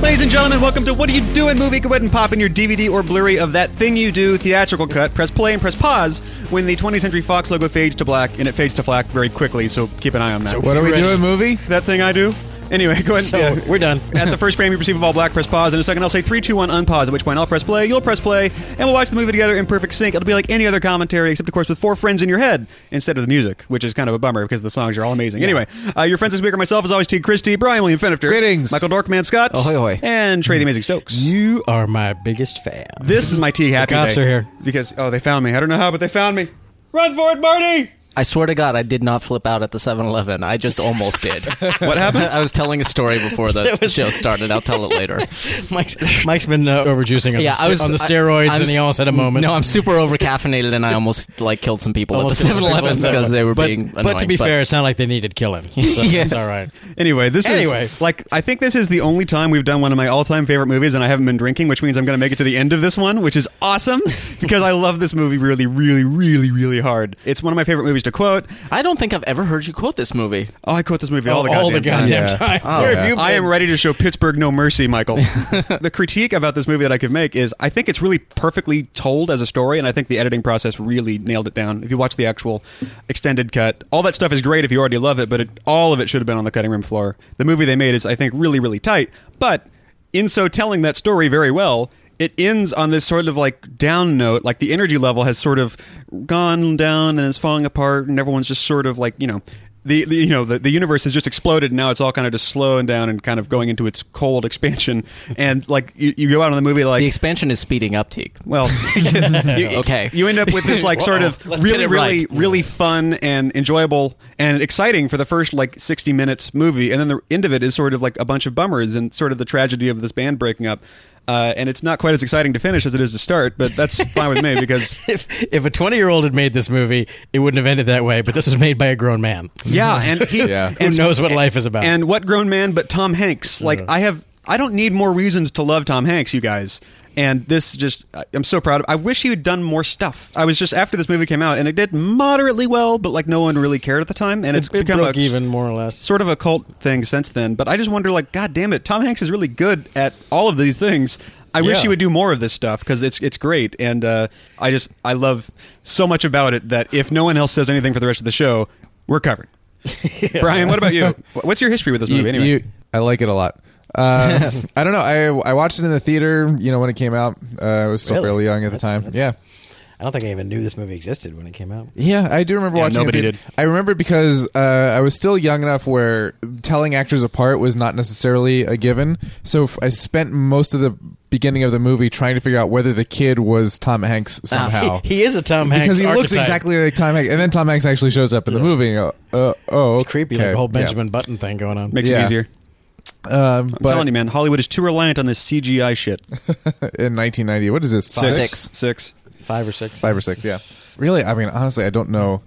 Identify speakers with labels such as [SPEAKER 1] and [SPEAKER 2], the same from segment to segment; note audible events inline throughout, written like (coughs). [SPEAKER 1] Ladies and gentlemen, welcome to What Do You Do in Movie? Go ahead and pop in your DVD or Blu-ray of that thing you do theatrical cut. Press play and press pause when the 20th Century Fox logo fades to black, and it fades to black very quickly. So keep an eye on that.
[SPEAKER 2] So what are we doing, movie?
[SPEAKER 1] that thing I do. Anyway, (laughs) go ahead.
[SPEAKER 3] So,
[SPEAKER 1] yeah.
[SPEAKER 3] we're done.
[SPEAKER 1] (laughs) At the first frame, you perceive of all black. Press pause. In a second, I'll say three, two, one. Unpause. At which point, I'll press play. You'll press play, and we'll watch the movie together in perfect sync. It'll be like any other commentary, except of course with four friends in your head instead of the music, which is kind of a bummer because the songs are all amazing. Anyway, uh, your friends this week are myself, as always, T. Christie, Brian William Fenifter,
[SPEAKER 2] Greetings.
[SPEAKER 1] Michael Dorkman Scott,
[SPEAKER 2] Ahoy, ahoy.
[SPEAKER 1] and Trey the Amazing Stokes.
[SPEAKER 3] You are my biggest fan.
[SPEAKER 1] This is my T. Happy
[SPEAKER 3] cops
[SPEAKER 1] day.
[SPEAKER 3] are here.
[SPEAKER 1] because oh, they found me. I don't know how, but they found me. Run for it, Marty!
[SPEAKER 4] I swear to God, I did not flip out at the 7 Eleven. I just almost
[SPEAKER 3] (laughs)
[SPEAKER 4] did.
[SPEAKER 1] What happened?
[SPEAKER 4] I was telling a story before the show started. I'll tell it later.
[SPEAKER 3] (laughs) Mike's, Mike's been uh, overjuicing on,
[SPEAKER 4] Yeah,
[SPEAKER 3] the,
[SPEAKER 4] I was
[SPEAKER 3] on the
[SPEAKER 4] I-
[SPEAKER 3] steroids,
[SPEAKER 4] I'm
[SPEAKER 3] and he
[SPEAKER 4] s-
[SPEAKER 3] almost had a moment.
[SPEAKER 4] No, I'm super over caffeinated, and I almost like killed some
[SPEAKER 3] (laughs)
[SPEAKER 4] people
[SPEAKER 3] Almost
[SPEAKER 4] at
[SPEAKER 3] had a
[SPEAKER 4] the 7
[SPEAKER 3] moment.
[SPEAKER 4] Eleven because they were
[SPEAKER 3] but,
[SPEAKER 4] being.
[SPEAKER 3] But
[SPEAKER 4] annoying,
[SPEAKER 3] to be fair, it sounded like they needed (laughs) killing. So
[SPEAKER 4] Yes.
[SPEAKER 3] that's all right.
[SPEAKER 1] Anyway, this
[SPEAKER 3] Anyway.
[SPEAKER 1] is like I think this is the only time we've done one of my all-time favorite movies, and I haven't been drinking, which means I'm going to make it to the end of this one, which is awesome (laughs) because I love this movie really, really, really, really hard. It's one of my favorite movies to quote.
[SPEAKER 4] I don't think I've ever heard you quote this movie.
[SPEAKER 1] Oh, I quote this movie all the goddamn, time.
[SPEAKER 2] Yeah.
[SPEAKER 3] time.
[SPEAKER 4] (laughs) Oh,
[SPEAKER 3] Where
[SPEAKER 4] yeah.
[SPEAKER 3] have you
[SPEAKER 1] I am
[SPEAKER 3] been?
[SPEAKER 1] ready to show Pittsburgh no mercy,
[SPEAKER 3] (laughs)
[SPEAKER 1] Michael. the critique about this movie that I could make is I think it's really perfectly told as a story, and I think the editing process really nailed it down. If you watch the actual extended cut, all that stuff is great if you already love it, but it, all of it should have been on the cutting room floor. The movie they made is, I think, really, really tight, but in so telling that story very well, it ends on this sort of like down note, like the energy level has sort of gone down and it's falling apart, and everyone's just sort of like, you know, the, the you know the, the universe has just exploded and now it's all kind of just slowing down and kind of going into its cold (laughs) expansion and like you, you go out on the movie like
[SPEAKER 4] The expansion is speeding up, Teague.
[SPEAKER 1] well (laughs) you-
[SPEAKER 4] Okay.
[SPEAKER 1] you end up with this like sort of
[SPEAKER 4] Whoa. Let's get
[SPEAKER 1] really
[SPEAKER 4] it
[SPEAKER 1] really
[SPEAKER 4] right.
[SPEAKER 1] really fun and enjoyable and exciting for the first like 60 minutes movie and then the end of it is sort of like a bunch of bummers and sort of the tragedy of this band breaking up uh, and it's not quite as exciting to finish as it is to start but that's fine with me because
[SPEAKER 3] If, if a 20 year old had made this movie, it wouldn't have ended that way, but this was made by a grown man. (laughs)
[SPEAKER 1] Yeah, and he
[SPEAKER 2] Yeah.
[SPEAKER 3] Who
[SPEAKER 1] and-
[SPEAKER 3] knows what
[SPEAKER 1] and-
[SPEAKER 3] life is about.
[SPEAKER 1] And what grown man but Tom Hanks? Like I have, I don't need more reasons to love Tom Hanks, you guys. And this just, I- I'm so proud of. I wish he had done more stuff. I was just after this movie came out, and it did moderately well, but like no one really cared at the time, and it's
[SPEAKER 3] It- it
[SPEAKER 1] become
[SPEAKER 3] broke
[SPEAKER 1] a,
[SPEAKER 3] even, more or less.
[SPEAKER 1] sort of a cult thing since then. But I just wonder, like, God damn it, Tom Hanks is really good at all of these things. I wish
[SPEAKER 3] Yeah.
[SPEAKER 1] he would do more of this stuff because it's it's great, and uh, I just I love so much about it that if no one else says anything for the rest of the show, we're
[SPEAKER 2] (laughs)
[SPEAKER 1] covered. Brian, what about you? What's your history with this movie?
[SPEAKER 2] You-
[SPEAKER 1] anyway,
[SPEAKER 2] you- I like it a lot.
[SPEAKER 3] (laughs)
[SPEAKER 2] Uh, I don't know. I I watched it in the theater. You know when it came out. Uh, I was still
[SPEAKER 3] Really?
[SPEAKER 2] fairly young at the
[SPEAKER 3] That's-
[SPEAKER 2] time.
[SPEAKER 3] that's-
[SPEAKER 2] Yeah.
[SPEAKER 3] I don't think I even knew this movie existed when it came out.
[SPEAKER 2] Yeah, I do remember
[SPEAKER 1] Yeah,
[SPEAKER 2] watching. it
[SPEAKER 1] nobody
[SPEAKER 2] in the-
[SPEAKER 1] did.
[SPEAKER 2] I remember because uh, I was still young enough where telling actors apart was not necessarily a given. So f- I spent most of the beginning of the movie trying to figure out whether the kid was Tom Hanks somehow.
[SPEAKER 3] Ah, He is a Tom Hanks
[SPEAKER 2] because he looks
[SPEAKER 3] archetype.
[SPEAKER 2] exactly like Tom Hanks, and then Tom Hanks actually shows up in the movie. And you go, uh, oh,
[SPEAKER 3] It's creepy, like
[SPEAKER 2] okay,
[SPEAKER 3] the whole
[SPEAKER 2] yeah.
[SPEAKER 3] Benjamin Button thing going on.
[SPEAKER 1] makes it
[SPEAKER 2] yeah.
[SPEAKER 1] easier.
[SPEAKER 2] Um,
[SPEAKER 1] I'm
[SPEAKER 2] but
[SPEAKER 1] telling you, man, Hollywood is too reliant on this CGI shit.
[SPEAKER 2] (laughs) in 1990, what is this?
[SPEAKER 4] Six.
[SPEAKER 1] six.
[SPEAKER 3] Five or six.
[SPEAKER 2] five or six yeah really i mean honestly i don't know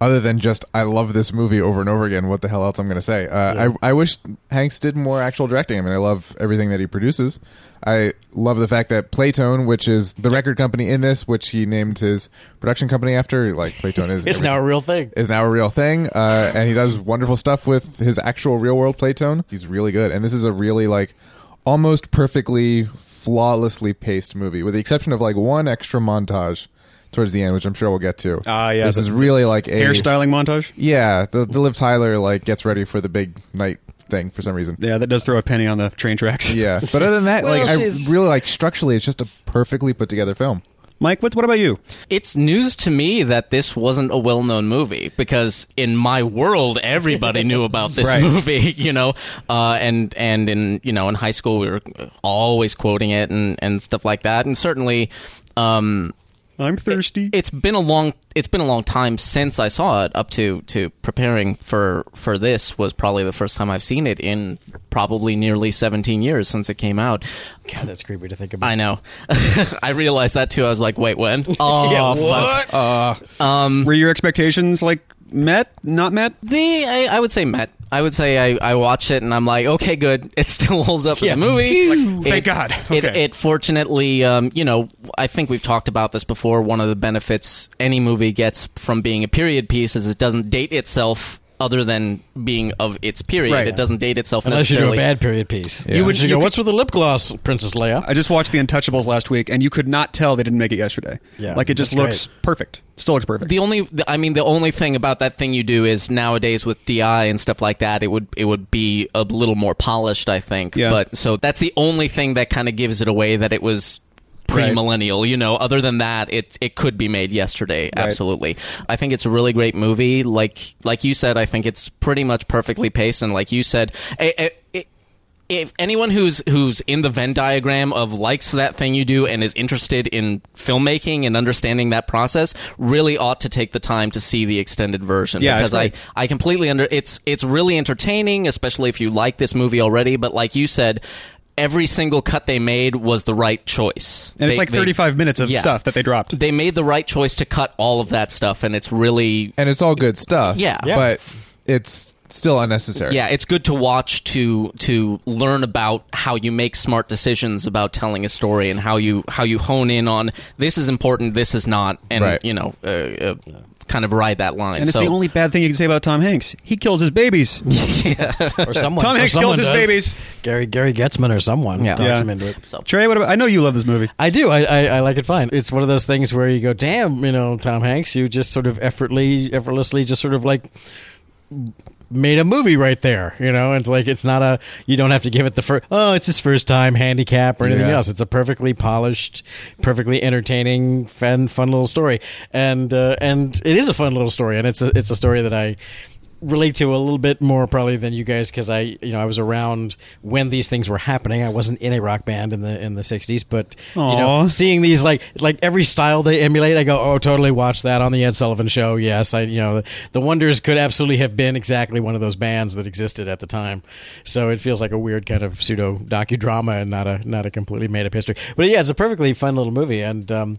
[SPEAKER 2] other than just i love this movie over and over again what the hell else i'm going to say uh, I, I wish hanks did more actual directing i mean i love everything that he produces i love the fact that playtone which is the record company in this which he named his production company after like playtone is
[SPEAKER 3] It's now a
[SPEAKER 2] everything-
[SPEAKER 3] real thing. (laughs)
[SPEAKER 2] is now a real thing uh, and he does wonderful stuff with his actual real world playtone he's really good and this is a really like almost perfectly flawlessly paced movie with the exception of like one extra montage towards the end which i'm sure we'll get to
[SPEAKER 1] Ah, yeah,
[SPEAKER 2] this
[SPEAKER 1] the-
[SPEAKER 2] is really like a
[SPEAKER 1] Hairstyling montage.
[SPEAKER 2] yeah the, the liv tyler like gets ready for the big night thing for some reason
[SPEAKER 1] Yeah, that does throw a penny on the train tracks.
[SPEAKER 2] yeah but other than that
[SPEAKER 3] Well,
[SPEAKER 2] like i
[SPEAKER 3] she's-
[SPEAKER 2] really like structurally it's just a perfectly put together film
[SPEAKER 1] Mike, what what about you?
[SPEAKER 4] It's news to me that this wasn't a well known movie because in my world everybody knew about this
[SPEAKER 1] Right.
[SPEAKER 4] movie, (laughs) you know, uh, and and in you know in high school we were always quoting it and and stuff like that, and certainly. Um,
[SPEAKER 1] I'm thirsty.
[SPEAKER 4] it's been a long it's been a long time since I saw it up to to preparing for for this was probably the first time I've seen it in probably nearly 17 years since it came out.
[SPEAKER 3] God, that's creepy to think about.
[SPEAKER 4] I know. (laughs) I realized that too. I was like, "Wait, when?" Oh, fuck.
[SPEAKER 1] Were your expectations like met? Not met?
[SPEAKER 4] The I, I would say met. I would say I, I watched it and I'm like, okay, good. (laughs) It still holds up
[SPEAKER 3] Yeah.
[SPEAKER 4] as a movie.
[SPEAKER 1] Like, thank
[SPEAKER 4] It's-
[SPEAKER 1] God.
[SPEAKER 4] It,
[SPEAKER 1] Okay.
[SPEAKER 4] it fortunately, um, you know, I think we've talked about this before. One of the benefits any movie gets from being a period piece is it doesn't date itself other than being of its period.
[SPEAKER 1] Right.
[SPEAKER 4] It doesn't date itself
[SPEAKER 3] Unless you do
[SPEAKER 4] necessarily.
[SPEAKER 3] a bad period piece. You
[SPEAKER 1] would-
[SPEAKER 3] would you
[SPEAKER 1] you
[SPEAKER 3] go,
[SPEAKER 1] could-
[SPEAKER 3] what's with the lip gloss, Princess Leia?
[SPEAKER 1] I just watched The Untouchables last week, and you could not tell they didn't make it yesterday.
[SPEAKER 3] Yeah,
[SPEAKER 1] like it just
[SPEAKER 3] that's
[SPEAKER 1] looks perfect. Still looks perfect.
[SPEAKER 4] the only the- I mean the only thing about that thing you do is nowadays with DI and stuff like that it would it would be a little more polished I think
[SPEAKER 1] Yeah.
[SPEAKER 4] but so that's the only thing that kind of gives it away that it was pre-millennial you know other than that it it could be made yesterday absolutely I think it's a really great movie like like you said I think it's pretty much perfectly paced and like you said it, it, it if anyone who's who's in the Venn diagram of likes that thing you do and is interested in filmmaking and understanding that process really ought to take the time to see the extended version
[SPEAKER 1] Yeah, it's
[SPEAKER 4] because I
[SPEAKER 1] great.
[SPEAKER 4] I completely under it's it's really entertaining especially if you like this movie already but like you said every single cut they made was the right choice
[SPEAKER 1] and it's
[SPEAKER 4] They-
[SPEAKER 1] like
[SPEAKER 4] they-
[SPEAKER 1] 35 minutes of
[SPEAKER 4] yeah.
[SPEAKER 1] stuff that they dropped.
[SPEAKER 4] they made the right choice to cut all of that stuff and it's really
[SPEAKER 2] and it's all good stuff.
[SPEAKER 4] Yeah. Yeah.
[SPEAKER 2] but it's still unnecessary.
[SPEAKER 4] Yeah, it's good to watch to to learn about how you make smart decisions about telling a story and how you how you hone in on this is important, this is not, and
[SPEAKER 2] Right.
[SPEAKER 4] you know, uh, uh, kind of ride that line.
[SPEAKER 1] and it's
[SPEAKER 4] so
[SPEAKER 1] the only bad thing you can say about Tom Hanks. He kills his
[SPEAKER 3] (laughs)
[SPEAKER 1] babies.
[SPEAKER 3] Or someone.
[SPEAKER 1] Tom
[SPEAKER 3] or
[SPEAKER 1] Hanks kills
[SPEAKER 3] someone
[SPEAKER 1] his
[SPEAKER 3] does.
[SPEAKER 1] babies.
[SPEAKER 3] Gary Gary Getzman or someone
[SPEAKER 4] Yeah.
[SPEAKER 3] talks
[SPEAKER 1] Yeah.
[SPEAKER 3] him into it.
[SPEAKER 1] Trey, what about? I know you love this movie.
[SPEAKER 3] I do. I, I, I like it fine. It's one of those things where you go, damn, you know, Tom Hanks, you just sort of effortly, effortlessly, just sort of like made a movie right there. You know, it's like it's not a. You don't have to give it the first. Oh, it's his first time handicap or anything
[SPEAKER 2] Yeah.
[SPEAKER 3] else. It's a perfectly polished, perfectly entertaining, fun, fun little story, and uh, and it is a fun little story, and it's a it's a story that I relate to a little bit more probably than you guys because I you know I was around when these things were happening. I wasn't in a rock band in the in the '60s, but you know,
[SPEAKER 1] Aw.
[SPEAKER 3] seeing these like like every style they emulate, I go, oh, totally watch that on the Ed Sullivan Show. Yes, I you know the Wonders could absolutely have been exactly one of those bands that existed at the time. So it feels like a weird kind of pseudo docudrama and not a not a completely made up history. But yeah, it's a perfectly fun little movie, and um,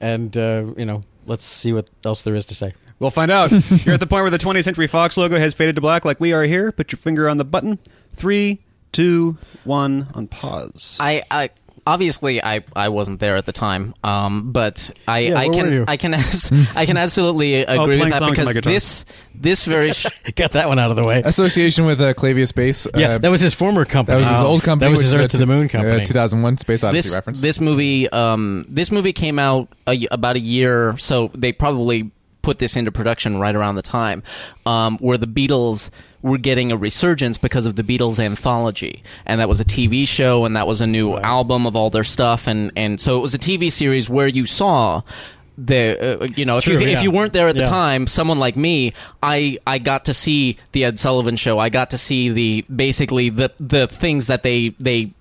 [SPEAKER 3] and uh, you know, let's see what else there is to say. (laughs)
[SPEAKER 1] We'll find out. You're at the point where the 20th Century Fox logo has faded to black, like we are here. Put your finger on the button. Three, two, one, on pause.
[SPEAKER 4] I, I obviously I, I wasn't there at the time, um, but I,
[SPEAKER 3] Yeah,
[SPEAKER 4] I
[SPEAKER 3] where were
[SPEAKER 4] can
[SPEAKER 3] you?
[SPEAKER 4] I can abs-
[SPEAKER 3] (laughs)
[SPEAKER 4] I can absolutely agree
[SPEAKER 1] Oh, playing
[SPEAKER 4] with that
[SPEAKER 1] songs on my
[SPEAKER 4] because
[SPEAKER 1] guitar.
[SPEAKER 4] this
[SPEAKER 1] (laughs)
[SPEAKER 4] this very sh-
[SPEAKER 3] Got that one out of the way.
[SPEAKER 2] association with uh, Clavius Base.
[SPEAKER 3] Yeah,
[SPEAKER 2] uh,
[SPEAKER 3] that was his former company.
[SPEAKER 2] that was his
[SPEAKER 3] Wow.
[SPEAKER 2] old company.
[SPEAKER 3] That was
[SPEAKER 2] which
[SPEAKER 3] his
[SPEAKER 2] is a
[SPEAKER 3] Earth to the
[SPEAKER 2] t-
[SPEAKER 3] Moon company.
[SPEAKER 2] Uh, 2001 Space Odyssey
[SPEAKER 4] this,
[SPEAKER 2] reference.
[SPEAKER 4] This movie, um, this movie came out a y about a year, so they probably put this into production right around the time um, where the Beatles were getting a resurgence because of the Beatles anthology, and that was a TV show, and that was a new album of all their stuff, and and so it was a TV series where you saw. The uh, you know if
[SPEAKER 3] True,
[SPEAKER 4] you
[SPEAKER 3] yeah.
[SPEAKER 4] if you weren't there at the
[SPEAKER 3] Yeah.
[SPEAKER 4] time, someone like me, I I got to see the Ed Sullivan show. I got to see the basically the the things that they they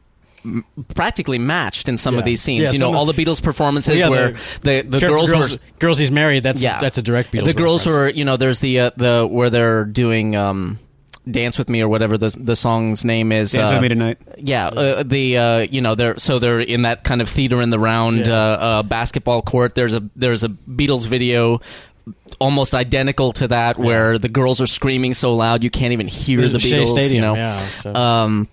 [SPEAKER 4] m- practically matched in some of
[SPEAKER 3] Yeah.
[SPEAKER 4] these scenes.
[SPEAKER 3] Yeah,
[SPEAKER 4] you know,
[SPEAKER 3] some
[SPEAKER 4] all
[SPEAKER 3] of-
[SPEAKER 4] the Beatles performances
[SPEAKER 3] Yeah,
[SPEAKER 4] where the, the,
[SPEAKER 3] Careful,
[SPEAKER 4] girls,
[SPEAKER 3] girls
[SPEAKER 4] were
[SPEAKER 3] girls he's married. That's
[SPEAKER 4] yeah,
[SPEAKER 3] that's a direct Beatles.
[SPEAKER 4] The girls
[SPEAKER 3] reference.
[SPEAKER 4] were you know there's the uh, the where they're doing um, dance with me or whatever the the song's name is.
[SPEAKER 1] Dance
[SPEAKER 4] uh,
[SPEAKER 1] with me tonight.
[SPEAKER 4] yeah, uh, the uh, you know they're so they're in that kind of theater in the round
[SPEAKER 3] Yeah.
[SPEAKER 4] uh, uh, basketball court. There's a there's a Beatles video almost identical to that where the girls are screaming so loud you can't even hear the
[SPEAKER 3] Shea
[SPEAKER 4] Beatles. you
[SPEAKER 3] Stadium,
[SPEAKER 4] know,
[SPEAKER 3] yeah, so-
[SPEAKER 4] um,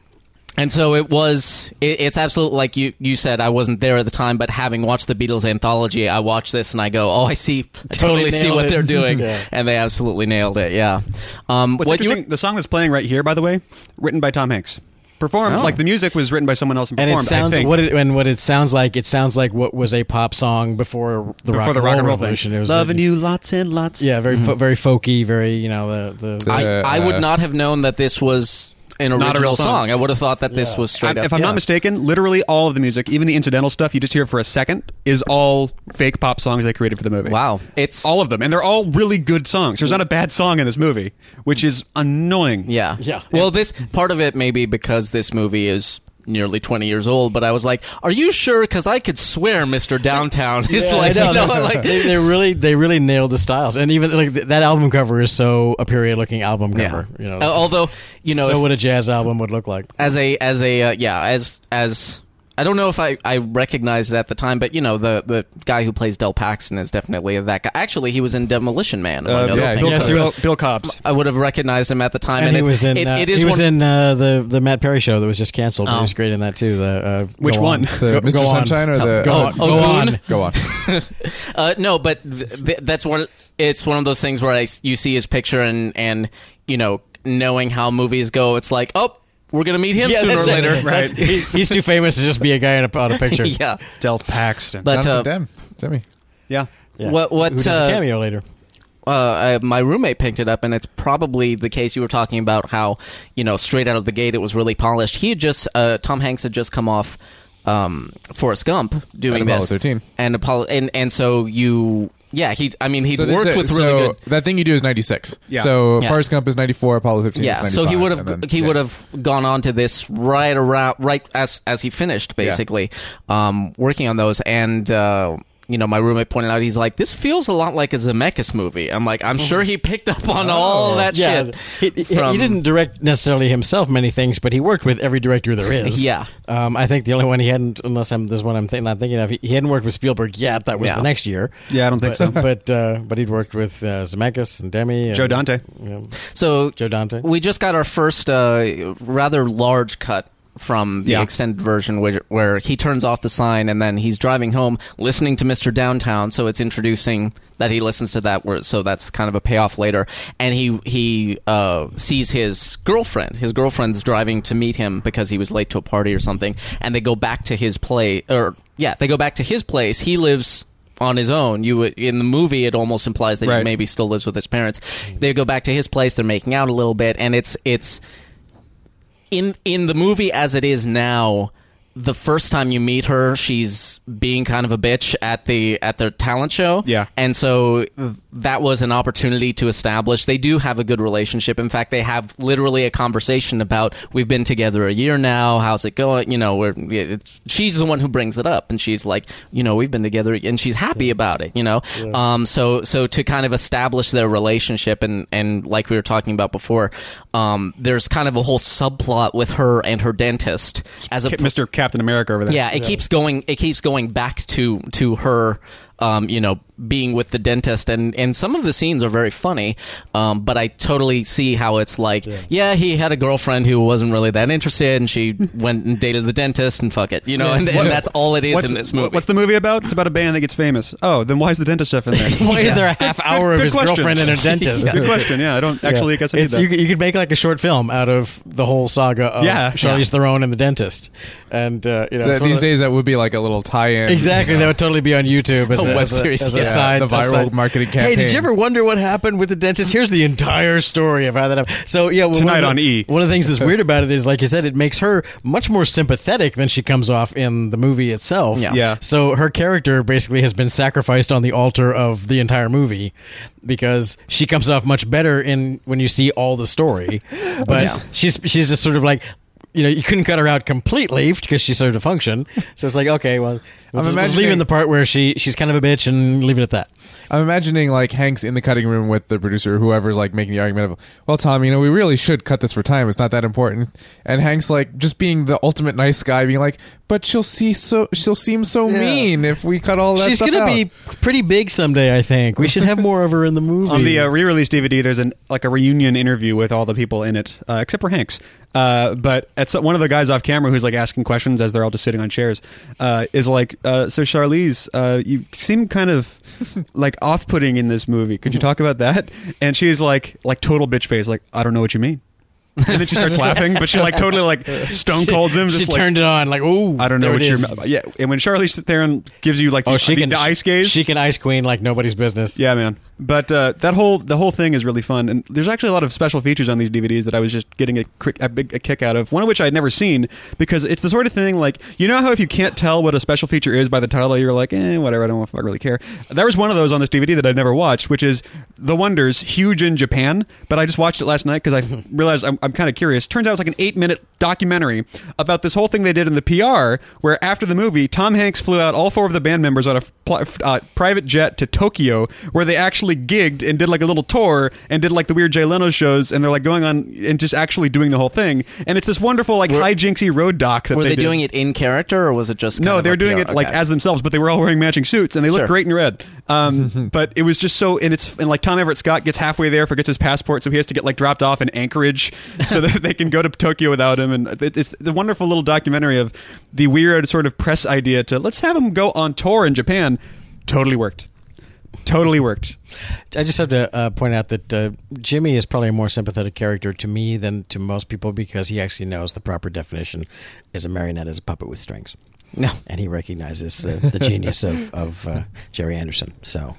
[SPEAKER 4] and so it was. It, it's absolutely like you you said. I wasn't there at the time, but having watched the Beatles anthology, I watched this and I go, "Oh, I see. I totally,
[SPEAKER 3] Totally
[SPEAKER 4] see
[SPEAKER 3] nailed
[SPEAKER 4] what
[SPEAKER 3] it.
[SPEAKER 4] they're
[SPEAKER 3] (laughs)
[SPEAKER 4] doing."
[SPEAKER 3] Yeah.
[SPEAKER 4] And they absolutely nailed it. Yeah. Um,
[SPEAKER 1] What's
[SPEAKER 4] what you
[SPEAKER 1] interesting, the song that's playing right here, by the way, written by Tom Hanks. Performed,
[SPEAKER 4] Oh.
[SPEAKER 1] like the music was written by someone else and
[SPEAKER 3] and
[SPEAKER 1] performed,
[SPEAKER 3] it sounds
[SPEAKER 1] I think.
[SPEAKER 3] what it and what it sounds like. It sounds like what was a pop song before the
[SPEAKER 1] before
[SPEAKER 3] rock
[SPEAKER 1] the rock
[SPEAKER 3] and roll
[SPEAKER 1] and roll
[SPEAKER 3] revolution. It
[SPEAKER 1] thing.
[SPEAKER 3] was
[SPEAKER 1] Loving you Mm-hmm. lots and lots.
[SPEAKER 3] Yeah, very fo- very folky, very you know the the.
[SPEAKER 4] I,
[SPEAKER 2] Uh,
[SPEAKER 4] I would
[SPEAKER 2] uh,
[SPEAKER 4] not have known that this was an original
[SPEAKER 1] Not a real
[SPEAKER 4] song.
[SPEAKER 1] song.
[SPEAKER 4] I would have thought that this
[SPEAKER 3] Yeah.
[SPEAKER 4] was straight
[SPEAKER 1] I'm-
[SPEAKER 4] up.
[SPEAKER 1] if I'm
[SPEAKER 4] yeah.
[SPEAKER 1] not mistaken, literally all of the music, even the incidental stuff you just hear for a second, is all fake pop songs they created for the movie.
[SPEAKER 4] Wow. It's-
[SPEAKER 1] all of them, and they're all really good songs. There's not a bad song in this movie, which is annoying.
[SPEAKER 4] Yeah.
[SPEAKER 3] Yeah.
[SPEAKER 4] Well, this part of it may be because this movie is nearly 20 years old, but I was like, are you sure? Because I could swear Mr. Downtown (laughs) is
[SPEAKER 3] Yeah, I
[SPEAKER 4] like,
[SPEAKER 3] know,
[SPEAKER 4] you know,
[SPEAKER 3] that's- (laughs)
[SPEAKER 4] like,
[SPEAKER 3] they, they really they really nailed the styles, and even like th- that album cover is so a period looking album
[SPEAKER 4] yeah.
[SPEAKER 3] cover. You know,
[SPEAKER 4] Uh,
[SPEAKER 3] that's-
[SPEAKER 4] although, you know,
[SPEAKER 3] so
[SPEAKER 4] if-
[SPEAKER 3] what a jazz album would look like.
[SPEAKER 4] as a as a uh, yeah as as I don't know if I, I recognized it at the time, but you know the, the guy who plays Del Paxton is definitely that guy. Actually, he was in Demolition Man. among
[SPEAKER 1] Uh,
[SPEAKER 4] other
[SPEAKER 1] Bill,
[SPEAKER 2] yeah,
[SPEAKER 4] things.
[SPEAKER 1] Bill,
[SPEAKER 3] Yes, he
[SPEAKER 1] Bill-
[SPEAKER 3] was.
[SPEAKER 1] Bill
[SPEAKER 4] (laughs)
[SPEAKER 1] Cobbs.
[SPEAKER 4] I would have recognized him at the time.
[SPEAKER 3] And, he
[SPEAKER 4] it-
[SPEAKER 3] was in
[SPEAKER 4] it-
[SPEAKER 3] uh,
[SPEAKER 4] it is
[SPEAKER 3] he was
[SPEAKER 4] one-
[SPEAKER 3] in uh, the the Matt Perry show that was just canceled. but
[SPEAKER 4] Oh.
[SPEAKER 3] He was great in that too. The uh,
[SPEAKER 1] Which
[SPEAKER 3] Go
[SPEAKER 1] one?
[SPEAKER 3] On.
[SPEAKER 2] the
[SPEAKER 3] Go-
[SPEAKER 2] Mr.
[SPEAKER 3] Go On.
[SPEAKER 2] Sunshine or the
[SPEAKER 3] Go
[SPEAKER 4] Oh,
[SPEAKER 3] on,
[SPEAKER 4] oh,
[SPEAKER 3] go on.
[SPEAKER 4] Goon?
[SPEAKER 2] go on.
[SPEAKER 4] Uh, no, but th- th- that's one. It's one of those things where I s- you see his picture and and you know, knowing how movies go, it's like, oh, we're gonna meet him sooner or
[SPEAKER 3] that's it. (laughs)
[SPEAKER 4] later.
[SPEAKER 3] That's- he- he's too famous to just be a guy in a, on a (laughs)
[SPEAKER 4] (laughs)
[SPEAKER 3] picture.
[SPEAKER 4] yeah.
[SPEAKER 1] Del Paxton.
[SPEAKER 4] But-
[SPEAKER 2] Jonathan
[SPEAKER 4] uh,
[SPEAKER 2] Demme. Demme.
[SPEAKER 1] yeah.
[SPEAKER 3] Yeah.
[SPEAKER 4] What- what,
[SPEAKER 3] Who does
[SPEAKER 4] uh,
[SPEAKER 3] a cameo later?
[SPEAKER 4] uh, I, my roommate picked it up, and it's probably the case you were talking about. How you know, straight out of the gate, it was really polished. He had just uh, Tom Hanks had just come off um, Forrest Gump doing
[SPEAKER 2] And Apollo
[SPEAKER 4] this
[SPEAKER 2] 13.
[SPEAKER 4] and Apollo, and and so you, yeah, he. I mean, he
[SPEAKER 2] So
[SPEAKER 4] would
[SPEAKER 2] this
[SPEAKER 4] worked
[SPEAKER 2] is-
[SPEAKER 4] with
[SPEAKER 2] so
[SPEAKER 4] really good.
[SPEAKER 2] That thing you do is ninety six.
[SPEAKER 1] Yeah.
[SPEAKER 2] So
[SPEAKER 4] Yeah.
[SPEAKER 2] Forrest Gump is ninety four. Apollo fifteen.
[SPEAKER 4] Yeah,
[SPEAKER 2] is
[SPEAKER 4] so he
[SPEAKER 2] 95,
[SPEAKER 4] would have
[SPEAKER 2] and then-
[SPEAKER 4] he
[SPEAKER 2] yeah.
[SPEAKER 4] would have gone on to this right around right as as he finished basically um, working on those and. Uh, you know, my roommate pointed out he's like, "This feels a lot like a Zemeckis movie." I'm like,
[SPEAKER 2] Mm-hmm.
[SPEAKER 4] "I'm sure he picked up on
[SPEAKER 2] Oh,
[SPEAKER 4] all that
[SPEAKER 3] Oh, yeah,
[SPEAKER 4] shit."
[SPEAKER 3] He, he-
[SPEAKER 4] from-
[SPEAKER 3] he didn't direct necessarily himself many things, but he worked with every director
[SPEAKER 4] (laughs)
[SPEAKER 3] there is.
[SPEAKER 4] Yeah.
[SPEAKER 3] um, I think the only one he hadn't, unless I'm this one I'm thi- not thinking of, he, he hadn't worked with Spielberg yet. That was
[SPEAKER 4] Yeah.
[SPEAKER 3] the next year.
[SPEAKER 1] Yeah, I don't think
[SPEAKER 3] but,
[SPEAKER 1] so.
[SPEAKER 3] But uh, but he'd worked with uh, Zemeckis and Demi, and,
[SPEAKER 1] Joe Dante.
[SPEAKER 3] yeah,
[SPEAKER 4] So
[SPEAKER 3] Joe Dante.
[SPEAKER 4] we just got our first uh, rather large cut from the
[SPEAKER 1] Yeah.
[SPEAKER 4] extended version where, where he turns off the sign and then he's driving home listening to Mr. Downtown so it's introducing that he listens to that word so that's kind of a payoff later and he he uh, sees his girlfriend his girlfriend's driving to meet him because he was late to a party or something and they go back to his play or yeah they go back to his place he lives on his own you would- in the movie it almost implies that he
[SPEAKER 1] Right.
[SPEAKER 4] maybe still lives with his parents they go back to his place they're making out a little bit and it's it's in in the movie as it is now the first time you meet her she's being kind of a bitch at the at their talent show
[SPEAKER 1] Yeah.
[SPEAKER 4] and so that was an opportunity to establish they do have a good relationship in fact they have literally a conversation about we've been together a year now how's it going you know we're, it's, she's the one who brings it up and she's like you know we've been together and she's happy about it you know um so so to kind of establish their relationship and and like we were talking about before um there's kind of a whole subplot with her and her dentist as a
[SPEAKER 1] Ca- Mr. Captain America over there.
[SPEAKER 4] yeah, it keeps going. It keeps going back to to her, um, you know, being with the dentist, and and some of the scenes are very funny. Um, but I totally see how it's like, yeah. he had a girlfriend who wasn't really that interested,
[SPEAKER 1] (laughs)
[SPEAKER 4] and she went and dated the dentist, and fuck it, you know, and, and that's all it is in this movie.
[SPEAKER 1] What's the movie about? It's about a band that gets famous. Oh, then why is the dentist stuff in there?
[SPEAKER 3] Why is there a half (laughs) hour of
[SPEAKER 1] good
[SPEAKER 3] his
[SPEAKER 1] question.
[SPEAKER 3] girlfriend and her
[SPEAKER 1] (laughs)
[SPEAKER 3] dentist?
[SPEAKER 4] (laughs)
[SPEAKER 1] Good question. Yeah, I don't actually guess I need
[SPEAKER 3] It's-
[SPEAKER 1] that.
[SPEAKER 3] you, could- you could make like a short film out of the whole saga of
[SPEAKER 1] Yeah.
[SPEAKER 3] Charlize Theron and the dentist, and uh, you know
[SPEAKER 2] Th-
[SPEAKER 3] sort of the-
[SPEAKER 2] these days that would be like a little tie-in.
[SPEAKER 3] Exactly, that would totally be on YouTube as
[SPEAKER 4] A
[SPEAKER 3] a,
[SPEAKER 4] web
[SPEAKER 3] as a-
[SPEAKER 4] series,
[SPEAKER 3] as a
[SPEAKER 4] yeah.
[SPEAKER 3] side,
[SPEAKER 2] The
[SPEAKER 3] a
[SPEAKER 2] viral
[SPEAKER 3] side-
[SPEAKER 2] marketing
[SPEAKER 3] Hey, did
[SPEAKER 2] campaign.
[SPEAKER 3] you ever wonder what happened with the dentist? Here's the entire story of how that happened. So yeah, well, one
[SPEAKER 1] Tonight
[SPEAKER 3] of the-
[SPEAKER 1] on E!
[SPEAKER 3] One of the things that's weird about it is, like you said, it makes her much more sympathetic than she comes off in the movie itself.
[SPEAKER 4] Yeah.
[SPEAKER 1] Yeah.
[SPEAKER 3] So her character basically has been sacrificed on the altar of the entire movie because she comes off much better in when you see all the story. But
[SPEAKER 4] Yeah.
[SPEAKER 3] she's she's just sort of like you know you couldn't cut her out completely because she served a function. So it's like okay, well, I'm just,
[SPEAKER 2] imagining-
[SPEAKER 3] leaving the part where she she's kind of a bitch and leave it at that.
[SPEAKER 2] I'm imagining like Hanks in the cutting room with the producer or whoever's like making the argument of, well, Tom, you know, we really should cut this for time. It's not that important. And Hanks like just being the ultimate nice guy, being like, but she'll see so she'll seem so mean if we cut all that.
[SPEAKER 3] she's
[SPEAKER 2] stuff
[SPEAKER 3] gonna
[SPEAKER 2] out."
[SPEAKER 3] be pretty big someday. I think we should have more of her in the movie.
[SPEAKER 1] (laughs) on the uh, re-release DVD, there's an like a reunion interview with all the people in it, uh, except for Hanks. Uh, but at some, one of the guys off camera who's like asking questions as they're all just sitting on chairs uh, is like, uh, "So Charlize, uh, you seem kind
[SPEAKER 3] (laughs)
[SPEAKER 1] of like off-putting in this movie. Could you talk about that?" And she's like, like total bitch face, like, "I don't know what you mean." And then she
[SPEAKER 3] (laughs)
[SPEAKER 1] starts laughing, but she like totally like stone colds him.
[SPEAKER 3] she
[SPEAKER 1] Just like,
[SPEAKER 3] turned it on like ooh.
[SPEAKER 1] I don't know
[SPEAKER 3] there
[SPEAKER 1] what
[SPEAKER 3] it
[SPEAKER 1] you're.
[SPEAKER 3] is.
[SPEAKER 1] Yeah, and when Charlize Theron gives you like the,
[SPEAKER 3] Oh, she
[SPEAKER 1] the-
[SPEAKER 3] can
[SPEAKER 1] the ice gaze,
[SPEAKER 3] She can ice queen like nobody's business.
[SPEAKER 1] yeah, man. But uh, that whole the whole thing is really fun, and there's actually a lot of special features on these DVDs that I was just getting a, quick, a big a kick out of. One of which I'd never seen because it's the sort of thing like you know how if you can't tell what a special feature is by the title, you're like, eh, whatever. I don't know if I really care. There was one of those on this DVD that I'd never watched, which is The Wonders, huge in Japan. But I just watched it last night because I realized I'm, I'm kind of curious. Turns out it's like an eight minute documentary about this whole thing they did in the PR, where after the movie, Tom Hanks flew out all four of the band members on a pl- uh, private jet to Tokyo, where they actually gigged and did like a little tour and did like the weird Jay Leno shows, and they're like going on and just actually doing the whole thing. And it's this wonderful like hijinksy road doc that
[SPEAKER 4] were they,
[SPEAKER 1] did.
[SPEAKER 4] doing it in character or was it just
[SPEAKER 1] No, they were
[SPEAKER 4] were
[SPEAKER 1] doing it like as themselves, but they were all wearing matching suits, and they looked
[SPEAKER 4] Sure.
[SPEAKER 1] great in red. Um, but it was just so, and it's and like Tom Everett Scott gets halfway there, forgets his passport, so he has to get like dropped off in Anchorage, (laughs) so that they can go to Tokyo without him. And it- it's the wonderful little documentary of the weird sort of press idea to let's have him go on tour in Japan. Totally worked. Totally worked.
[SPEAKER 3] I just have to uh, point out that uh, Jimmy is probably a more sympathetic character to me than to most people because he actually knows the proper definition is a marionette is a puppet with strings.
[SPEAKER 4] No.
[SPEAKER 3] And he recognizes the, the genius
[SPEAKER 1] (laughs)
[SPEAKER 3] of, of uh, Jerry Anderson. So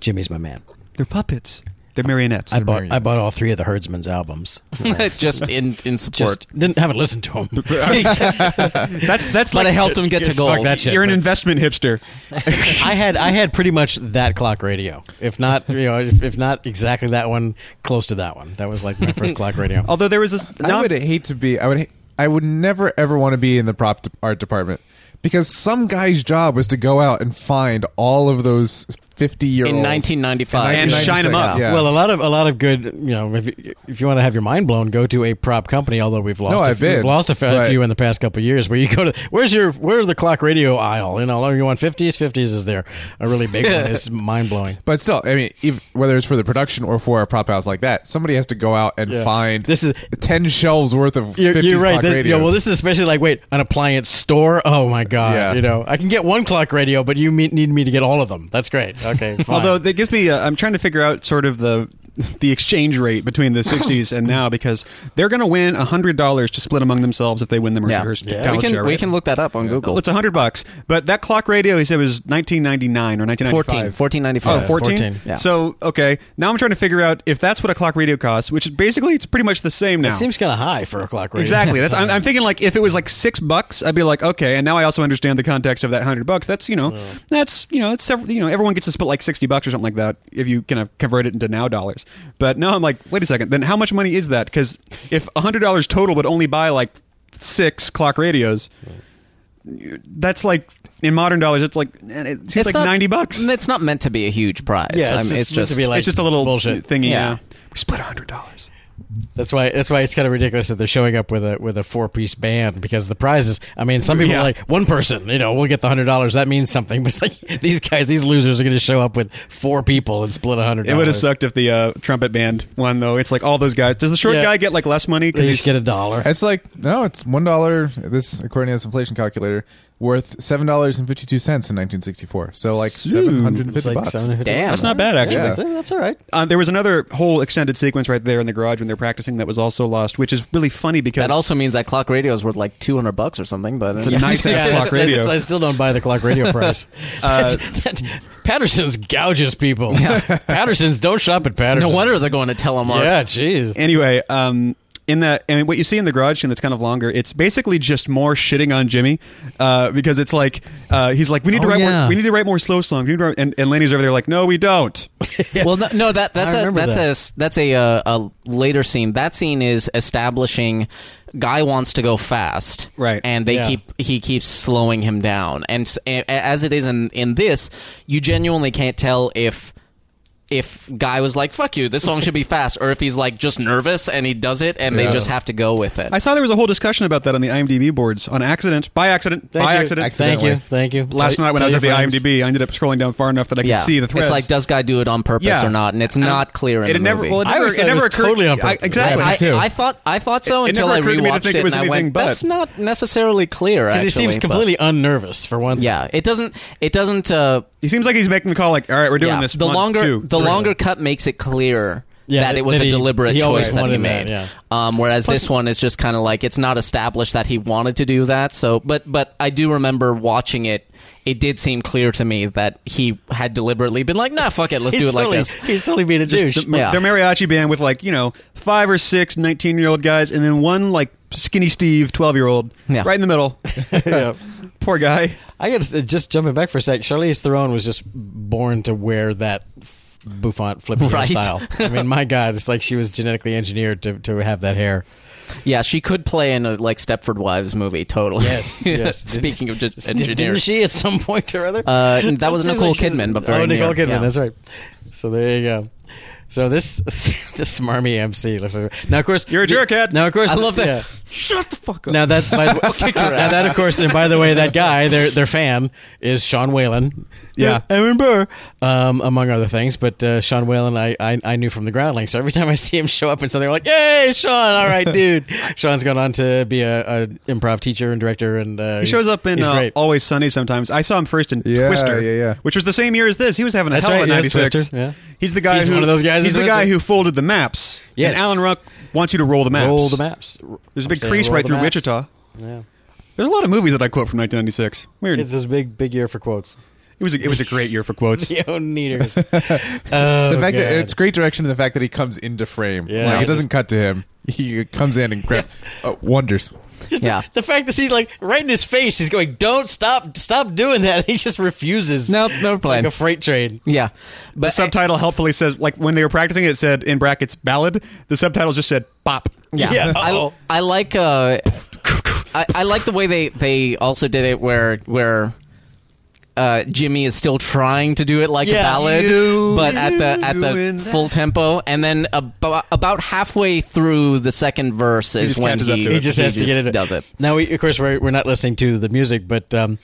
[SPEAKER 3] Jimmy's my man.
[SPEAKER 1] They're puppets. They're marionettes.
[SPEAKER 3] I bought, I
[SPEAKER 2] marionettes.
[SPEAKER 3] bought all three of the Herdsman's (laughs) albums.
[SPEAKER 4] (laughs) just in in support.
[SPEAKER 3] Just didn't haven't listened to them.
[SPEAKER 1] that's that's
[SPEAKER 4] but
[SPEAKER 1] like
[SPEAKER 4] I helped him get to
[SPEAKER 3] Yes, fuck
[SPEAKER 4] gold.
[SPEAKER 3] that shit.
[SPEAKER 1] you're an
[SPEAKER 3] but-
[SPEAKER 1] investment hipster.
[SPEAKER 3] (laughs) I had I had pretty much that clock radio. If not, you know, if, if not exactly that one, close to that one. That was like my first clock (laughs) radio.
[SPEAKER 1] Although there was this.
[SPEAKER 2] I would hate to be. I would. ha- I would never ever want to be in the prop de- art department because some guy's job was to go out and find all of those fifty-year-old
[SPEAKER 4] In 1995.
[SPEAKER 1] And shine 'em up.
[SPEAKER 2] Yeah.
[SPEAKER 3] Well, a lot of a lot of good, you know, if, you- if you want to have your mind blown, go to a prop company. Although we've lost,
[SPEAKER 2] No,
[SPEAKER 3] a,
[SPEAKER 2] I've been,
[SPEAKER 3] we've lost a fa-
[SPEAKER 2] but-
[SPEAKER 3] few in the past couple of years. Where you go to, where's your where's the clock radio aisle? You know, oh, you want fifties? Fifties is there a really (laughs) big one? It's mind blowing.
[SPEAKER 2] but still, I mean, if, whether it's for the production or for a prop house like that, somebody has to go out and
[SPEAKER 3] Yeah.
[SPEAKER 2] find
[SPEAKER 3] This is-
[SPEAKER 2] ten shelves worth of 50s clock
[SPEAKER 3] This- yeah,
[SPEAKER 2] radios.
[SPEAKER 3] well, this is especially like wait, an appliance store. Oh my god!
[SPEAKER 2] Yeah.
[SPEAKER 3] You know, I can get one clock radio, but you me- need me to get all of them. That's great.
[SPEAKER 1] (laughs)
[SPEAKER 3] Okay. fine.
[SPEAKER 1] Although that gives me, i I'm trying to figure out sort of the (laughs) the exchange rate between
[SPEAKER 4] (laughs)
[SPEAKER 1] the 60s and now because they're going to win hundred dollars to split among themselves if they win the Mercyhurst
[SPEAKER 3] Yeah.
[SPEAKER 1] talent
[SPEAKER 4] we can
[SPEAKER 1] show.
[SPEAKER 4] we
[SPEAKER 1] right?
[SPEAKER 4] can look that up on Google.
[SPEAKER 1] Well, it's hundred bucks, but that clock radio he said was 1999 or
[SPEAKER 4] 14,
[SPEAKER 1] 1995.
[SPEAKER 4] 1495.
[SPEAKER 1] Oh, 14?
[SPEAKER 3] 14,
[SPEAKER 4] yeah.
[SPEAKER 1] So, okay. Now I'm trying to figure out if that's what a clock radio costs, which is basically it's pretty much the same now.
[SPEAKER 3] it seems kind of high for a clock radio. (laughs)
[SPEAKER 1] Exactly. That's I'm, I'm thinking like if it was like six bucks, I'd be like, okay. And now I also understand the context of that hundred bucks. That's you know, that's you know, it's several, you know, everyone gets to split like sixty bucks or something like that if you kind of convert it into now dollars. But now I'm like, wait a second. Then how much money is that? Because if hundred dollars total would only buy like six clock radios, that's like in modern dollars, it's like it seems like
[SPEAKER 4] not-
[SPEAKER 1] ninety bucks.
[SPEAKER 4] It's not meant to be a huge prize.
[SPEAKER 3] Yeah,
[SPEAKER 4] I
[SPEAKER 3] it's,
[SPEAKER 4] mean,
[SPEAKER 3] it's, meant
[SPEAKER 4] just
[SPEAKER 3] to be like
[SPEAKER 1] it's just a little
[SPEAKER 3] bullshit.
[SPEAKER 1] thingy.
[SPEAKER 4] Yeah.
[SPEAKER 1] Yeah, we split hundred dollars.
[SPEAKER 3] That's why. That's why it's kind of ridiculous that they're showing up with a with a four piece band because the prizes. I mean, some people
[SPEAKER 1] Yeah.
[SPEAKER 3] are like one person. You know, we'll get the hundred dollars. That means something. (laughs) But it's like these guys, these losers, are going to show up with four people and split a hundred.
[SPEAKER 1] It would have sucked if the uh, trumpet band won, though. It's like all those guys. Does the short
[SPEAKER 3] Yeah.
[SPEAKER 1] guy get like less money? 'Cause
[SPEAKER 3] They
[SPEAKER 1] he's-
[SPEAKER 3] just get a dollar.
[SPEAKER 2] It's like no, it's one dollar. This according to this inflation calculator, worth seven dollars and fifty two cents in nineteen sixty four. So like seven hundred and
[SPEAKER 3] It's
[SPEAKER 2] fifty
[SPEAKER 3] like
[SPEAKER 2] bucks.
[SPEAKER 3] $750.
[SPEAKER 4] Damn.
[SPEAKER 1] That's not bad, actually.
[SPEAKER 2] Yeah.
[SPEAKER 3] Yeah, that's all right.
[SPEAKER 1] Uh, there was another whole extended sequence right there in the garage when they're practicing that was also lost, which is really funny because
[SPEAKER 4] That also means that clock radio is worth like 200 bucks or something, but
[SPEAKER 1] a nice ass
[SPEAKER 4] (laughs)
[SPEAKER 3] Yeah,
[SPEAKER 1] clock
[SPEAKER 3] it's-
[SPEAKER 1] radio.
[SPEAKER 3] it's- I still don't buy the clock radio price.
[SPEAKER 4] Uh,
[SPEAKER 3] That's- that- Patterson's gouges people. Patterson's don't shop at
[SPEAKER 4] no
[SPEAKER 3] Patterson's.
[SPEAKER 4] wonder they're going to Telemark.
[SPEAKER 3] Yeah, jeez.
[SPEAKER 1] anyway, um, in that and what you see in the garage scene that's kind of longer, it's basically just more shitting on Jimmy uh, because it's like uh, he's like, we need to
[SPEAKER 3] Oh,
[SPEAKER 1] write
[SPEAKER 3] yeah.
[SPEAKER 1] more, we need to write more slow songs, we need to write, and and Laney's over there like, no, we
[SPEAKER 3] (laughs)
[SPEAKER 1] don't.
[SPEAKER 4] (laughs) Well, no, no that that's
[SPEAKER 3] I
[SPEAKER 4] a
[SPEAKER 3] remember
[SPEAKER 4] that's
[SPEAKER 3] that.
[SPEAKER 4] a s- that's a uh, a later scene. That scene is establishing guy wants to go fast,
[SPEAKER 1] Right.
[SPEAKER 4] And they
[SPEAKER 3] Yeah.
[SPEAKER 4] keep he keeps slowing him down, and s- a- as it is in in this, you genuinely can't tell if. If guy was like "fuck you," this song should be fast, or if he's like just nervous and he does it, and
[SPEAKER 2] Yeah.
[SPEAKER 4] they just have to go with it.
[SPEAKER 1] I saw there was a whole discussion about that on the IMDb boards on accident, by accident,
[SPEAKER 3] Thank
[SPEAKER 1] by
[SPEAKER 3] you.
[SPEAKER 1] accident.
[SPEAKER 3] Thank
[SPEAKER 2] Accidentally.
[SPEAKER 3] you. Thank you.
[SPEAKER 1] Last
[SPEAKER 3] Tell-
[SPEAKER 1] night when I
[SPEAKER 3] tell
[SPEAKER 1] was
[SPEAKER 3] your
[SPEAKER 1] at the
[SPEAKER 3] friends.
[SPEAKER 1] IMDb, I ended up scrolling down far enough that I could
[SPEAKER 4] yeah,
[SPEAKER 1] see the threads.
[SPEAKER 4] it's like does guy do it on purpose
[SPEAKER 1] Yeah.
[SPEAKER 4] or not? And it's
[SPEAKER 1] And
[SPEAKER 4] not clear in
[SPEAKER 1] it
[SPEAKER 4] the
[SPEAKER 1] never,
[SPEAKER 4] movie.
[SPEAKER 1] Well, it
[SPEAKER 3] I
[SPEAKER 1] never,
[SPEAKER 3] always
[SPEAKER 1] it
[SPEAKER 3] thought it
[SPEAKER 1] never
[SPEAKER 3] was
[SPEAKER 1] occurred
[SPEAKER 3] totally on
[SPEAKER 1] I-
[SPEAKER 3] purpose.
[SPEAKER 1] exactly.
[SPEAKER 2] Yeah, me
[SPEAKER 4] I,
[SPEAKER 2] too.
[SPEAKER 4] I thought I thought so
[SPEAKER 1] It- it
[SPEAKER 4] until
[SPEAKER 1] never
[SPEAKER 4] I
[SPEAKER 1] occurred to me to
[SPEAKER 4] rewatched
[SPEAKER 1] think
[SPEAKER 4] it,
[SPEAKER 1] it was
[SPEAKER 4] and I
[SPEAKER 1] anything
[SPEAKER 4] went,
[SPEAKER 1] but.
[SPEAKER 4] "That's not necessarily clear."
[SPEAKER 3] Because
[SPEAKER 4] Actually,
[SPEAKER 3] he seems
[SPEAKER 4] but-
[SPEAKER 3] completely unnervous for one. thing.
[SPEAKER 4] yeah, it doesn't. It doesn't. Uh,
[SPEAKER 1] He seems like he's making the call. Like, all right, we're doing
[SPEAKER 4] yeah,
[SPEAKER 1] this.
[SPEAKER 4] the
[SPEAKER 1] month,
[SPEAKER 4] longer
[SPEAKER 1] too.
[SPEAKER 4] the longer cut makes it clear.
[SPEAKER 3] Yeah,
[SPEAKER 4] that
[SPEAKER 3] that-
[SPEAKER 4] it was
[SPEAKER 3] that
[SPEAKER 4] a
[SPEAKER 3] he-
[SPEAKER 4] deliberate
[SPEAKER 3] he always
[SPEAKER 4] choice that he
[SPEAKER 3] wanted that,
[SPEAKER 4] made.
[SPEAKER 3] yeah.
[SPEAKER 4] um, whereas this one is just kind of like it's not established that he wanted to do that. So, but but I do remember watching it. It did seem clear to me that he had deliberately been like, "Nah, fuck it, let's
[SPEAKER 3] He's
[SPEAKER 4] do it like
[SPEAKER 3] totally,
[SPEAKER 4] this."
[SPEAKER 3] He's totally being a douche.
[SPEAKER 1] Just the,
[SPEAKER 4] Yeah.
[SPEAKER 1] their mariachi band with like you know five or six 19 year old guys, and then one like skinny Steve 12 year old
[SPEAKER 4] Yeah.
[SPEAKER 1] right in the
[SPEAKER 4] (laughs)
[SPEAKER 1] middle.
[SPEAKER 3] Yeah.
[SPEAKER 1] Poor guy.
[SPEAKER 3] I got to just jumping back for a sec. Charlize Theron was just born to wear that f- bouffant flippy hair
[SPEAKER 4] Right.
[SPEAKER 3] style. I mean, my God, it's like she was genetically engineered to, to have that hair.
[SPEAKER 4] Yeah, she could play in a like Stepford Wives movie. Totally. (laughs)
[SPEAKER 3] Yes, yes.
[SPEAKER 4] Speaking of just
[SPEAKER 3] Did- Didn't
[SPEAKER 4] engineers,
[SPEAKER 3] she at some point or other?
[SPEAKER 4] Uh, that was
[SPEAKER 3] seems
[SPEAKER 4] Nicole
[SPEAKER 3] she's-
[SPEAKER 4] Kidman, but
[SPEAKER 3] oh,
[SPEAKER 4] very
[SPEAKER 3] Nicole
[SPEAKER 4] near,
[SPEAKER 3] Kidman.
[SPEAKER 4] yeah.
[SPEAKER 3] That's right. So there you go. So (laughs) this this smarmy MC looks like now. Of course,
[SPEAKER 1] You're a
[SPEAKER 3] the-
[SPEAKER 1] jerkhead.
[SPEAKER 3] Now, of course,
[SPEAKER 4] I love that.
[SPEAKER 3] yeah.
[SPEAKER 1] Shut the fuck up.
[SPEAKER 3] Now that,
[SPEAKER 4] (laughs)
[SPEAKER 3] by the way, (laughs) now that of course, and by the way, that guy, their their fan is Sean Whalen.
[SPEAKER 1] Yeah.
[SPEAKER 3] Aaron Burr, um, among other things. But uh, Sean Whalen, I, I I knew from the Groundling, so every time I see him show up in something, I'm like, "Hey, Sean! All right, dude."
[SPEAKER 4] (laughs)
[SPEAKER 3] Sean's gone on to be a, a improv teacher and director, and uh,
[SPEAKER 1] he shows up in
[SPEAKER 3] he's
[SPEAKER 1] uh,
[SPEAKER 3] great.
[SPEAKER 1] Always Sunny sometimes. I saw him first in
[SPEAKER 2] Yeah,
[SPEAKER 1] Twister,
[SPEAKER 2] yeah, yeah.
[SPEAKER 1] which was the same year as this. He was having a
[SPEAKER 3] That's
[SPEAKER 1] hell of a
[SPEAKER 3] right, yes,
[SPEAKER 1] 96.
[SPEAKER 3] Twister, yeah.
[SPEAKER 1] He's the guy
[SPEAKER 3] He's
[SPEAKER 1] who
[SPEAKER 3] one of those guys
[SPEAKER 1] He's
[SPEAKER 3] in
[SPEAKER 1] the guy
[SPEAKER 3] Twister.
[SPEAKER 1] who folded the maps.
[SPEAKER 3] Yes.
[SPEAKER 1] And Alan Ruck wants you to roll the maps.
[SPEAKER 3] roll the maps.
[SPEAKER 1] There's a
[SPEAKER 3] I'm
[SPEAKER 1] big
[SPEAKER 3] saying
[SPEAKER 1] crease
[SPEAKER 3] roll
[SPEAKER 1] right
[SPEAKER 3] the
[SPEAKER 1] through
[SPEAKER 3] maps.
[SPEAKER 1] Wichita.
[SPEAKER 3] Yeah.
[SPEAKER 1] There's a lot of movies that I quote from 1996. Weird.
[SPEAKER 3] It's this big, big year for (laughs) quotes.
[SPEAKER 1] it was a, it was a great year for
[SPEAKER 3] (laughs)
[SPEAKER 1] quotes.
[SPEAKER 3] Yo, neaters. Oh,
[SPEAKER 2] the fact that
[SPEAKER 3] God.
[SPEAKER 2] it's great direction and the fact that he comes into frame.
[SPEAKER 3] Yeah.
[SPEAKER 2] like it doesn't cut to him. He comes in and
[SPEAKER 3] (laughs)
[SPEAKER 2] grabs uh, wonders.
[SPEAKER 4] yeah.
[SPEAKER 3] The fact that he's like right in his face, he's going, "Don't stop, stop doing that." (laughs) He just refuses.
[SPEAKER 4] Nope, no
[SPEAKER 3] Like
[SPEAKER 4] plan.
[SPEAKER 3] a freight train.
[SPEAKER 4] Yeah, but
[SPEAKER 1] The subtitle helpfully says, like when they were practicing, it said in brackets ballad. The subtitles just said bop. (laughs)
[SPEAKER 4] Yeah,
[SPEAKER 3] Yeah.
[SPEAKER 4] I,
[SPEAKER 3] Uh-oh.
[SPEAKER 4] I like uh, I, I like the way they they also did it where where. Uh, Jimmy is still trying to do it like
[SPEAKER 3] Yeah.
[SPEAKER 4] a ballad,
[SPEAKER 1] You
[SPEAKER 4] but at the at
[SPEAKER 1] doing
[SPEAKER 4] the
[SPEAKER 1] that.
[SPEAKER 4] full tempo, and then about, about halfway through the second verse is
[SPEAKER 1] just
[SPEAKER 4] when
[SPEAKER 1] catches up
[SPEAKER 4] he,
[SPEAKER 1] to it.
[SPEAKER 3] He just has to get it.
[SPEAKER 4] does it.
[SPEAKER 3] Now, we, of course, we're, we're not listening to the music, but um,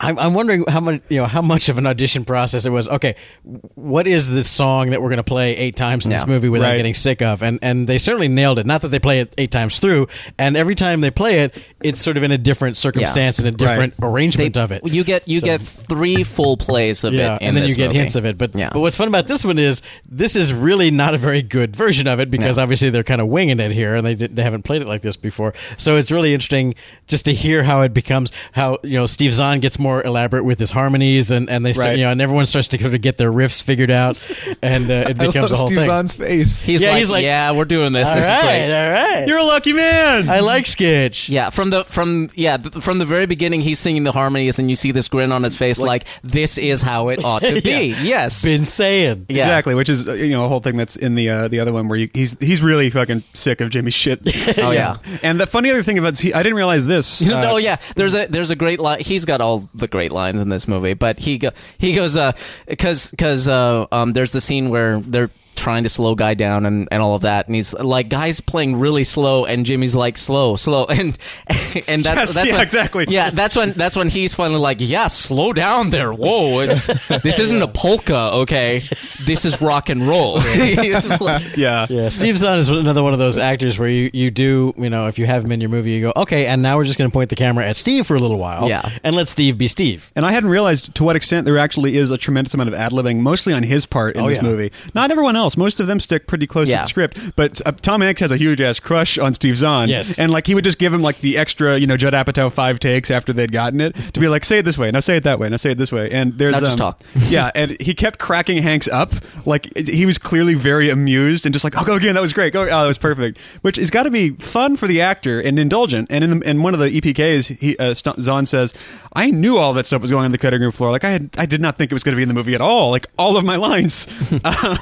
[SPEAKER 3] I'm, I'm wondering how much you know how much of an audition process it was. Okay, what is the song that we're going to play eight times in this
[SPEAKER 4] Yeah.
[SPEAKER 3] movie without
[SPEAKER 1] Right.
[SPEAKER 3] getting sick of? And and they certainly nailed it. Not that they play it eight times through, and every time they play it, it's sort of in a different circumstance and a different arrangement of it.
[SPEAKER 4] You get you
[SPEAKER 3] So-
[SPEAKER 4] get three full plays of
[SPEAKER 3] yeah,
[SPEAKER 4] it, in
[SPEAKER 3] and then you
[SPEAKER 4] this
[SPEAKER 3] get
[SPEAKER 4] movie.
[SPEAKER 3] hints of it. But
[SPEAKER 4] yeah.
[SPEAKER 3] but what's fun about this one is this is really not a very good version of it because obviously they're kind of winging it here and they did, they haven't played it like this before. So it's really interesting just to hear how it becomes how you know Steve Zahn gets more elaborate with his harmonies and and they start,
[SPEAKER 1] Right.
[SPEAKER 3] you know and everyone starts to kind of get their riffs figured
[SPEAKER 4] (laughs)
[SPEAKER 3] out and uh, it
[SPEAKER 2] I
[SPEAKER 3] becomes
[SPEAKER 2] love
[SPEAKER 3] a whole
[SPEAKER 2] Steve
[SPEAKER 3] thing.
[SPEAKER 2] Zahn's face.
[SPEAKER 4] he's,
[SPEAKER 3] yeah,
[SPEAKER 4] like,
[SPEAKER 3] he's like,
[SPEAKER 4] yeah, we're doing (laughs) this.
[SPEAKER 3] all
[SPEAKER 4] this is
[SPEAKER 3] right,
[SPEAKER 4] great.
[SPEAKER 3] all right.
[SPEAKER 1] You're a lucky man.
[SPEAKER 3] I like sketch.
[SPEAKER 4] Yeah, from the from yeah th- from the very beginning, he's singing the harmonies, and you see this grin on his face, like, this is how it
[SPEAKER 3] (laughs)
[SPEAKER 4] ought to be. Yes,
[SPEAKER 3] Been saying.
[SPEAKER 4] Yeah.
[SPEAKER 1] Exactly, which is uh, you know a whole thing that's in the uh, the other one where you, he's he's really fucking sick of Jimmy's shit.
[SPEAKER 4] (laughs)
[SPEAKER 1] oh
[SPEAKER 4] yeah.
[SPEAKER 1] And the funny other thing about he, I didn't realize this.
[SPEAKER 4] (laughs) No,
[SPEAKER 1] uh,
[SPEAKER 4] no, yeah. There's a there's a great line. He's got all the great lines in this movie, but he go he goes uh because because uh um there's the scene where they're trying to slow guy down and and all of that, and he's like guy's playing really slow, and Jimmy's like slow, slow, (laughs) and and
[SPEAKER 1] Yes,
[SPEAKER 4] that's that's
[SPEAKER 1] yeah,
[SPEAKER 4] when-
[SPEAKER 1] exactly.
[SPEAKER 4] yeah that's when that's when he's finally like yeah slow down there
[SPEAKER 1] (laughs)
[SPEAKER 4] whoa it's this isn't a polka okay this is rock and roll
[SPEAKER 1] (laughs)
[SPEAKER 4] (laughs) He's like-
[SPEAKER 1] Yeah.
[SPEAKER 3] Yeah, Steve Zahn is another one of those actors where you, you do, you know, if you have him in your movie, you go, okay, and now we're just going to point the camera at Steve for a little while.
[SPEAKER 4] Yeah.
[SPEAKER 3] And let Steve be Steve.
[SPEAKER 1] And I hadn't realized to what extent there actually is a tremendous amount of ad libbing, mostly on his part in
[SPEAKER 3] Oh,
[SPEAKER 1] this
[SPEAKER 3] yeah.
[SPEAKER 1] movie. Not everyone else. Most of them stick pretty close to
[SPEAKER 4] Yeah.
[SPEAKER 1] the script. But uh, Tom Hanks has a huge ass crush on Steve Zahn.
[SPEAKER 3] Yes.
[SPEAKER 1] And like he would just give him like the extra, you know, Judd Apatow five takes after they'd gotten it to be like, say it this way, now say it that way, now say it this way. And there's
[SPEAKER 4] Now just
[SPEAKER 1] um,
[SPEAKER 4] talk.
[SPEAKER 1] (laughs) yeah, and he kept cracking Hanks up. Like it- he was clearly very amused and just like, oh, go again. That was great. Go. Oh, that was perfect. Which has got to be fun for the actor and indulgent. And in, the, in one of the EPKs, he uh, St- Zahn says, "I knew all that stuff was going on the cutting room floor. Like I had, I did not think it was going to be in the movie at all. Like all of my
[SPEAKER 4] (laughs)
[SPEAKER 1] lines."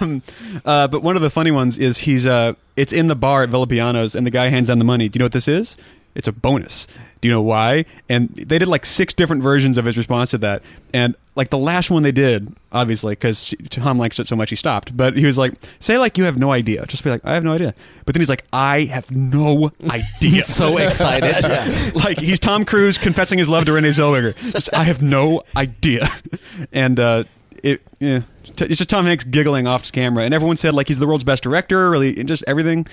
[SPEAKER 1] um, uh, but one of the funny ones is he's uh, it's in the bar at Villapiano's, and the guy hands down the money. Do you know what this is? It's a bonus. Do you know why? And they did like six different versions of his response to that. And like the last one they did, obviously, because Tom likes it so much he stopped. But he was like, say like you have no idea. Just be like, I have no idea. But then he's like, I have no (laughs) idea.
[SPEAKER 4] (laughs) so excited
[SPEAKER 1] (laughs) like he's Tom Cruise confessing his love to Renee Zellweger. Just, I have no idea. (laughs) And uh, it, yeah, T- it's just Tom Hanks giggling off camera, and everyone said like he's the world's best director, really, and just everything.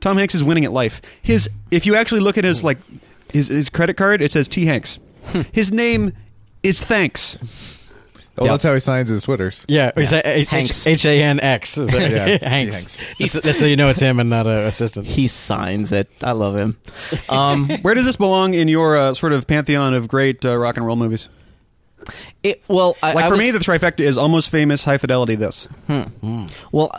[SPEAKER 1] Tom Hanks is winning at life. His, if you actually look at his like his his credit card, it says T Hanks.
[SPEAKER 4] Hmm.
[SPEAKER 1] His name is Thanks.
[SPEAKER 2] Oh,
[SPEAKER 4] Yeah.
[SPEAKER 2] that's how he signs his Twitters.
[SPEAKER 3] Yeah, he's a- H-
[SPEAKER 4] Hanks.
[SPEAKER 3] H A N X. Is
[SPEAKER 4] (laughs)
[SPEAKER 3] that-
[SPEAKER 2] Yeah,
[SPEAKER 3] Hanks.
[SPEAKER 2] Hanks.
[SPEAKER 3] Just- That's so you know it's him and not an assistant.
[SPEAKER 4] he signs it I love him um.
[SPEAKER 1] Where does this belong in your uh, sort of pantheon of great uh, rock and roll movies?
[SPEAKER 4] It, well, I,
[SPEAKER 1] Like
[SPEAKER 4] I
[SPEAKER 1] for
[SPEAKER 4] was-
[SPEAKER 1] me, the trifecta is almost famous, High Fidelity. This
[SPEAKER 4] well,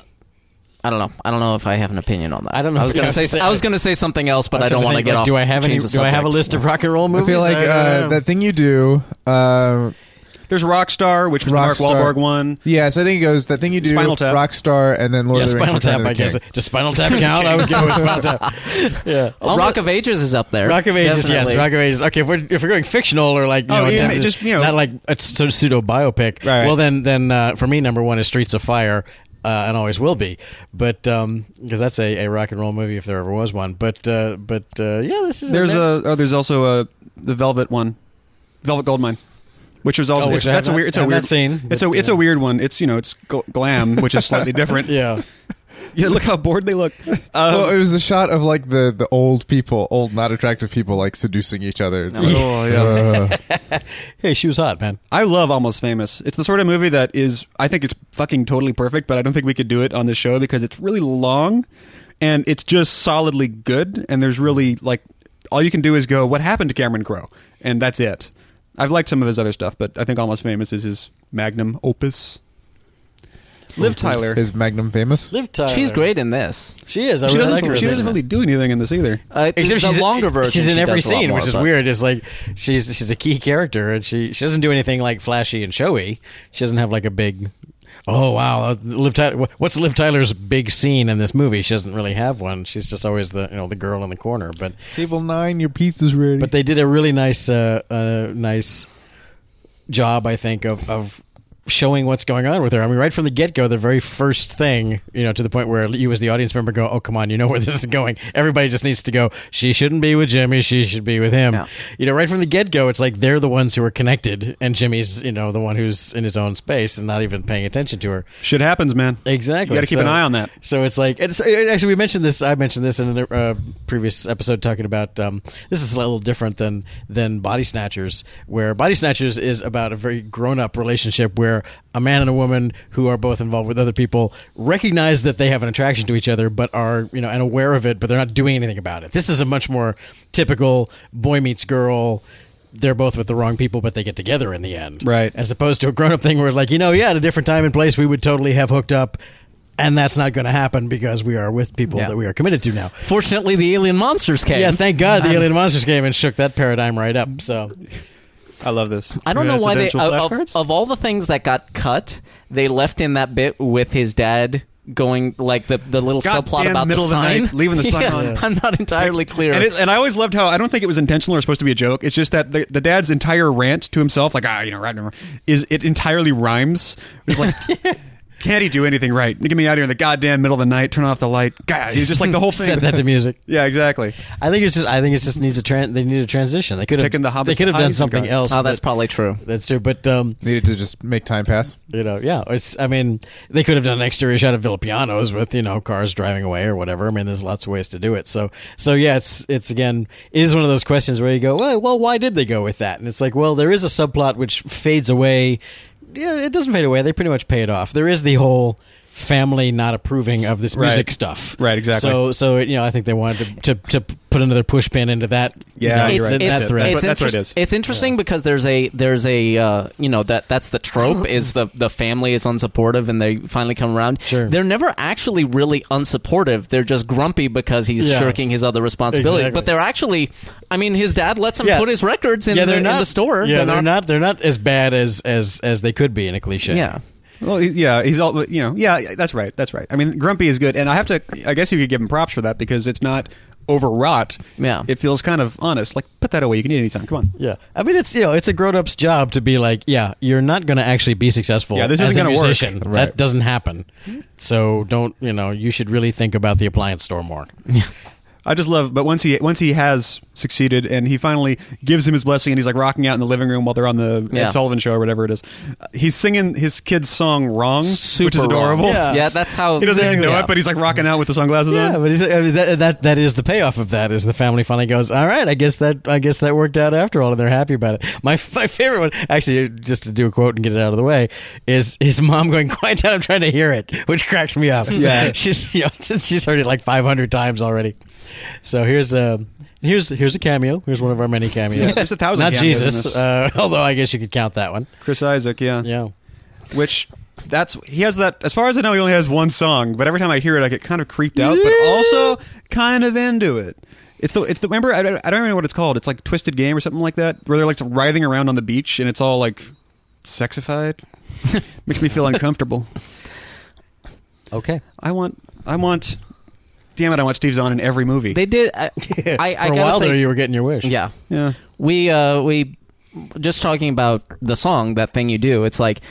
[SPEAKER 4] I don't know. I don't know if I have an opinion on that.
[SPEAKER 3] I don't know
[SPEAKER 4] I
[SPEAKER 3] if
[SPEAKER 4] was gonna
[SPEAKER 3] you
[SPEAKER 4] say
[SPEAKER 3] have-
[SPEAKER 4] I was gonna say something else, but I don't want to
[SPEAKER 3] Like,
[SPEAKER 4] get off.
[SPEAKER 3] Do I have any?
[SPEAKER 4] change
[SPEAKER 3] Do
[SPEAKER 4] the
[SPEAKER 3] I have a
[SPEAKER 4] subject.
[SPEAKER 3] list of rock and roll
[SPEAKER 2] I
[SPEAKER 3] movies?
[SPEAKER 2] feel like uh, that thing you do, uh,
[SPEAKER 1] there's Rockstar, which was the Mark
[SPEAKER 2] Rockstar.
[SPEAKER 1] Wahlberg one.
[SPEAKER 2] Yeah, so I think it goes that thing you do,
[SPEAKER 1] Spinal Tap.
[SPEAKER 2] Rockstar, and then Lord
[SPEAKER 3] yeah,
[SPEAKER 2] of the Rings.
[SPEAKER 3] Spinal
[SPEAKER 2] Return
[SPEAKER 3] Tap.
[SPEAKER 2] of the
[SPEAKER 3] I guess
[SPEAKER 2] King.
[SPEAKER 3] does Spinal Tap
[SPEAKER 2] (laughs)
[SPEAKER 3] count? I would go with Spinal Tap. Yeah,
[SPEAKER 4] Rock of Ages is up there.
[SPEAKER 3] Rock of Ages, yes.
[SPEAKER 4] Definitely.
[SPEAKER 3] Rock of Ages. Okay, if we're if we're going fictional or like you
[SPEAKER 1] Oh,
[SPEAKER 3] know,
[SPEAKER 1] yeah,
[SPEAKER 3] attempted-
[SPEAKER 1] just, you know-
[SPEAKER 3] not like a pseudo biopic.
[SPEAKER 1] Right, right.
[SPEAKER 3] Well, then then uh, for me, number one is Streets of Fire, uh, and always will be. But because that's a, a rock and roll movie if there ever was one. But uh, but uh, yeah, this is
[SPEAKER 1] There's
[SPEAKER 3] there.
[SPEAKER 1] a oh, there's also a the Velvet one, Velvet Goldmine, which was also
[SPEAKER 3] Oh, which
[SPEAKER 1] it's-
[SPEAKER 3] I have
[SPEAKER 1] that's a
[SPEAKER 3] not-
[SPEAKER 1] weird. It's a
[SPEAKER 3] have not
[SPEAKER 1] weird
[SPEAKER 3] seen,
[SPEAKER 1] It's a
[SPEAKER 3] but,
[SPEAKER 1] it's
[SPEAKER 3] uh,
[SPEAKER 1] a weird one. It's you know it's gl- glam, which is
[SPEAKER 3] (laughs)
[SPEAKER 1] slightly different.
[SPEAKER 3] yeah.
[SPEAKER 1] Yeah, look how bored they look. Um,
[SPEAKER 3] (laughs)
[SPEAKER 2] well, it was a shot of like the the old people, old not attractive people, like seducing each other. It's like,
[SPEAKER 1] oh yeah.
[SPEAKER 2] uh,
[SPEAKER 3] Hey, she was hot, man.
[SPEAKER 1] I love Almost Famous. It's the sort of movie that is, I think it's fucking totally perfect, but I don't think we could do it on the show because it's really long and it's just solidly good. And there's really like, all you can do is go, what happened to Cameron Crowe? And that's it. I've liked some of his other stuff, but I think Almost Famous is his magnum opus. Liv Tyler.
[SPEAKER 2] is Magnum famous?
[SPEAKER 3] Liv Tyler.
[SPEAKER 4] She's great in this.
[SPEAKER 3] She is. I
[SPEAKER 1] She
[SPEAKER 3] really like her.
[SPEAKER 1] doesn't, she
[SPEAKER 3] in
[SPEAKER 1] doesn't
[SPEAKER 3] this.
[SPEAKER 1] really do anything in this either.
[SPEAKER 4] Uh,
[SPEAKER 3] Except
[SPEAKER 4] the
[SPEAKER 3] she's
[SPEAKER 4] longer version.
[SPEAKER 3] She's in
[SPEAKER 4] she
[SPEAKER 3] every
[SPEAKER 4] does a lot
[SPEAKER 3] scene,
[SPEAKER 4] more,
[SPEAKER 3] which is
[SPEAKER 4] but-
[SPEAKER 3] weird. It's like she's she's a key character, and she she doesn't do anything like flashy and showy. She doesn't have like a big. Oh wow, Liv Tyler. What's Liv Tyler's big scene in this movie? She doesn't really have one. She's just always the you know the girl in the corner. But
[SPEAKER 2] Table nine, your pizza's ready.
[SPEAKER 3] but they did a really nice uh, uh, nice job, I think, of of showing what's going on with her. I mean, right from the get go, the very first thing, you know, to the point where you as the audience member go, "Oh, come on, you know where this is going." Everybody just needs to go. She shouldn't be with Jimmy. She should be with him.
[SPEAKER 4] Yeah.
[SPEAKER 3] You know, right from the get go, it's like they're the ones who are connected, and Jimmy's you know the one who's in his own space and not even paying attention to her.
[SPEAKER 1] Shit happens, man.
[SPEAKER 3] (laughs) Exactly.
[SPEAKER 1] You got to keep
[SPEAKER 3] So-
[SPEAKER 1] an eye on that.
[SPEAKER 3] So it's like, it's, actually, we mentioned this. I mentioned this in a uh, previous episode talking about um, this is a little different than than Body Snatchers, where Body Snatchers is about a very grown up relationship where a man and a woman who are both involved with other people recognize that they have an attraction to each other, but are you know and aware of it, but they're not doing anything about it. This is a much more typical boy meets girl. They're both with the wrong people, but they get together in the end.
[SPEAKER 1] Right.
[SPEAKER 3] As opposed to a grown up thing where, like, you know, yeah, at a different time and place, we would totally have hooked up, and that's not going to happen because we are with people
[SPEAKER 4] Yeah.
[SPEAKER 3] that we are committed to now.
[SPEAKER 4] Fortunately, the alien monsters came.
[SPEAKER 3] Yeah, thank God the Alien Monsters came and shook that paradigm right up. So
[SPEAKER 1] I love this.
[SPEAKER 4] I don't know why they uh,
[SPEAKER 1] Residential
[SPEAKER 4] of,
[SPEAKER 1] flashcards?
[SPEAKER 4] of, of all the things that got cut, they left in that bit with his dad going like the, the little
[SPEAKER 1] Goddamn
[SPEAKER 4] subplot about
[SPEAKER 1] middle of
[SPEAKER 4] the
[SPEAKER 1] the
[SPEAKER 4] sign,
[SPEAKER 1] night, leaving the sign
[SPEAKER 4] (laughs) Yeah,
[SPEAKER 1] on.
[SPEAKER 4] I'm not entirely clear.
[SPEAKER 1] And, it, and I always loved how I don't think it was intentional or supposed to be a joke. It's just that the, the dad's entire rant to himself, like ah, you know, right, right, right," is it entirely rhymes. It's like. Can't he do anything right? Get me out of here in the goddamn middle of the night. Turn off the light. God, he's just like
[SPEAKER 3] (laughs)
[SPEAKER 1] the whole thing.
[SPEAKER 3] set that to music.
[SPEAKER 1] yeah, exactly.
[SPEAKER 3] I think it's just. I think it's just needs a. Tran- they need a transition. They could have
[SPEAKER 1] Taken the Hobbit's
[SPEAKER 3] They could have done
[SPEAKER 1] eyes and
[SPEAKER 3] something
[SPEAKER 1] gone.
[SPEAKER 3] else.
[SPEAKER 4] oh, that's
[SPEAKER 3] but-
[SPEAKER 4] probably true.
[SPEAKER 3] that's true. But um,
[SPEAKER 2] Needed to just make time pass.
[SPEAKER 3] you know, yeah, it's. I mean, they could have done an exterior shot of Villapianos with you know cars driving away or whatever. I mean, there's lots of ways to do it. So, so yeah, it's it's again, it is one of those questions where you go, well, well, why did they go with that? And it's like, well, there is a subplot which fades away. Yeah, it doesn't fade away. They pretty much pay it off. There is the whole family not approving of this music
[SPEAKER 1] Right.
[SPEAKER 3] stuff.
[SPEAKER 1] Right, exactly.
[SPEAKER 3] So, so you know, I think they wanted to to, to put another push pin into that.
[SPEAKER 1] Yeah,
[SPEAKER 3] you know,
[SPEAKER 1] you're right.
[SPEAKER 3] that-
[SPEAKER 1] It's-
[SPEAKER 3] that
[SPEAKER 1] it's-
[SPEAKER 3] thread.
[SPEAKER 1] That's what- that's what it
[SPEAKER 4] interest-
[SPEAKER 1] is.
[SPEAKER 4] It's interesting because there's a there's a uh, you know that that's the trope is the the family is unsupportive and they finally come around.
[SPEAKER 3] Sure.
[SPEAKER 4] They're never actually really unsupportive. They're just grumpy because he's
[SPEAKER 3] Yeah.
[SPEAKER 4] shirking his other responsibilities.
[SPEAKER 3] Exactly.
[SPEAKER 4] But they're actually, I mean, his dad lets him
[SPEAKER 3] Yeah.
[SPEAKER 4] put his records in,
[SPEAKER 3] yeah,
[SPEAKER 4] the,
[SPEAKER 3] they're
[SPEAKER 4] in
[SPEAKER 3] not
[SPEAKER 4] the store.
[SPEAKER 3] Yeah, they're not. They're not as bad as as as they could be in a cliche.
[SPEAKER 4] Yeah.
[SPEAKER 1] Well, he- yeah, he's all you know. Yeah, that's right. That's right. I mean, Grumpy is good, and I have to. I guess you could give him props for that because it's not overwrought.
[SPEAKER 4] Yeah.
[SPEAKER 1] it feels kind of honest. Like put that away. You can eat it anytime. Come on.
[SPEAKER 3] Yeah, I mean it's you know it's a grown up's job to be like, yeah, you're not going to actually be successful.
[SPEAKER 1] Yeah, this
[SPEAKER 3] as
[SPEAKER 1] isn't
[SPEAKER 3] a
[SPEAKER 1] gonna work.
[SPEAKER 3] musician.
[SPEAKER 2] Right.
[SPEAKER 3] That doesn't happen. So don't you know you should really think about the appliance store more.
[SPEAKER 1] I just love, but once he once he has succeeded and he finally gives him his blessing, and he's like rocking out in the living room while they're on the
[SPEAKER 4] Yeah.
[SPEAKER 1] Ed Sullivan show or whatever it is. uh, He's singing his kid's song "Wrong," which is
[SPEAKER 4] wrong.
[SPEAKER 1] adorable.
[SPEAKER 4] Yeah. Yeah, that's
[SPEAKER 1] (laughs)
[SPEAKER 4] how-
[SPEAKER 1] he doesn't even know
[SPEAKER 4] Yeah.
[SPEAKER 1] it, but he's like rocking out with the sunglasses
[SPEAKER 3] Yeah,
[SPEAKER 1] on.
[SPEAKER 3] but he's, I mean, that, that that is the payoff of that is the family finally goes, all right, I guess that I guess that worked out after all, and they're happy about it. My (laughs) my favorite one, actually, just to do a quote and get it out of the way, is his mom going, (laughs) "Quiet down, I'm trying to hear it," which cracks me up.
[SPEAKER 1] Yeah.
[SPEAKER 3] (laughs) she's you know, she's heard it like 500 times already. So here's a. Here's here's a cameo. Here's one of our many cameos.
[SPEAKER 1] there's a thousand
[SPEAKER 3] Not
[SPEAKER 1] cameos in
[SPEAKER 3] Jesus,
[SPEAKER 1] this.
[SPEAKER 3] uh, (laughs) although I guess you could count that one.
[SPEAKER 1] Chris Isaac, yeah,
[SPEAKER 3] Yeah,
[SPEAKER 1] Which that's he has that. As far as I know, he only has one song, but every time I hear it, I get kind of creeped out, but also kind of into it. It's the it's the remember I, don't- I don't even know what it's called. It's like Twisted Game or something like that, where they're like writhing around on the beach and it's all like sexified. Makes me feel uncomfortable.
[SPEAKER 3] okay.
[SPEAKER 1] I want. I want. Damn it! I want Steve Zahn in every movie.
[SPEAKER 4] They did.
[SPEAKER 3] (laughs)
[SPEAKER 4] I, I, I
[SPEAKER 3] For a
[SPEAKER 4] gotta
[SPEAKER 3] while
[SPEAKER 4] say,
[SPEAKER 3] there, you were getting your wish.
[SPEAKER 4] yeah.
[SPEAKER 1] yeah.
[SPEAKER 4] we uh we just talking about the song that thing you do it's like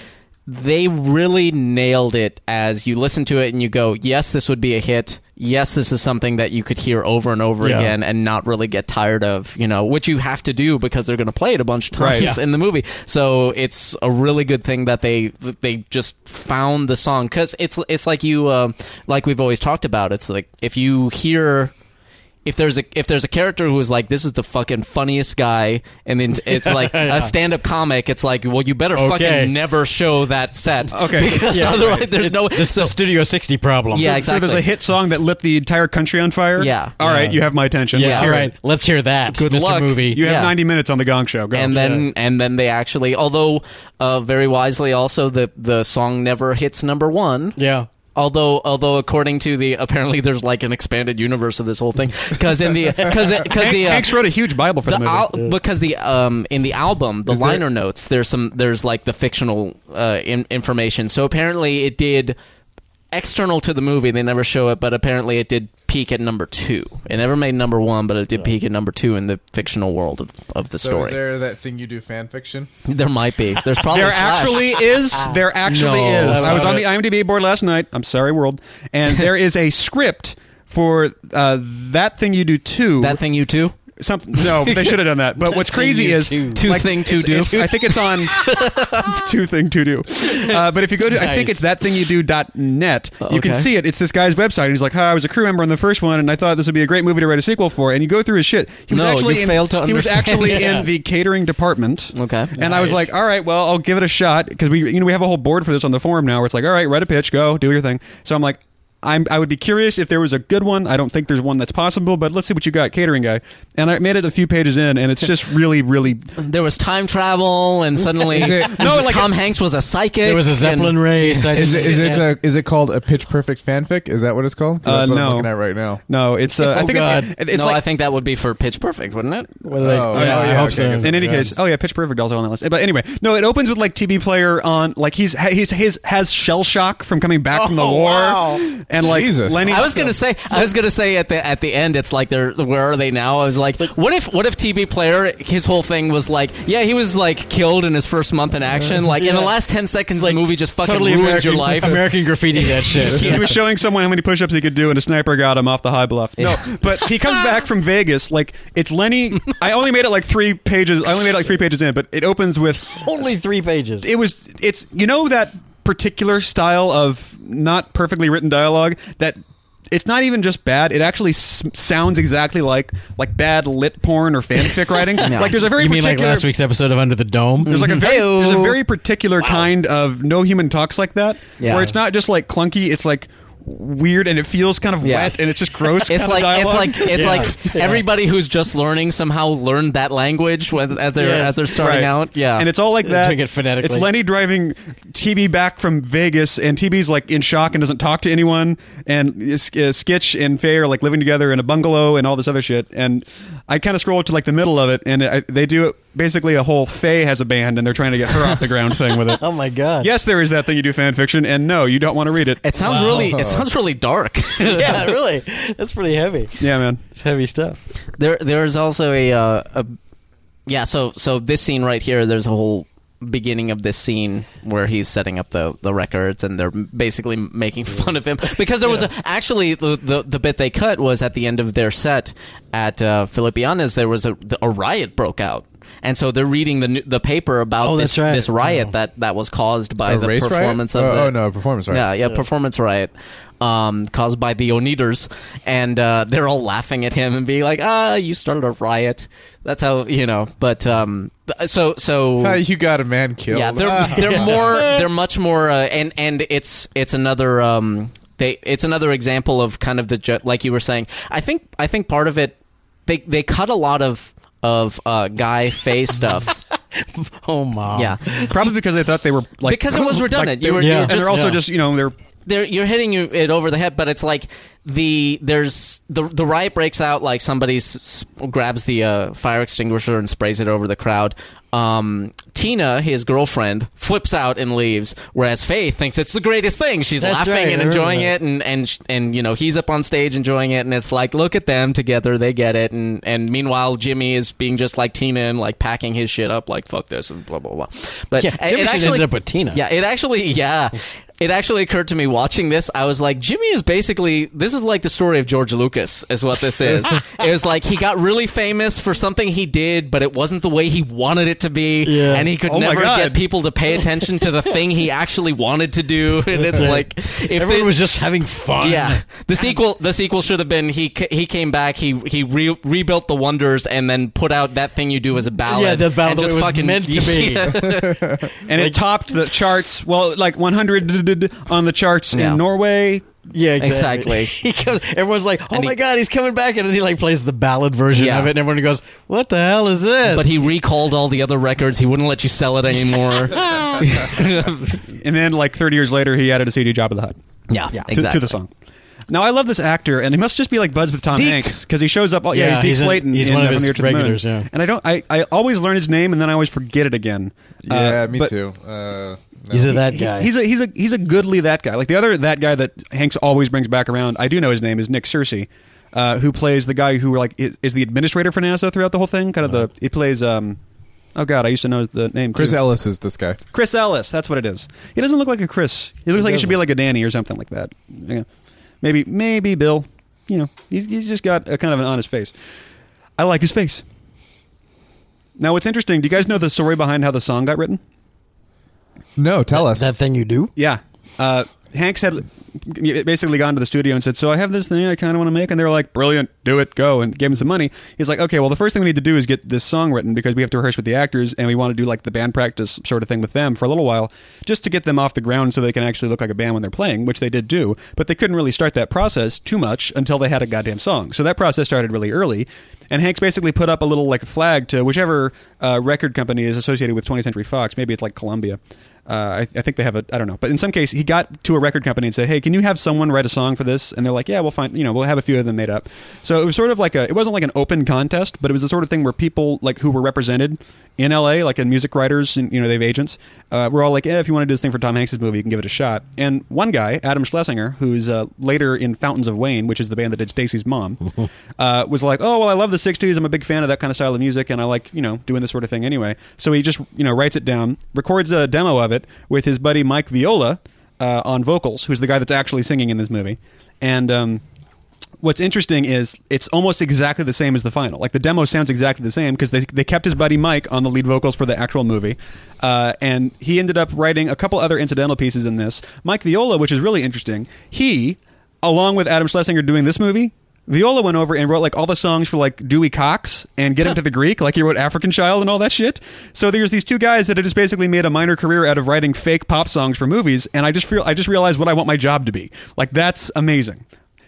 [SPEAKER 4] they really nailed it as you listen to it and you go, yes, this would be a hit. Yes, this is something that you could hear over and over
[SPEAKER 3] Yeah.
[SPEAKER 4] again and not really get tired of, you know, which you have to do because they're going to play it a bunch of times
[SPEAKER 1] Right.
[SPEAKER 3] Yeah.
[SPEAKER 4] in the movie. So it's a really good thing that they that they just found the song cuz it's it's like you uh, like we've always talked about it's like if you hear if there's a if there's a character who's like this is the fucking funniest guy and then
[SPEAKER 3] (laughs)
[SPEAKER 4] it's like a stand up comic it's like well you better
[SPEAKER 3] Okay.
[SPEAKER 4] fucking never show
[SPEAKER 3] (laughs)
[SPEAKER 4] that set
[SPEAKER 1] Okay.
[SPEAKER 4] (laughs) because
[SPEAKER 3] Yeah.
[SPEAKER 4] otherwise there's no
[SPEAKER 3] This is the Studio 60 problem.
[SPEAKER 4] Yeah,
[SPEAKER 1] So there's a
[SPEAKER 4] Exactly.
[SPEAKER 1] hit song that lit the entire country on fire.
[SPEAKER 4] Yeah.
[SPEAKER 1] All right, you have my attention.
[SPEAKER 3] Yeah,
[SPEAKER 1] Let's
[SPEAKER 3] all
[SPEAKER 1] hear it.
[SPEAKER 3] right. Let's hear that,
[SPEAKER 4] Good
[SPEAKER 3] Mr.
[SPEAKER 4] luck.
[SPEAKER 3] Movie.
[SPEAKER 1] You have
[SPEAKER 4] Yeah.
[SPEAKER 1] 90 minutes on the Gong Show. Go.
[SPEAKER 4] and then
[SPEAKER 3] Yeah.
[SPEAKER 4] and then they actually although uh, very wisely also the the song never hits number 1
[SPEAKER 3] yeah.
[SPEAKER 4] Although, although, according to the apparently, there's like an expanded universe of this whole thing because in the because because
[SPEAKER 1] Hank,
[SPEAKER 4] the uh,
[SPEAKER 1] Hanks wrote a huge Bible for the,
[SPEAKER 4] the
[SPEAKER 1] movie.
[SPEAKER 4] al- because the um in the album the
[SPEAKER 2] Is there-
[SPEAKER 4] liner notes there's some there's like the fictional uh in- information so apparently it did external to the movie they never show it but apparently it did peak at number two it never made number one but it did peak at number two in the fictional world of, of the
[SPEAKER 2] so
[SPEAKER 4] story
[SPEAKER 2] is there that thing you do fan fiction?
[SPEAKER 4] there might be there's probably
[SPEAKER 1] There
[SPEAKER 4] Slash.
[SPEAKER 1] actually is.
[SPEAKER 4] (laughs)
[SPEAKER 1] There actually
[SPEAKER 3] No.
[SPEAKER 1] is. I was
[SPEAKER 3] Love
[SPEAKER 1] on the IMDb board last night. I'm sorry, world. And there is a script for uh, that thing you do too.
[SPEAKER 4] that thing you too
[SPEAKER 1] Something. No, they should have done that.
[SPEAKER 4] (laughs)
[SPEAKER 1] But what's crazy
[SPEAKER 3] you
[SPEAKER 1] is
[SPEAKER 3] do.
[SPEAKER 4] Two thing to
[SPEAKER 1] it's-
[SPEAKER 4] do.
[SPEAKER 1] it's- I think it's on (laughs) two thing to do. Uh, but if you go to, I think
[SPEAKER 3] Nice.
[SPEAKER 1] it's that thing you do dot net. You can
[SPEAKER 4] Oh, Okay.
[SPEAKER 1] see it. It's this guy's website. And he's like, "Hi, I was a crew member on the first one, and I thought this would be a great movie to write a sequel for." And you go through his shit. He was
[SPEAKER 4] No,
[SPEAKER 1] actually
[SPEAKER 4] you
[SPEAKER 1] in,
[SPEAKER 4] failed to
[SPEAKER 1] He was
[SPEAKER 4] understand. (laughs)
[SPEAKER 1] actually
[SPEAKER 3] Yeah.
[SPEAKER 1] in the catering department.
[SPEAKER 4] Okay.
[SPEAKER 1] And I was
[SPEAKER 3] Nice.
[SPEAKER 1] like, "All right, well, I'll give it a shot because we, you know, we have a whole board for this on the forum now. Where it's like, all right, write a pitch, go, do your thing." So I'm like. I'm, I would be curious if there was a good one. I don't think there's one that's possible, but let's see what you got, catering guy. And I made it a few pages in, and it's just really, really
[SPEAKER 4] there was time travel and (laughs) suddenly
[SPEAKER 2] Is it-
[SPEAKER 1] No, like-
[SPEAKER 4] Tom Hanks was a psychic
[SPEAKER 3] There was a Zeppelin
[SPEAKER 4] and,
[SPEAKER 3] race. I
[SPEAKER 2] Is
[SPEAKER 3] just-
[SPEAKER 2] it is it uh, a, is it called a pitch perfect fanfic? Is that what it's called? 'Cause that's
[SPEAKER 1] Uh,
[SPEAKER 2] what
[SPEAKER 1] no.
[SPEAKER 2] I'm looking at right now.
[SPEAKER 1] No, it's. Uh, I think
[SPEAKER 3] Oh, God.
[SPEAKER 1] it's, it's
[SPEAKER 4] no
[SPEAKER 1] like.
[SPEAKER 4] I think that would be for Pitch Perfect wouldn't it
[SPEAKER 3] What did I-
[SPEAKER 2] Oh,
[SPEAKER 3] yeah,
[SPEAKER 2] oh,
[SPEAKER 3] I
[SPEAKER 2] yeah,
[SPEAKER 3] hope
[SPEAKER 2] okay,
[SPEAKER 3] so.
[SPEAKER 2] I guess
[SPEAKER 1] in any
[SPEAKER 2] Yeah.
[SPEAKER 1] case, oh yeah, Pitch Perfect also on that list. But anyway, no, it opens with like TV player on like he's he's his has shell shock from coming back from the
[SPEAKER 4] Oh,
[SPEAKER 1] war,
[SPEAKER 4] wow.
[SPEAKER 1] and like
[SPEAKER 2] Jesus.
[SPEAKER 1] Lenny.
[SPEAKER 4] I was gonna say, I was gonna say at the at the end, it's like they're where are they now? I was like, what if what if TB Player? His whole thing was like, yeah, he was like killed in his first month in action. Like in the
[SPEAKER 3] Yeah.
[SPEAKER 4] last ten seconds,
[SPEAKER 3] Like,
[SPEAKER 4] the movie just fucking
[SPEAKER 3] totally
[SPEAKER 4] ruins
[SPEAKER 3] American,
[SPEAKER 4] your life.
[SPEAKER 3] American graffiti (laughs) that shit.
[SPEAKER 1] (laughs) He was showing someone how many push-ups he could do, and a sniper got him off the high bluff. No, but he comes back from Vegas. Like it's Lenny. I only made it like three pages. I only made it like three pages in, but it opens with
[SPEAKER 3] Only three pages.
[SPEAKER 1] it was it's you know that particular style of not perfectly written dialogue that it's not even just bad it actually s- sounds exactly like like bad lit porn or fanfic
[SPEAKER 3] (laughs)
[SPEAKER 1] writing like there's a very
[SPEAKER 3] you mean
[SPEAKER 1] particular
[SPEAKER 3] like last week's episode of Under the Dome? Mm-hmm.
[SPEAKER 1] there's like a very,
[SPEAKER 4] Heyo.
[SPEAKER 1] there's a very particular kind of no human talks like that
[SPEAKER 4] Yeah.
[SPEAKER 1] where it's not just like clunky it's like weird and it feels kind of
[SPEAKER 4] Yeah.
[SPEAKER 1] wet and it's just gross
[SPEAKER 4] (laughs) It's
[SPEAKER 1] kind
[SPEAKER 4] like,
[SPEAKER 1] of
[SPEAKER 4] it's
[SPEAKER 1] dialogue.
[SPEAKER 4] like it's
[SPEAKER 3] Yeah.
[SPEAKER 4] like everybody who's just learning somehow learned that language when, as they're
[SPEAKER 3] Yeah.
[SPEAKER 4] as they're starting
[SPEAKER 1] Right.
[SPEAKER 4] out. Yeah,
[SPEAKER 1] and it's all like that.
[SPEAKER 3] Doing it phonetically.
[SPEAKER 1] It's Lenny driving TB back from Vegas, and TB's like in shock and doesn't talk to anyone. And uh, S- uh, Skitch and Faye are like living together in a bungalow and all this other shit. And I kind of scroll to like the middle of it, and I, they do basically a whole Faye has a band, and they're trying to get her off the ground thing with it.
[SPEAKER 3] oh my god.
[SPEAKER 1] Yes, there is that thing you do fan fiction, and no, you don't want to read it.
[SPEAKER 4] it sounds really it sounds really dark.
[SPEAKER 3] Yeah, (laughs) really. That's pretty heavy.
[SPEAKER 1] Yeah, man.
[SPEAKER 3] It's heavy stuff.
[SPEAKER 4] There, there's also a, uh, a, yeah. So, so this scene right here, there's a whole beginning of this scene where he's setting up the, the records and they're basically making fun of him because there was a, actually the, the the bit they cut was at the end of their set at uh, Filipianas. There was a a riot broke out. And so they're reading the new- the paper about
[SPEAKER 3] Oh,
[SPEAKER 4] this,
[SPEAKER 3] that's right.
[SPEAKER 4] this riot that, that was caused by
[SPEAKER 2] A
[SPEAKER 4] the
[SPEAKER 2] race riot?
[SPEAKER 4] performance of
[SPEAKER 2] Oh,
[SPEAKER 4] the,
[SPEAKER 2] oh, no, a performance riot.
[SPEAKER 4] yeah, yeah, performance riot um, caused by the Oneaters, and uh, they're all laughing at him and being like, "Ah, you started a riot." That's how you know. But um, th- so so
[SPEAKER 2] Ah, (laughs) you got a man killed.
[SPEAKER 4] yeah, they're
[SPEAKER 2] (laughs) Ah.
[SPEAKER 4] they're more they're much more uh, and and it's it's another um they it's another example of kind of the ju- like you were saying. I think I think part of it they they cut a lot of of uh, guy Faye stuff.
[SPEAKER 3] Oh mom.
[SPEAKER 4] yeah.
[SPEAKER 3] Oh.
[SPEAKER 1] Probably because they thought they were like
[SPEAKER 4] Because it was redundant.
[SPEAKER 1] they
[SPEAKER 4] You
[SPEAKER 1] were-
[SPEAKER 4] were- you were
[SPEAKER 1] and
[SPEAKER 4] just-
[SPEAKER 1] they're also
[SPEAKER 3] yeah.
[SPEAKER 1] just you know they're
[SPEAKER 4] they're, you're hitting you- it over the head, but it's like the there's the the riot breaks out like somebody s- s- grabs the uh, fire extinguisher and sprays it over the crowd. Um, Tina, his girlfriend, flips out and leaves, whereas Faith thinks it's the greatest thing. She's
[SPEAKER 3] That's
[SPEAKER 4] laughing
[SPEAKER 3] right, I
[SPEAKER 4] and
[SPEAKER 3] remember
[SPEAKER 4] enjoying
[SPEAKER 3] that.
[SPEAKER 4] it, and and sh- and you know he's up on stage enjoying it, and it's like look at them together, they get it, and and meanwhile Jimmy is being just like Tina and like packing his shit up, like fuck this and blah blah blah. But
[SPEAKER 3] Yeah,
[SPEAKER 4] it-
[SPEAKER 3] Jimmy
[SPEAKER 4] it
[SPEAKER 3] should've
[SPEAKER 4] actually
[SPEAKER 3] ended up with Tina.
[SPEAKER 4] Yeah, it actually, yeah. It actually occurred to me watching this. I was like, Jimmy is basically this is like the story of George Lucas, is what
[SPEAKER 3] (laughs)
[SPEAKER 4] this is. it was like he got really famous for something he did, but it wasn't the way he wanted it to be,
[SPEAKER 3] Yeah.
[SPEAKER 4] and he could
[SPEAKER 1] Oh my
[SPEAKER 4] never
[SPEAKER 1] God.
[SPEAKER 4] get people to pay attention to the thing he actually wanted to do. (laughs) And it's like if
[SPEAKER 3] Everyone
[SPEAKER 4] this-
[SPEAKER 3] was just having fun.
[SPEAKER 4] yeah, the sequel. The sequel should have been he. ca- He came back. He he re- rebuilt the wonders and then put out that thing you do as a ballad.
[SPEAKER 3] Yeah, the ballad
[SPEAKER 4] and just
[SPEAKER 3] was
[SPEAKER 4] fucking,
[SPEAKER 3] meant to
[SPEAKER 4] (laughs)
[SPEAKER 3] be.
[SPEAKER 1] and it topped the charts. Well, like 100 on the charts
[SPEAKER 4] Yeah.
[SPEAKER 1] in Norway.
[SPEAKER 3] (laughs) Yeah, exactly. (laughs)
[SPEAKER 4] Exactly.
[SPEAKER 3] he comes, everyone's like, "Oh
[SPEAKER 4] And
[SPEAKER 3] my
[SPEAKER 4] he-
[SPEAKER 3] god, he's coming back!" And then he like plays the ballad version
[SPEAKER 4] Yeah.
[SPEAKER 3] of it, and everyone goes, "What the hell is this?"
[SPEAKER 4] But he recalled all the other records. He wouldn't let you sell
[SPEAKER 1] (laughs)
[SPEAKER 4] it anymore. (laughs)
[SPEAKER 1] And then, like 30 years later, he added a CD Job of the Hut
[SPEAKER 4] yeah,
[SPEAKER 1] to, to the song. Now I love this actor, and he must just be like buds with Tom
[SPEAKER 4] Deke.
[SPEAKER 1] Hanks because he shows up. All, yeah, he's
[SPEAKER 3] Yeah,
[SPEAKER 1] Deke
[SPEAKER 3] he's in-
[SPEAKER 1] Slayton.
[SPEAKER 3] he's
[SPEAKER 1] in,
[SPEAKER 3] one of
[SPEAKER 1] uh, From
[SPEAKER 3] his
[SPEAKER 1] the Earth to the Moon.
[SPEAKER 3] regulars, yeah.
[SPEAKER 1] and I don't. I, I always learn his name, and then I always forget it again. Uh,
[SPEAKER 2] Yeah, me
[SPEAKER 1] but
[SPEAKER 2] too. Uh, no.
[SPEAKER 3] he's a that
[SPEAKER 1] he-
[SPEAKER 3] guy.
[SPEAKER 1] he's a he's a he's a goodly that guy. Like the other that guy that Hanks always brings back around. I do know his name is Nick Searcy, uh, who plays the guy who like is, is the administrator for NASA throughout the whole thing. Kind of the he plays. Um, oh God, I used to know the name.
[SPEAKER 2] Chris
[SPEAKER 1] too.
[SPEAKER 2] Ellis is this guy.
[SPEAKER 1] Chris Ellis. That's what it is. He doesn't look like a Chris. He looks like he should be like a Danny or something like that. Yeah. Maybe maybe Bill. You know, he's he's just got a kind of an honest face. I like his face. Now, what's interesting? Do you guys know the story behind how the song got written?
[SPEAKER 2] No, tell us.
[SPEAKER 3] that thing you do.
[SPEAKER 1] Yeah. Uh, Hanks had basically gone to the studio and said, "So I have this thing I kind of want to make," and they were like, "Brilliant, do it, go!" and gave him some money. He's like, "Okay, well, the first thing we need to do is get this song written because we have to rehearse with the actors and we want to do like the band practice sort of thing with them for a little while, just to get them off the ground so they can actually look like a band when they're playing, which they did do. But they couldn't really start that process too much until they had a goddamn song. So that process started really early." And Hanks basically put up a little like flag to whichever uh, record company is associated with 20th Century Fox. Maybe it's like Columbia. Uh, I, I think they have a. I don't know, but in some case, he got to a record company and said, "Hey, can you have someone write a song for this?" And they're like, "Yeah, we'll find. You know, we'll have a few of them made up." So it was sort of like a. It wasn't like an open contest, but it was the sort of thing where people like who were represented in L.A., like in music writers, and you know, they have agents. Uh, we're all like, "Yeah, if you want to do this thing for Tom Hanks's movie, you can give it a shot." And one guy, Adam Schlesinger, who's uh, later in Fountains of Wayne, which is the band that did Stacy's Mom, uh, was like, "Oh well, I love the '60s. I'm a big fan of that kind of style of music, and I like you know doing this sort of thing anyway." So he just you know writes it down, records a demo of it with his buddy Mike Viola uh, on vocals, who's the guy that's actually singing in this movie, and. Um, What's interesting is it's almost exactly the same as the final. Like the demo sounds exactly the same because they, they kept his buddy Mike on the lead vocals for the actual movie, uh, and he ended up writing a couple other incidental pieces in this. Mike Viola, which is really interesting, he, along with Adam Schlesinger doing this movie, Viola went over and wrote like all the songs for like Dewey Cox and Get Him to the Greek, like he wrote African Child and all that shit. So there's these two guys that had just basically made a minor career out of writing fake pop songs for movies, and I just feel I just realized what I want my job to be. Like that's amazing.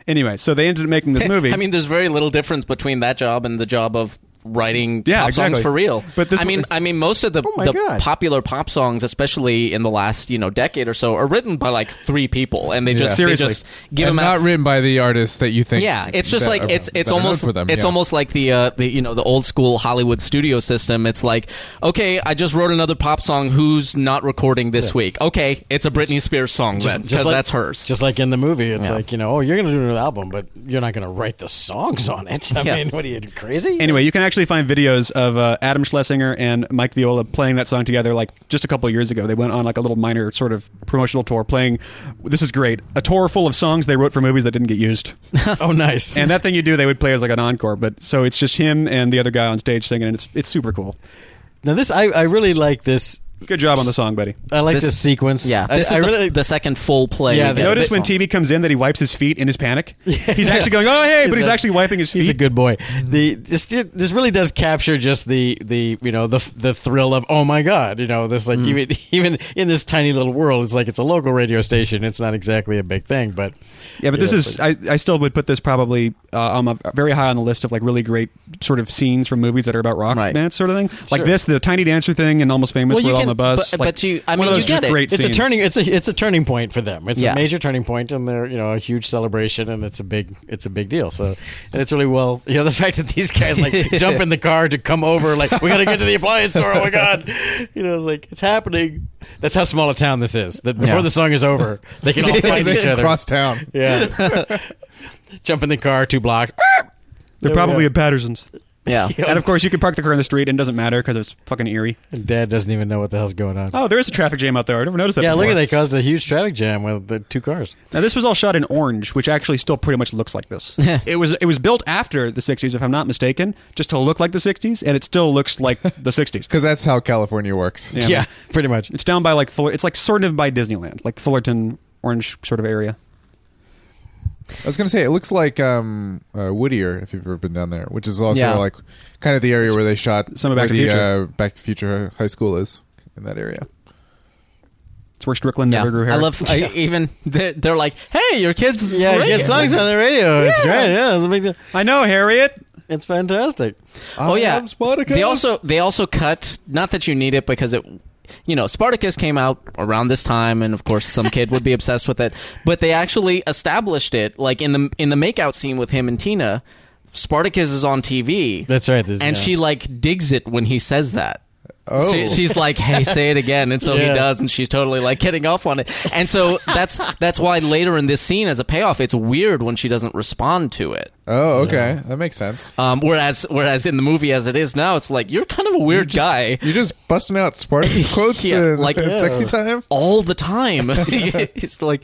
[SPEAKER 1] Anyway, so they ended up making
[SPEAKER 3] (laughs)
[SPEAKER 1] this movie.
[SPEAKER 4] I mean, there's very little difference between that job and the job of writing
[SPEAKER 1] Yeah,
[SPEAKER 4] pop
[SPEAKER 1] exactly.
[SPEAKER 4] songs for real.
[SPEAKER 1] But this Oh
[SPEAKER 4] I mean,
[SPEAKER 1] one-
[SPEAKER 4] I mean, most of the,
[SPEAKER 3] my
[SPEAKER 4] the
[SPEAKER 3] God.
[SPEAKER 4] popular pop songs, especially in the last you know decade or so, are written by like three people, and they just they
[SPEAKER 1] Seriously.
[SPEAKER 4] just give
[SPEAKER 2] and
[SPEAKER 4] them out.
[SPEAKER 2] not written by the artists that you
[SPEAKER 3] (laughs)
[SPEAKER 2] think.
[SPEAKER 4] Yeah, it's just
[SPEAKER 2] that
[SPEAKER 4] like
[SPEAKER 2] are
[SPEAKER 4] it's it's
[SPEAKER 2] better known
[SPEAKER 4] almost
[SPEAKER 2] for them.
[SPEAKER 4] it's
[SPEAKER 2] yeah.
[SPEAKER 4] almost like the uh, the you know the old school Hollywood studio system. It's like okay, I just wrote another pop song. Who's not recording this week? Okay, it's a Britney Spears song then, because
[SPEAKER 3] like-
[SPEAKER 4] that's hers.
[SPEAKER 3] Just like in the movie, it's
[SPEAKER 4] Yeah.
[SPEAKER 3] like you know, oh, you're going to do an album, but you're not going to write the songs on it. (laughs) I
[SPEAKER 4] Yeah.
[SPEAKER 3] mean, what are you crazy? (laughs)
[SPEAKER 1] Anyway, you can actually find videos of uh, Adam Schlesinger and Mike Viola playing that song together, like just a couple of years ago. They went on like a little minor sort of promotional tour, playing. This is great. A tour full of songs they wrote for movies that didn't get
[SPEAKER 3] (laughs)
[SPEAKER 1] used.
[SPEAKER 3] oh, nice.
[SPEAKER 1] and that thing you do, they would play as like an encore. But so it's just him and the other guy on stage singing, and it's it's super cool.
[SPEAKER 3] now this, I, I really like this.
[SPEAKER 1] Good job on the song, buddy.
[SPEAKER 3] I like this, sequence.
[SPEAKER 4] Yeah,
[SPEAKER 3] I,
[SPEAKER 4] this
[SPEAKER 3] I
[SPEAKER 4] is the,
[SPEAKER 3] really (laughs)
[SPEAKER 4] the second full play.
[SPEAKER 3] Yeah,
[SPEAKER 4] we
[SPEAKER 3] they-
[SPEAKER 4] get of
[SPEAKER 1] Notice
[SPEAKER 4] this
[SPEAKER 1] when
[SPEAKER 4] song.
[SPEAKER 1] TV comes in that he wipes his feet in his
[SPEAKER 3] (laughs)
[SPEAKER 1] panic. He's actually going, oh hey, but he's
[SPEAKER 3] a-
[SPEAKER 1] actually wiping his feet.
[SPEAKER 3] He's a good boy. The this this really does capture just the the you know the the thrill of oh my god you know this like even (laughs) even in this tiny little world it's like it's a local radio station it's not exactly a big thing but
[SPEAKER 1] Yeah, but this is I, I still would put this probably uh, on a very high on the list of like really great sort of scenes from movies that are about rock
[SPEAKER 4] Right.
[SPEAKER 1] bands sort of thing. Like
[SPEAKER 3] Sure.
[SPEAKER 1] this, the Tiny Dancer thing, and Almost Famous.
[SPEAKER 4] Well, you
[SPEAKER 1] with
[SPEAKER 4] can
[SPEAKER 1] the bus.
[SPEAKER 4] But-
[SPEAKER 1] like,
[SPEAKER 4] but you- I
[SPEAKER 1] one
[SPEAKER 4] mean,
[SPEAKER 1] of
[SPEAKER 4] you
[SPEAKER 1] those
[SPEAKER 4] get
[SPEAKER 1] just
[SPEAKER 4] it.
[SPEAKER 1] great
[SPEAKER 3] it's
[SPEAKER 1] scenes.
[SPEAKER 3] a turning it's a it's a turning point for them. It's
[SPEAKER 4] Yeah.
[SPEAKER 3] a major turning point, and they're you know a huge celebration, and it's a big it's a big deal. So and it's really well you know the (laughs) fact that these guys like
[SPEAKER 1] (laughs)
[SPEAKER 3] jump in the car to come over like we gotta get to the appliance store. Oh my god, (laughs) you know it's like it's happening. That's how small a town this is. That before
[SPEAKER 4] Yeah.
[SPEAKER 3] the song is over,
[SPEAKER 1] (laughs)
[SPEAKER 3] they can all fight
[SPEAKER 2] (laughs) They
[SPEAKER 3] each other.
[SPEAKER 4] (laughs)
[SPEAKER 2] cross town.
[SPEAKER 3] Yeah, jump in the car two block.
[SPEAKER 1] They're
[SPEAKER 3] There we
[SPEAKER 1] probably
[SPEAKER 3] go.
[SPEAKER 1] at Patterson's.
[SPEAKER 3] (laughs)
[SPEAKER 4] Yeah.
[SPEAKER 1] (laughs) And of course, you can park the car in the street and it doesn't matter because it's fucking eerie.
[SPEAKER 3] And Dad doesn't even know what the hell's going on.
[SPEAKER 1] Oh, there is a traffic jam out there. I never noticed that.
[SPEAKER 3] yeah,
[SPEAKER 1] before.
[SPEAKER 3] look at they caused a huge traffic jam with the two cars.
[SPEAKER 1] Now this was all shot in orange, which actually still pretty much looks like
[SPEAKER 3] (laughs)
[SPEAKER 1] this. it was it was built after the '60s, if I'm not mistaken, just to look like the '60s, and it still looks like the '60s.
[SPEAKER 2] Because that's how California works.
[SPEAKER 1] Yeah.
[SPEAKER 3] yeah pretty much.
[SPEAKER 1] It's down by like Fuller. It's like sort of by Disneyland, like Fullerton, Orange sort of area.
[SPEAKER 2] I was going to say, it looks like um, uh, Whittier, if you've ever been down there, which is also
[SPEAKER 4] Yeah.
[SPEAKER 2] like kind of the area where they shot
[SPEAKER 1] Some of Back
[SPEAKER 2] where
[SPEAKER 1] to the
[SPEAKER 2] the,
[SPEAKER 1] Future.
[SPEAKER 2] Uh, Back to the Future High School is in that area.
[SPEAKER 1] It's where Strickland never grew hair.
[SPEAKER 4] I love
[SPEAKER 3] (laughs)
[SPEAKER 4] I, even they're, they're like, "Hey, your kids,
[SPEAKER 3] Yeah, you
[SPEAKER 4] ring
[SPEAKER 3] get
[SPEAKER 4] it."
[SPEAKER 3] songs on the radio. It's great. Yeah, it's a big deal.
[SPEAKER 1] (laughs) I know Harriet.
[SPEAKER 3] It's fantastic.
[SPEAKER 4] Oh
[SPEAKER 2] I
[SPEAKER 4] yeah,
[SPEAKER 2] am Spartacus.
[SPEAKER 4] They also they also cut. Not that you need it because it, you know, Spartacus came out around this time, and of course some kid would be (laughs) obsessed with it. But they actually established it like in the in the makeout scene with him and Tina. Spartacus is on TV.
[SPEAKER 3] That's right. This,
[SPEAKER 4] and
[SPEAKER 3] yeah.
[SPEAKER 4] she like digs it when he says that.
[SPEAKER 2] Oh.
[SPEAKER 4] She- she's like, "Hey, say it again," and so he
[SPEAKER 3] Yeah.
[SPEAKER 4] does, and she's totally like getting off on it. And so that's that's why later in this scene, as a payoff, it's weird when she doesn't respond to it.
[SPEAKER 2] Oh, okay. That makes sense.
[SPEAKER 4] Um, whereas whereas in the movie as it is now, it's like you're kind of a weird guy
[SPEAKER 2] You're just busting out
[SPEAKER 4] (laughs)
[SPEAKER 2] Spartacus quotes
[SPEAKER 4] Yeah,
[SPEAKER 2] in, (laughs)
[SPEAKER 4] like-
[SPEAKER 2] in
[SPEAKER 4] Yeah.
[SPEAKER 2] sexy time.
[SPEAKER 4] all the time. (laughs) it's like,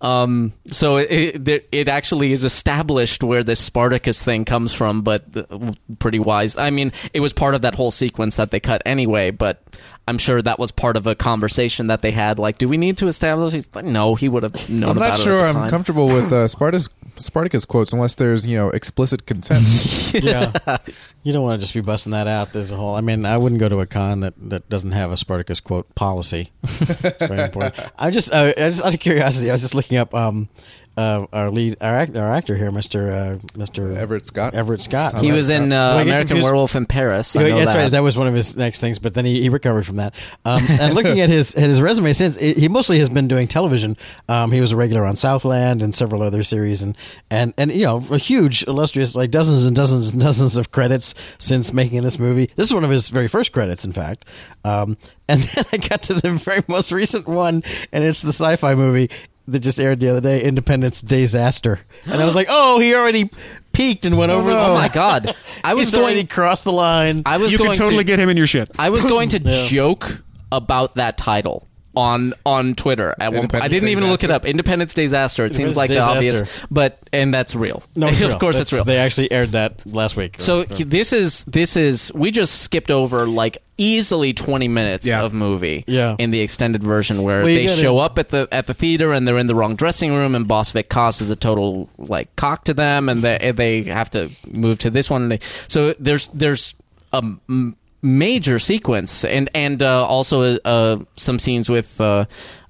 [SPEAKER 4] um, so it, it there- it actually is established where this Spartacus thing comes from, but uh, pretty wise. I mean, it was part of that whole sequence that they cut anyway, but. I'm sure that was part of a conversation that they had. Like, do we need to establish? He's like, no, he would have known
[SPEAKER 2] I'm
[SPEAKER 4] about
[SPEAKER 2] not sure
[SPEAKER 4] it. at the
[SPEAKER 2] I'm
[SPEAKER 4] time.
[SPEAKER 2] comfortable with uh, Spartacus, Spartacus quotes unless there's you know explicit consent.
[SPEAKER 3] (laughs)
[SPEAKER 4] (laughs)
[SPEAKER 3] yeah. (laughs) You don't want to just be busting that out. There's a whole. I mean, I wouldn't go to a con that, that doesn't have a Spartacus quote (laughs) policy. It's very important. I just, uh, I just out of curiosity, I was just looking up um, uh, our lead, our, act, our actor here, Mr. Uh, Mr.
[SPEAKER 2] Everett Scott.
[SPEAKER 3] Everett Scott.
[SPEAKER 4] He was in uh,
[SPEAKER 3] Well, I get
[SPEAKER 4] American
[SPEAKER 3] confused-
[SPEAKER 4] Werewolf in Paris. I
[SPEAKER 3] Yeah,
[SPEAKER 4] know
[SPEAKER 3] that's
[SPEAKER 4] that.
[SPEAKER 3] right. That was one of his next things, but then he, he recovered from that. Um, and looking at his at his resume since, i- he mostly has been doing television. Um, he was a regular on Southland and several other series, and and and you know a huge illustrious like dozens and dozens and dozens of credits since making this movie. This is one of his very first credits, in fact. Um, and (laughs) then I got to the very most recent one, and it's the sci-fi movie that just aired the other day, Independence Disaster. And I was like, oh, he already peaked and went over. the-
[SPEAKER 4] Oh
[SPEAKER 3] (laughs)
[SPEAKER 4] my god! I was
[SPEAKER 3] He's already
[SPEAKER 4] going.
[SPEAKER 3] crossed the line.
[SPEAKER 4] I was
[SPEAKER 1] You
[SPEAKER 4] going
[SPEAKER 1] can totally
[SPEAKER 4] to,
[SPEAKER 1] get him in your shit.
[SPEAKER 4] I was
[SPEAKER 3] (laughs)
[SPEAKER 4] going to joke about that title on on Twitter at one point. I
[SPEAKER 2] Independence
[SPEAKER 4] didn't even
[SPEAKER 2] Day's
[SPEAKER 4] look it
[SPEAKER 2] Aster.
[SPEAKER 4] up. Independence Day's Aster. It seems like the
[SPEAKER 3] Independence Day's
[SPEAKER 4] obvious,
[SPEAKER 3] Aster.
[SPEAKER 4] but and that's real.
[SPEAKER 3] No, (laughs) it's
[SPEAKER 4] (laughs) of
[SPEAKER 3] real.
[SPEAKER 4] course
[SPEAKER 3] That's-
[SPEAKER 4] it's real.
[SPEAKER 3] They actually aired that last week.
[SPEAKER 4] so this is this is we just skipped over like easily 20 minutes
[SPEAKER 1] Yeah.
[SPEAKER 4] of movie
[SPEAKER 3] Yeah.
[SPEAKER 4] in the extended version where
[SPEAKER 3] Well, you
[SPEAKER 4] they
[SPEAKER 3] gotta-
[SPEAKER 4] show up at the at the theater and they're in the wrong dressing room and boss Vic Koss is a total like cock to them and they and they have to move to this one and they, so there's there's a m- major sequence and and uh, also uh, some scenes with uh,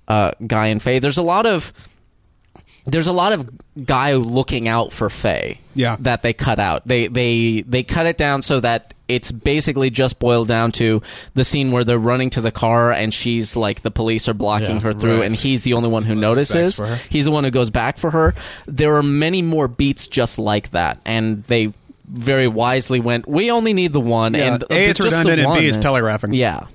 [SPEAKER 4] uh, Guy and Faye there's a lot of there's a lot of guy looking out for Faye.
[SPEAKER 1] Yeah.
[SPEAKER 4] That they cut out. They they they cut it down so that it's basically just boiled down to the scene where they're running to the car and she's like the police are blocking
[SPEAKER 3] Yeah,
[SPEAKER 4] her through
[SPEAKER 2] right.
[SPEAKER 4] and he's the only one who
[SPEAKER 2] Thanks
[SPEAKER 4] notices.
[SPEAKER 2] for her.
[SPEAKER 4] He's the one who goes back for her. There are many more beats just like that and they very wisely went we only need the one
[SPEAKER 1] Yeah.
[SPEAKER 4] and uh,
[SPEAKER 1] A, it's
[SPEAKER 4] just the
[SPEAKER 1] redundant, and B,
[SPEAKER 4] one
[SPEAKER 1] it's
[SPEAKER 4] is-
[SPEAKER 1] telegraphing.
[SPEAKER 4] Yeah.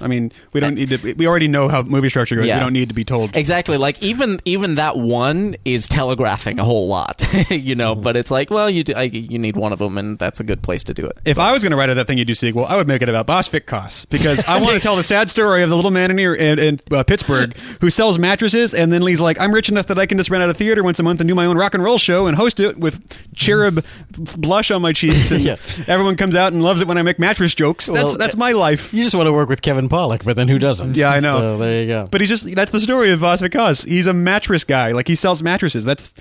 [SPEAKER 1] I mean, we don't need to. We already know how movie structure goes.
[SPEAKER 4] Yeah.
[SPEAKER 1] We don't need to be told.
[SPEAKER 4] Exactly. Like even even that one is telegraphing a whole lot, (laughs) you know. But it's like, well, you do, I, you need one of them, and that's a good place to do it.
[SPEAKER 1] If I was going to write a that thing you do sequel, I would make it about Bosvik Koss because I want to tell the sad story of the little man in, here in, in uh, Pittsburgh who sells mattresses and then he's like, I'm rich enough that I can just rent out a theater once a month and do my own rock and roll show and host it with cherub f- blush on my cheeks and
[SPEAKER 3] (laughs) Yeah.
[SPEAKER 1] everyone comes out and loves it when I make mattress jokes. That's
[SPEAKER 3] Well,
[SPEAKER 1] that's my life.
[SPEAKER 3] you just want to work with Kevin Pollock, but then who
[SPEAKER 1] (laughs)
[SPEAKER 3] doesn't?
[SPEAKER 1] Yeah, I know.
[SPEAKER 3] So there you go.
[SPEAKER 1] But he's just that's the story of Bosvik Koss. He's a mattress guy. Like he sells mattresses. That's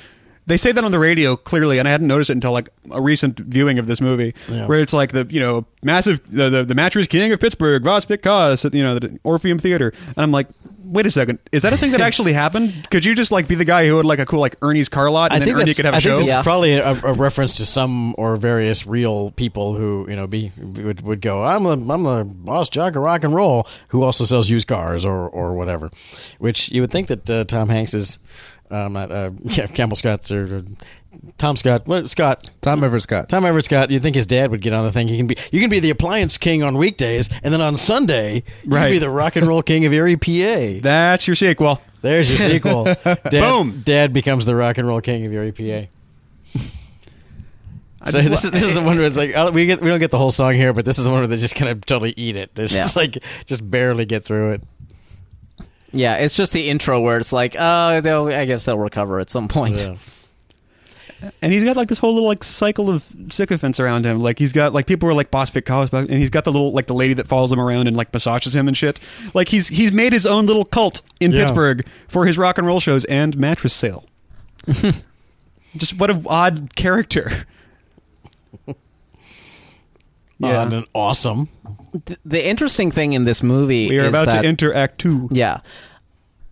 [SPEAKER 1] they say that on the radio clearly, and I hadn't noticed it until like a recent viewing of this movie,
[SPEAKER 3] Yeah.
[SPEAKER 1] where it's like the you know massive the the, the mattress king of Pittsburgh, Bosvik Koss, at you know the Orpheum Theater, and I'm like, wait a second, is that a
[SPEAKER 3] (laughs)
[SPEAKER 1] thing that actually happened? Could you just like be the guy who had like a cool like Ernie's car lot, and then Ernie
[SPEAKER 3] that's-
[SPEAKER 1] could have a
[SPEAKER 3] I
[SPEAKER 1] show?
[SPEAKER 3] Think this
[SPEAKER 4] Yeah.
[SPEAKER 3] is probably a, a reference to some or various real people who you know be would, would go. I'm the I'm the boss jock of rock and roll who also sells used cars or or whatever, which you would think that uh, Tom Hanks is. Um, not uh, (laughs) Cam- Campbell Scott's or, or Tom Scott. What Scott?
[SPEAKER 2] Tom Everett Scott.
[SPEAKER 3] Tom Everett Scott. You'd think his dad would get on the thing. You can be you can be the appliance king on weekdays, and then on Sunday you
[SPEAKER 1] Right.
[SPEAKER 3] can be the rock and roll king of Erie, PA.
[SPEAKER 1] That's your sequel.
[SPEAKER 3] There's
[SPEAKER 1] (laughs)
[SPEAKER 3] your sequel. Dad,
[SPEAKER 1] Boom.
[SPEAKER 3] Dad becomes the rock and roll king of Erie, PA.
[SPEAKER 1] I
[SPEAKER 3] (laughs) so
[SPEAKER 1] just
[SPEAKER 3] this
[SPEAKER 1] lo-
[SPEAKER 3] is this is the one where it's like uh, we get we don't get the whole song here, but this is the one where they just kind of totally eat it. It's
[SPEAKER 4] Yeah.
[SPEAKER 3] just like just barely get
[SPEAKER 1] (laughs)
[SPEAKER 3] through it.
[SPEAKER 4] Yeah, it's just the intro where it's like, oh, they'll, I guess they'll recover at some point.
[SPEAKER 3] Yeah.
[SPEAKER 1] And he's got like this whole little like cycle of sycophants around him. Like he's got like people who are like boss fit cows, and he's got the little like the lady that follows him around and like massages him and shit. Like he's he's made his own little cult in
[SPEAKER 3] Yeah.
[SPEAKER 1] Pittsburgh for his rock and roll shows and mattress
[SPEAKER 4] (laughs)
[SPEAKER 1] sale. Just what an odd character.
[SPEAKER 3] Odd Oh, and awesome.
[SPEAKER 4] Th- the interesting thing in this movie
[SPEAKER 1] we are
[SPEAKER 4] is
[SPEAKER 1] about
[SPEAKER 4] that,
[SPEAKER 1] to enter Act Two.
[SPEAKER 4] Yeah.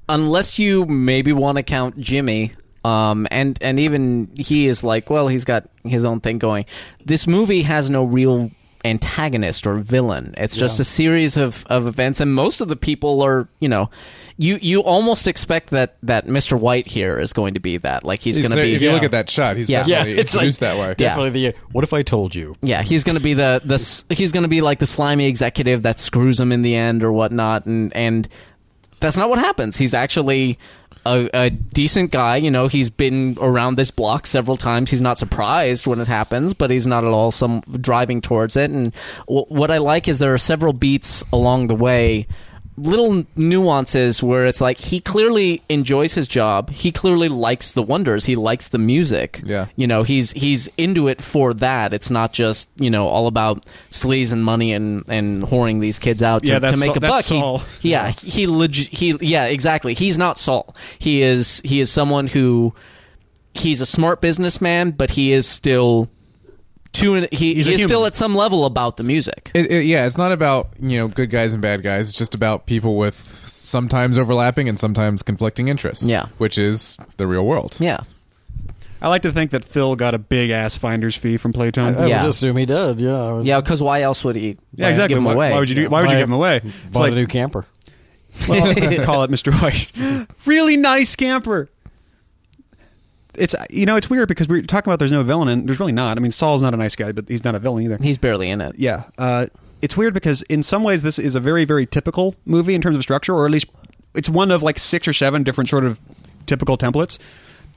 [SPEAKER 4] Unless you maybe want to count Jimmy, um, and and even he is like, well, he's got his own thing going. This movie has no real antagonist or villain. It's just a series of, of events, and most of the people are, you know, you you almost expect that that Mr. White here is going to be that, like he's, going
[SPEAKER 2] So
[SPEAKER 4] to be.
[SPEAKER 2] if you look at that shot, he's
[SPEAKER 4] Yeah.
[SPEAKER 2] definitely
[SPEAKER 3] Yeah, it's like-
[SPEAKER 2] introduced that way.
[SPEAKER 4] Yeah.
[SPEAKER 3] Definitely the. What if I told you?
[SPEAKER 4] Yeah, he's gonna be the the s- he's gonna be like the slimy executive that screws him in the end or whatnot, and and that's not what happens. He's actually a, a decent guy. You know, he's been around this block several times. He's not surprised when it happens, but he's not at all some driving towards it. And w- what I like is there are several beats along the way little nuances where it's like he clearly enjoys his job. He clearly likes the wonders. He likes the music.
[SPEAKER 2] Yeah.
[SPEAKER 4] You know, he's he's into it for that. It's not just, you know, all about sleaze and money and and whoring these kids out to,
[SPEAKER 1] Yeah, that's
[SPEAKER 4] to make
[SPEAKER 1] Saul-
[SPEAKER 4] a
[SPEAKER 1] that's
[SPEAKER 4] buck. He-
[SPEAKER 1] Saul.
[SPEAKER 4] yeah, he legit he yeah, exactly. He's not Saul. He is he is someone who he's a smart businessman, but he is still to an, he,
[SPEAKER 1] He's a
[SPEAKER 4] he is
[SPEAKER 1] human.
[SPEAKER 4] still at some level about the music.
[SPEAKER 2] It, it, yeah, it's not about you know good guys and bad guys. It's just about people with sometimes overlapping and sometimes conflicting interests.
[SPEAKER 4] Yeah.
[SPEAKER 2] which is the real world.
[SPEAKER 4] yeah.
[SPEAKER 1] I like to think that Phil got a big ass finder's fee from Playtime.
[SPEAKER 3] I
[SPEAKER 4] Yeah.
[SPEAKER 3] would assume he did. Yeah.
[SPEAKER 4] Yeah, because why else would he?
[SPEAKER 1] yeah, exactly.
[SPEAKER 4] Give him
[SPEAKER 1] why,
[SPEAKER 4] away?
[SPEAKER 1] why would you do? Why would you give him away? It's
[SPEAKER 3] Buy
[SPEAKER 1] like
[SPEAKER 3] the new camper.
[SPEAKER 1] Well, call it Mr. White. really nice camper. It's you know it's weird because we're talking about there's no villain and there's really not. I mean Saul's not a nice guy, but he's not a villain either.
[SPEAKER 4] He's barely in it.
[SPEAKER 1] yeah, uh, it's weird because in some ways this is a very very typical movie in terms of structure, or at least it's one of like six or seven different sort of typical templates.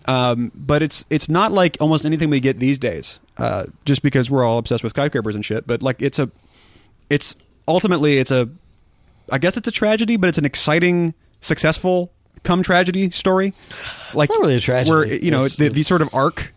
[SPEAKER 1] Um, but it's it's not like almost anything we get these days, uh, just because we're all obsessed with skyscrapers and shit. But like it's a, it's ultimately it's a I guess it's a tragedy, but it's an exciting, successful come tragedy story. Like
[SPEAKER 3] not really a tragedy.
[SPEAKER 1] Where you know
[SPEAKER 3] It's-
[SPEAKER 1] the, the
[SPEAKER 3] it's-
[SPEAKER 1] sort of arc.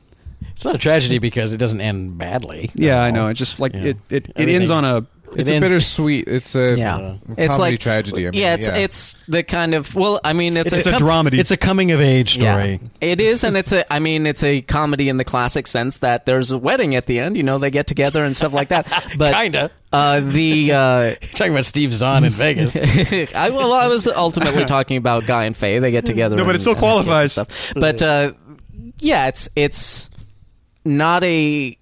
[SPEAKER 3] It's not a tragedy because it doesn't end badly.
[SPEAKER 1] Yeah, I know. It's just like
[SPEAKER 3] Oh, Yeah.
[SPEAKER 1] it it, it
[SPEAKER 3] Everything-
[SPEAKER 1] ends on a.
[SPEAKER 2] It's
[SPEAKER 3] It
[SPEAKER 2] a
[SPEAKER 3] ends-
[SPEAKER 2] bittersweet. It's a
[SPEAKER 4] Yeah,
[SPEAKER 2] comedy tragedy. I mean,
[SPEAKER 4] yeah, it's it's the kind of well, I mean, it's,
[SPEAKER 1] It's a
[SPEAKER 4] com-
[SPEAKER 1] dramedy.
[SPEAKER 3] It's a coming of age
[SPEAKER 4] Yeah,
[SPEAKER 3] story.
[SPEAKER 4] it is, and it's a. I mean, it's a comedy in the classic sense that there's a wedding at the end. You know, they get together and stuff
[SPEAKER 3] (laughs)
[SPEAKER 4] like that. But
[SPEAKER 3] Kinda.
[SPEAKER 4] uh, the. Uh,
[SPEAKER 3] You're talking about Steve
[SPEAKER 1] (laughs)
[SPEAKER 3] Zahn in Vegas.
[SPEAKER 4] (laughs) I, well, I was ultimately talking about Guy and Faye. They get together.
[SPEAKER 1] No, but
[SPEAKER 4] and-
[SPEAKER 1] it still
[SPEAKER 4] and have kids and
[SPEAKER 1] qualifies.
[SPEAKER 4] stuff. But uh, yeah, it's it's not a.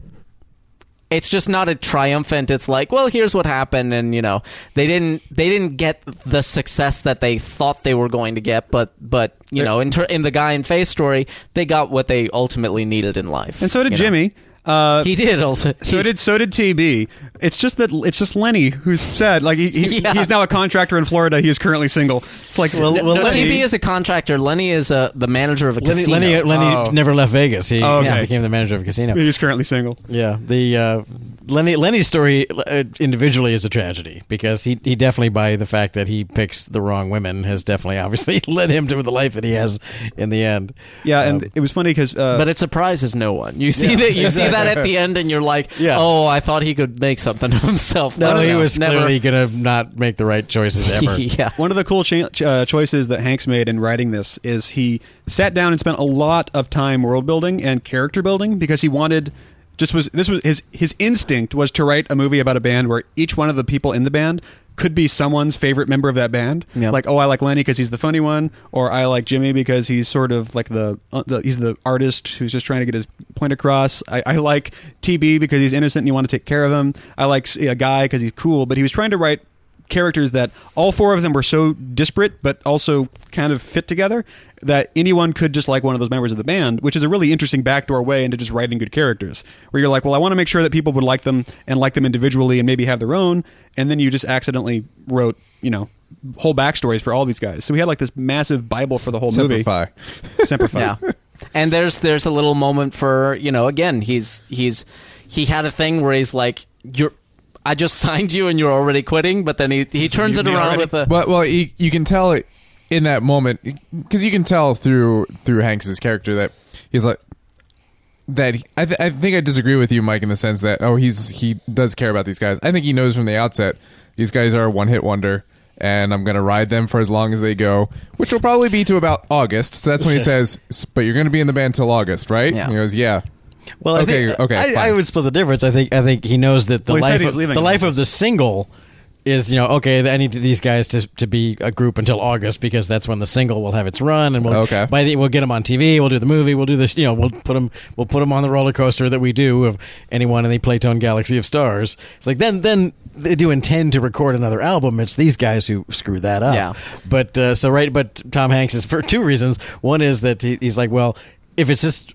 [SPEAKER 4] It's just not a triumphant. It's like, well, here's what happened, and you know, they didn't they didn't get the success that they thought they were going to get, but but you know, in, ter- in the Guy and Faye story, they got what they ultimately needed in life.
[SPEAKER 1] And so did
[SPEAKER 4] you know?
[SPEAKER 1] Jimmy. Uh,
[SPEAKER 4] He did also.
[SPEAKER 1] so
[SPEAKER 4] he's-
[SPEAKER 1] did so did TB. It's just that it's just Lenny who's sad. Like he, he
[SPEAKER 4] (laughs) Yeah.
[SPEAKER 1] he's now a contractor in Florida. He is currently single. It's like well,
[SPEAKER 3] well,
[SPEAKER 4] no,
[SPEAKER 3] Lenny-
[SPEAKER 4] TB is a contractor. Lenny is a, the manager of a
[SPEAKER 3] Lenny,
[SPEAKER 4] casino.
[SPEAKER 3] Lenny, Lenny
[SPEAKER 1] Oh.
[SPEAKER 3] never left Vegas. He
[SPEAKER 1] Oh, okay.
[SPEAKER 3] became the manager of a casino.
[SPEAKER 1] he's currently single.
[SPEAKER 3] Yeah, the uh, Lenny Lenny's story uh, individually is a tragedy because he, he definitely by the fact that he picks the wrong women has definitely obviously (laughs) led him to the life that he has in the end. Um,
[SPEAKER 1] Yeah, and it was funny because uh,
[SPEAKER 4] Um, but it surprises no one. You see that you see that at the end, and you're like,
[SPEAKER 3] Yeah.
[SPEAKER 4] "Oh, I thought he could make something of himself."
[SPEAKER 3] No, he was
[SPEAKER 4] never. (laughs)
[SPEAKER 3] clearly going to not make the right choices ever. (laughs)
[SPEAKER 4] yeah,
[SPEAKER 1] One of the cool cha- ch- uh, choices that Hanks made in writing this is he sat down and spent a lot of time world building and character building because he wanted just was this was his his instinct was to write a movie about a band where each one of the people in the band could be someone's favorite member of that band.
[SPEAKER 4] Yeah.
[SPEAKER 1] Like, oh, I like Lenny because he's the funny one, or I like Jimmy because he's sort of like the, uh, the he's the artist who's just trying to get his point across. I, I like TB because he's innocent and you want to take care of him. I like s- a guy because he's cool, but he was trying to write characters that all four of them were so disparate but also kind of fit together that anyone could just like one of those members of the band which is a really interesting backdoor way into just writing good characters where you're like well i want to make sure that people would like them and like them individually and maybe have their own and then you just accidentally wrote you know whole backstories for all these guys so we had like this massive bible for the whole
[SPEAKER 2] Simplify.
[SPEAKER 1] movie (laughs) Semper Fi.
[SPEAKER 4] yeah and there's there's a little moment for you know again he's he's he had a thing where he's like you're i just (laughs) signed you and you're already quitting but then he he turns it
[SPEAKER 1] mutiny
[SPEAKER 4] around
[SPEAKER 1] already?
[SPEAKER 4] with a
[SPEAKER 2] But well, you, you can tell it in that moment because you can tell through through Hanks's character that he's like that. He, I, th- I think I disagree with you, Mike, in the sense that oh, he's he does care about these guys. I think he knows from the outset these guys are a one hit wonder. And I'm gonna ride them for as long as they go, which will probably be to about August. So that's when
[SPEAKER 4] (laughs)
[SPEAKER 2] he says, "S- "But you're gonna be in the band till August, right?"
[SPEAKER 4] Yeah.
[SPEAKER 2] And he goes, "Yeah."
[SPEAKER 3] Well, I
[SPEAKER 2] Okay,
[SPEAKER 3] think,
[SPEAKER 2] okay,
[SPEAKER 3] I, I
[SPEAKER 2] fine.
[SPEAKER 3] would split the difference. I think I think he knows that the
[SPEAKER 1] Well, he said
[SPEAKER 3] life
[SPEAKER 1] he's
[SPEAKER 3] of,
[SPEAKER 1] leaving
[SPEAKER 3] the
[SPEAKER 1] in
[SPEAKER 3] life of
[SPEAKER 1] August.
[SPEAKER 3] the single is you know okay. I need these guys to, to be a group until August because that's when the single will have its run and we'll
[SPEAKER 2] Okay.
[SPEAKER 3] by the, we'll get them on TV. We'll do the movie. We'll do this. You know we'll put them we'll put 'em on the roller coaster that we do of anyone in the Playtone Galaxy of Stars. It's like then then they do intend to record another album. It's these guys who screw that up.
[SPEAKER 4] Yeah.
[SPEAKER 3] But uh, so right, but Tom Hanks is for (laughs) two reasons. One is that he, he's like, well, if it's just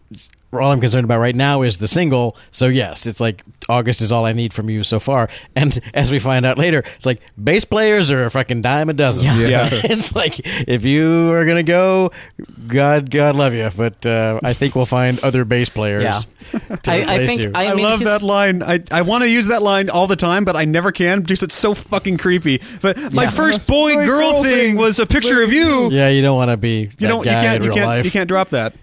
[SPEAKER 3] all I'm concerned about right now is the single, so yes, it's like August is all I need from you so far. And (laughs) as we find out later, it's like bass players are a fucking dime a dozen.
[SPEAKER 4] Yeah.
[SPEAKER 1] Yeah.
[SPEAKER 3] (laughs) it's like if you are gonna go, God, God love you, but uh, I think we'll find other bass players.
[SPEAKER 4] Yeah.
[SPEAKER 3] (laughs) to
[SPEAKER 4] I- I
[SPEAKER 3] replace
[SPEAKER 4] think
[SPEAKER 3] you.
[SPEAKER 4] I
[SPEAKER 1] I,
[SPEAKER 4] mean,
[SPEAKER 1] love
[SPEAKER 4] he's-
[SPEAKER 1] that line. I, I want to use that line all the time, but I never can because it's so fucking creepy. But my
[SPEAKER 4] Yeah.
[SPEAKER 1] first boy girl,
[SPEAKER 2] girl
[SPEAKER 1] thing,
[SPEAKER 2] thing.
[SPEAKER 1] was a picture of you.
[SPEAKER 3] yeah, you don't want to be that
[SPEAKER 1] You don't. You
[SPEAKER 3] guy in
[SPEAKER 1] can't. You
[SPEAKER 3] real
[SPEAKER 1] can't.
[SPEAKER 3] life.
[SPEAKER 1] You can't drop that.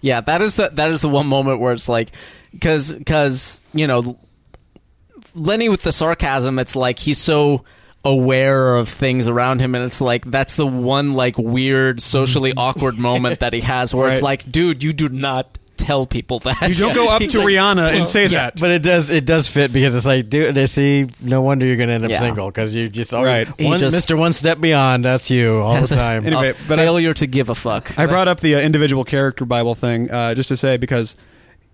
[SPEAKER 4] Yeah, that is the that is the one moment where it's like, because because you know, Lenny with the sarcasm, it's like he's so aware of things around him, and it's like that's the one like weird socially awkward moment that he has where it's
[SPEAKER 1] Mm-hmm. Right.
[SPEAKER 4] like, dude, you do not tell people that
[SPEAKER 1] You don't go up to
[SPEAKER 4] (laughs) He's like-
[SPEAKER 1] Rihanna and say
[SPEAKER 4] yeah,
[SPEAKER 1] that.
[SPEAKER 3] But it does it does fit because it's like, dude, I see. No wonder you're gonna end up
[SPEAKER 4] Yeah.
[SPEAKER 3] single because you just
[SPEAKER 1] Right.
[SPEAKER 3] right.
[SPEAKER 4] He
[SPEAKER 3] One,
[SPEAKER 4] just-
[SPEAKER 3] Mister One Step Beyond. That's you all the
[SPEAKER 4] has a-
[SPEAKER 3] time.
[SPEAKER 1] Anyway,
[SPEAKER 4] a
[SPEAKER 1] but I-
[SPEAKER 4] failure to give a fuck.
[SPEAKER 1] I brought up the uh, individual character Bible thing uh, just to say because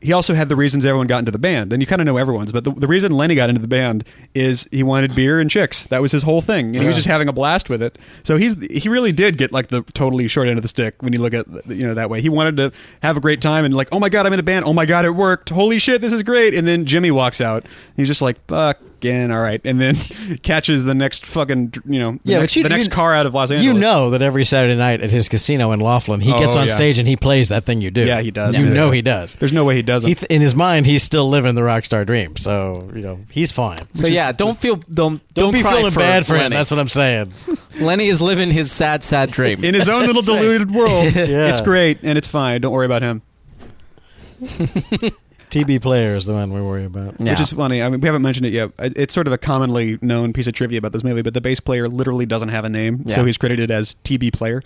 [SPEAKER 1] he also had the reasons everyone got into the band, and you kind of know everyone's. But the, the reason Lenny got into the band is he wanted beer and chicks. That was his whole thing, and he was just having a blast with it. So he's he really did get like the totally short end of the stick when you look at you know that way. He wanted to have a great time and like, oh my god, I'm in a band. Oh my god, it worked. Holy shit, this is great. And then Jimmy walks out. He's just like, fuck. Again, all right, and then (laughs) catches the next fucking you know the, next, the next car out of Los Angeles.
[SPEAKER 3] You know that every Saturday night at his casino in Laughlin, he gets
[SPEAKER 1] Oh,
[SPEAKER 3] on
[SPEAKER 1] yeah.
[SPEAKER 3] stage and he plays that thing you do.
[SPEAKER 1] Yeah, he does.
[SPEAKER 3] You
[SPEAKER 1] Yeah.
[SPEAKER 3] know he does.
[SPEAKER 1] there's no way he doesn't.
[SPEAKER 3] He th- in his mind, he's still living the rock star dream. So you know he's fine.
[SPEAKER 4] So yeah, don't feel don't don't,
[SPEAKER 3] Don't, be
[SPEAKER 4] cry
[SPEAKER 3] feeling
[SPEAKER 4] for
[SPEAKER 3] bad for
[SPEAKER 4] Lenny.
[SPEAKER 3] him. That's what I'm
[SPEAKER 4] (laughs)
[SPEAKER 3] saying.
[SPEAKER 4] Lenny is living his sad, sad
[SPEAKER 1] (laughs)
[SPEAKER 4] dream.
[SPEAKER 1] in his own little
[SPEAKER 3] right.
[SPEAKER 1] deluded
[SPEAKER 4] (laughs)
[SPEAKER 1] world.
[SPEAKER 3] Yeah.
[SPEAKER 1] It's great and it's fine. Don't worry about him.
[SPEAKER 3] TB player is the one we worry about.
[SPEAKER 4] Yeah.
[SPEAKER 1] Which is funny. I mean, we haven't mentioned it yet. It- It's sort of a commonly known piece of trivia about this movie, but the bass player literally doesn't have a name,
[SPEAKER 4] Yeah.
[SPEAKER 1] so he's credited as TB Player,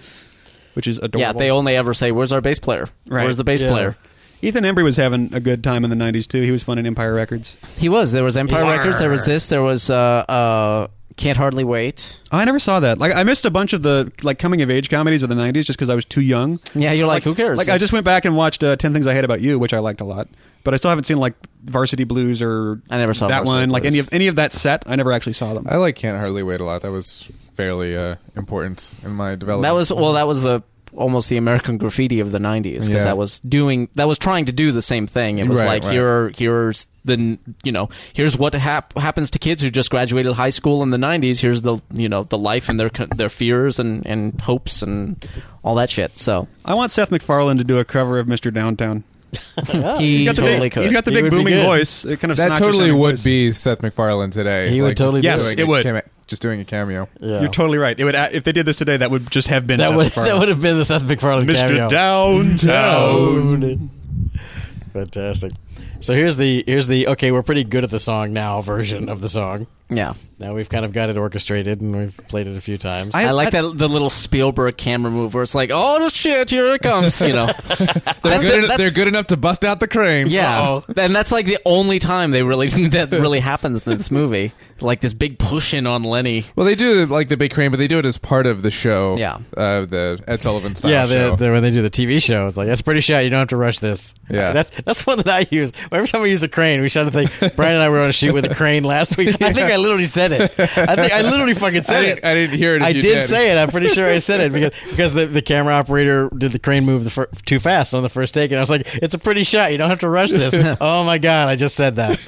[SPEAKER 1] which is adorable.
[SPEAKER 4] yeah, they only ever say, "Where's our bass player?
[SPEAKER 1] Right.
[SPEAKER 4] Where's the bass
[SPEAKER 3] Yeah.
[SPEAKER 4] player?"
[SPEAKER 1] Ethan Embry was having a good time in the '90s too. He was fun in Empire Records.
[SPEAKER 4] He was. There was Empire
[SPEAKER 3] He's-
[SPEAKER 4] Records. There was this. There was uh, uh, Can't Hardly Wait.
[SPEAKER 1] Oh, I never saw that. Like, I missed a bunch of the like coming of age comedies of the '90s just because I was too young.
[SPEAKER 4] Yeah, you're like, who cares?
[SPEAKER 1] Like, I just went back and watched uh, Ten Things I Hate About You, which I liked a lot, but I still haven't seen like Varsity Blues or
[SPEAKER 4] I never saw
[SPEAKER 1] that
[SPEAKER 4] Varsity
[SPEAKER 1] one. Like
[SPEAKER 4] Blues.
[SPEAKER 1] any of any of that set, I never actually saw them.
[SPEAKER 2] I like can't hardly wait a lot. That was fairly uh, important in my development.
[SPEAKER 4] that was well. That was the almost the American Graffiti of the '90s because
[SPEAKER 2] Yeah.
[SPEAKER 4] that was doing that was trying to do the same thing. It was
[SPEAKER 2] Right,
[SPEAKER 4] like
[SPEAKER 2] right.
[SPEAKER 4] here, here's the you know here's what hap- happens to kids who just graduated high school in the '90s. Here's the you know the life and their co- their fears and and hopes and all that shit. So
[SPEAKER 1] I want Seth MacFarlane to do a cover of Mr. Downtown.
[SPEAKER 4] he
[SPEAKER 1] He's got the
[SPEAKER 4] totally
[SPEAKER 1] big,
[SPEAKER 4] could.
[SPEAKER 1] He's got the
[SPEAKER 3] He
[SPEAKER 1] big
[SPEAKER 3] would be
[SPEAKER 1] booming
[SPEAKER 3] good.
[SPEAKER 1] voice. It kind of
[SPEAKER 2] that
[SPEAKER 1] snotches
[SPEAKER 2] totally
[SPEAKER 1] sounding
[SPEAKER 2] would
[SPEAKER 1] voice.
[SPEAKER 2] be Seth MacFarlane today.
[SPEAKER 3] He would
[SPEAKER 2] just
[SPEAKER 3] totally
[SPEAKER 1] Yes,
[SPEAKER 2] doing
[SPEAKER 1] it
[SPEAKER 2] a
[SPEAKER 1] would.
[SPEAKER 2] came- just doing a cameo.
[SPEAKER 3] Yeah.
[SPEAKER 1] You're totally right. It would if they did this today. That would just have been
[SPEAKER 3] that
[SPEAKER 1] Seth
[SPEAKER 4] (laughs)
[SPEAKER 3] would (laughs)
[SPEAKER 1] MacFarlane.
[SPEAKER 3] that would have been the Seth MacFarlane
[SPEAKER 1] Mr.
[SPEAKER 3] cameo.
[SPEAKER 1] Downtown.
[SPEAKER 3] Fantastic. So here's the here's the okay. We're pretty good at the song now version of the song.
[SPEAKER 4] Yeah.
[SPEAKER 3] Now we've kind of got it orchestrated and we've played it a few times.
[SPEAKER 4] I, like that the little Spielberg camera move where it's like, oh shit, here it comes, you know.
[SPEAKER 2] They're
[SPEAKER 4] That's
[SPEAKER 2] good,
[SPEAKER 4] the-
[SPEAKER 2] en-
[SPEAKER 4] that's-
[SPEAKER 2] they're good enough to bust out the crane.
[SPEAKER 4] Yeah,
[SPEAKER 2] Uh-oh.
[SPEAKER 4] and that's like the only time they really (laughs) that really happens in this movie. Like this big push in on Lenny.
[SPEAKER 2] Well, they do like the big crane, but they do it as part of the show.
[SPEAKER 4] Yeah.
[SPEAKER 2] Uh, the Ed Sullivan style
[SPEAKER 3] yeah,
[SPEAKER 2] show.
[SPEAKER 3] the, the, when they do the TV show, it's like that's pretty shot. You don't have to rush this.
[SPEAKER 2] Yeah.
[SPEAKER 3] that's that's one that I use. Every time I use a crane, we shot a thing. Brian and I were on a shoot with a crane last week. I think I literally said it. I think I literally fucking
[SPEAKER 2] I,
[SPEAKER 3] said
[SPEAKER 2] didn't,
[SPEAKER 3] it.
[SPEAKER 2] I didn't hear it.
[SPEAKER 3] I
[SPEAKER 2] If you
[SPEAKER 3] did say it. I'm pretty sure I said it because because the, the camera operator did the crane move the fir- too fast on the first take, and I was like, "It's a pretty shot. You don't have to rush this." oh my god, I just said that.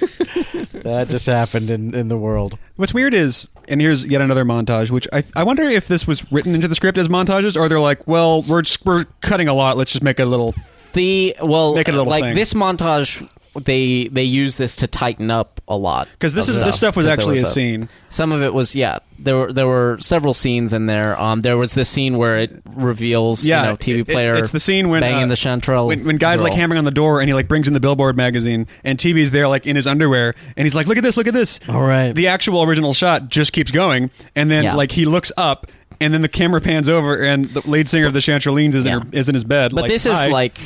[SPEAKER 3] that just happened in, in the world.
[SPEAKER 1] What's weird is, and here's yet another montage, which I, I wonder if this was written into the script as montages, or they're like, well, we're just, we're cutting a lot. Let's just make a little.
[SPEAKER 4] The well,
[SPEAKER 1] Make it a little
[SPEAKER 4] like
[SPEAKER 1] thing.
[SPEAKER 4] this montage, they they use this to tighten up a lot
[SPEAKER 1] Because this
[SPEAKER 4] of
[SPEAKER 1] is this stuff was
[SPEAKER 4] 'Cause there
[SPEAKER 1] actually a
[SPEAKER 4] a-
[SPEAKER 1] scene.
[SPEAKER 4] Some of it was yeah. There were there were several scenes in there. Um, there was this scene where it reveals
[SPEAKER 1] Yeah,
[SPEAKER 4] you know TV
[SPEAKER 1] it- it's-
[SPEAKER 4] player.
[SPEAKER 1] it's the scene when,
[SPEAKER 4] banging
[SPEAKER 1] uh,
[SPEAKER 4] the Chantrell.
[SPEAKER 1] When, when guys
[SPEAKER 4] girl.
[SPEAKER 1] like hammering on the door, and he like brings in the Billboard magazine, and TV's there like in his underwear, and he's like, look at this, look at this.
[SPEAKER 3] All right.
[SPEAKER 1] The actual original shot just keeps going, and then
[SPEAKER 4] Yeah.
[SPEAKER 1] like he looks up. And then the camera pans over, and the lead singer of the Chanterlines is,
[SPEAKER 4] Yeah.
[SPEAKER 1] in, her, is in his bed.
[SPEAKER 4] But
[SPEAKER 1] like,
[SPEAKER 4] this is
[SPEAKER 1] "Hi."
[SPEAKER 4] like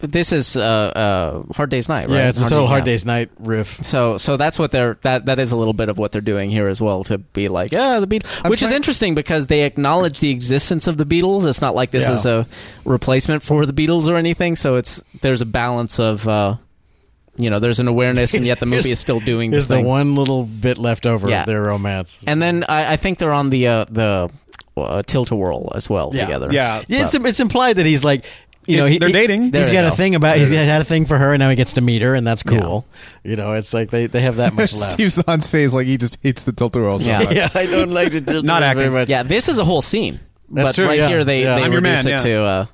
[SPEAKER 4] this is uh, uh, Hard Day's Night, right?
[SPEAKER 3] Yeah, it's a total hard
[SPEAKER 4] yeah.
[SPEAKER 3] day's night riff.
[SPEAKER 4] So so that's what they're that that is a little bit of what they're doing here as well to be like yeah the Beatles, which is
[SPEAKER 2] trying-
[SPEAKER 4] interesting because they acknowledge the existence of the Beatles. It's not like this
[SPEAKER 3] Yeah.
[SPEAKER 4] is a replacement for the Beatles or anything. So it's there's a balance of. Uh, you know, there's an awareness, and yet the movie
[SPEAKER 3] Here's-
[SPEAKER 4] is still doing
[SPEAKER 3] Is the
[SPEAKER 4] thing.
[SPEAKER 3] one little bit left over
[SPEAKER 4] Yeah.
[SPEAKER 3] of their romance.
[SPEAKER 4] And then I, I think they're on the uh, the uh, tilt a whirl as well
[SPEAKER 3] Yeah.
[SPEAKER 4] together.
[SPEAKER 1] Yeah.
[SPEAKER 3] it's it's implied that he's like you know
[SPEAKER 1] It's-
[SPEAKER 3] he,
[SPEAKER 1] they're
[SPEAKER 3] he-
[SPEAKER 1] dating.
[SPEAKER 4] There
[SPEAKER 3] he's
[SPEAKER 4] they
[SPEAKER 3] got a
[SPEAKER 4] go.
[SPEAKER 3] thing about he's had a thing for her, and now he gets to meet her, and that's cool. You know, it's like they, they have
[SPEAKER 1] (laughs)
[SPEAKER 3] that much left.
[SPEAKER 2] Steve Zahn's face like he just hates the tilt a whirl so
[SPEAKER 4] Yeah.
[SPEAKER 2] much.
[SPEAKER 3] yeah, I don't like to do
[SPEAKER 1] Not
[SPEAKER 3] that
[SPEAKER 1] acting.
[SPEAKER 3] Very much.
[SPEAKER 4] Yeah, this is a whole scene.
[SPEAKER 3] That's
[SPEAKER 4] but
[SPEAKER 3] true,
[SPEAKER 4] right
[SPEAKER 3] yeah.
[SPEAKER 4] here they,
[SPEAKER 3] Yeah.
[SPEAKER 4] they
[SPEAKER 1] I'm your
[SPEAKER 4] reduce
[SPEAKER 1] man,
[SPEAKER 4] it
[SPEAKER 1] yeah.
[SPEAKER 4] to uh,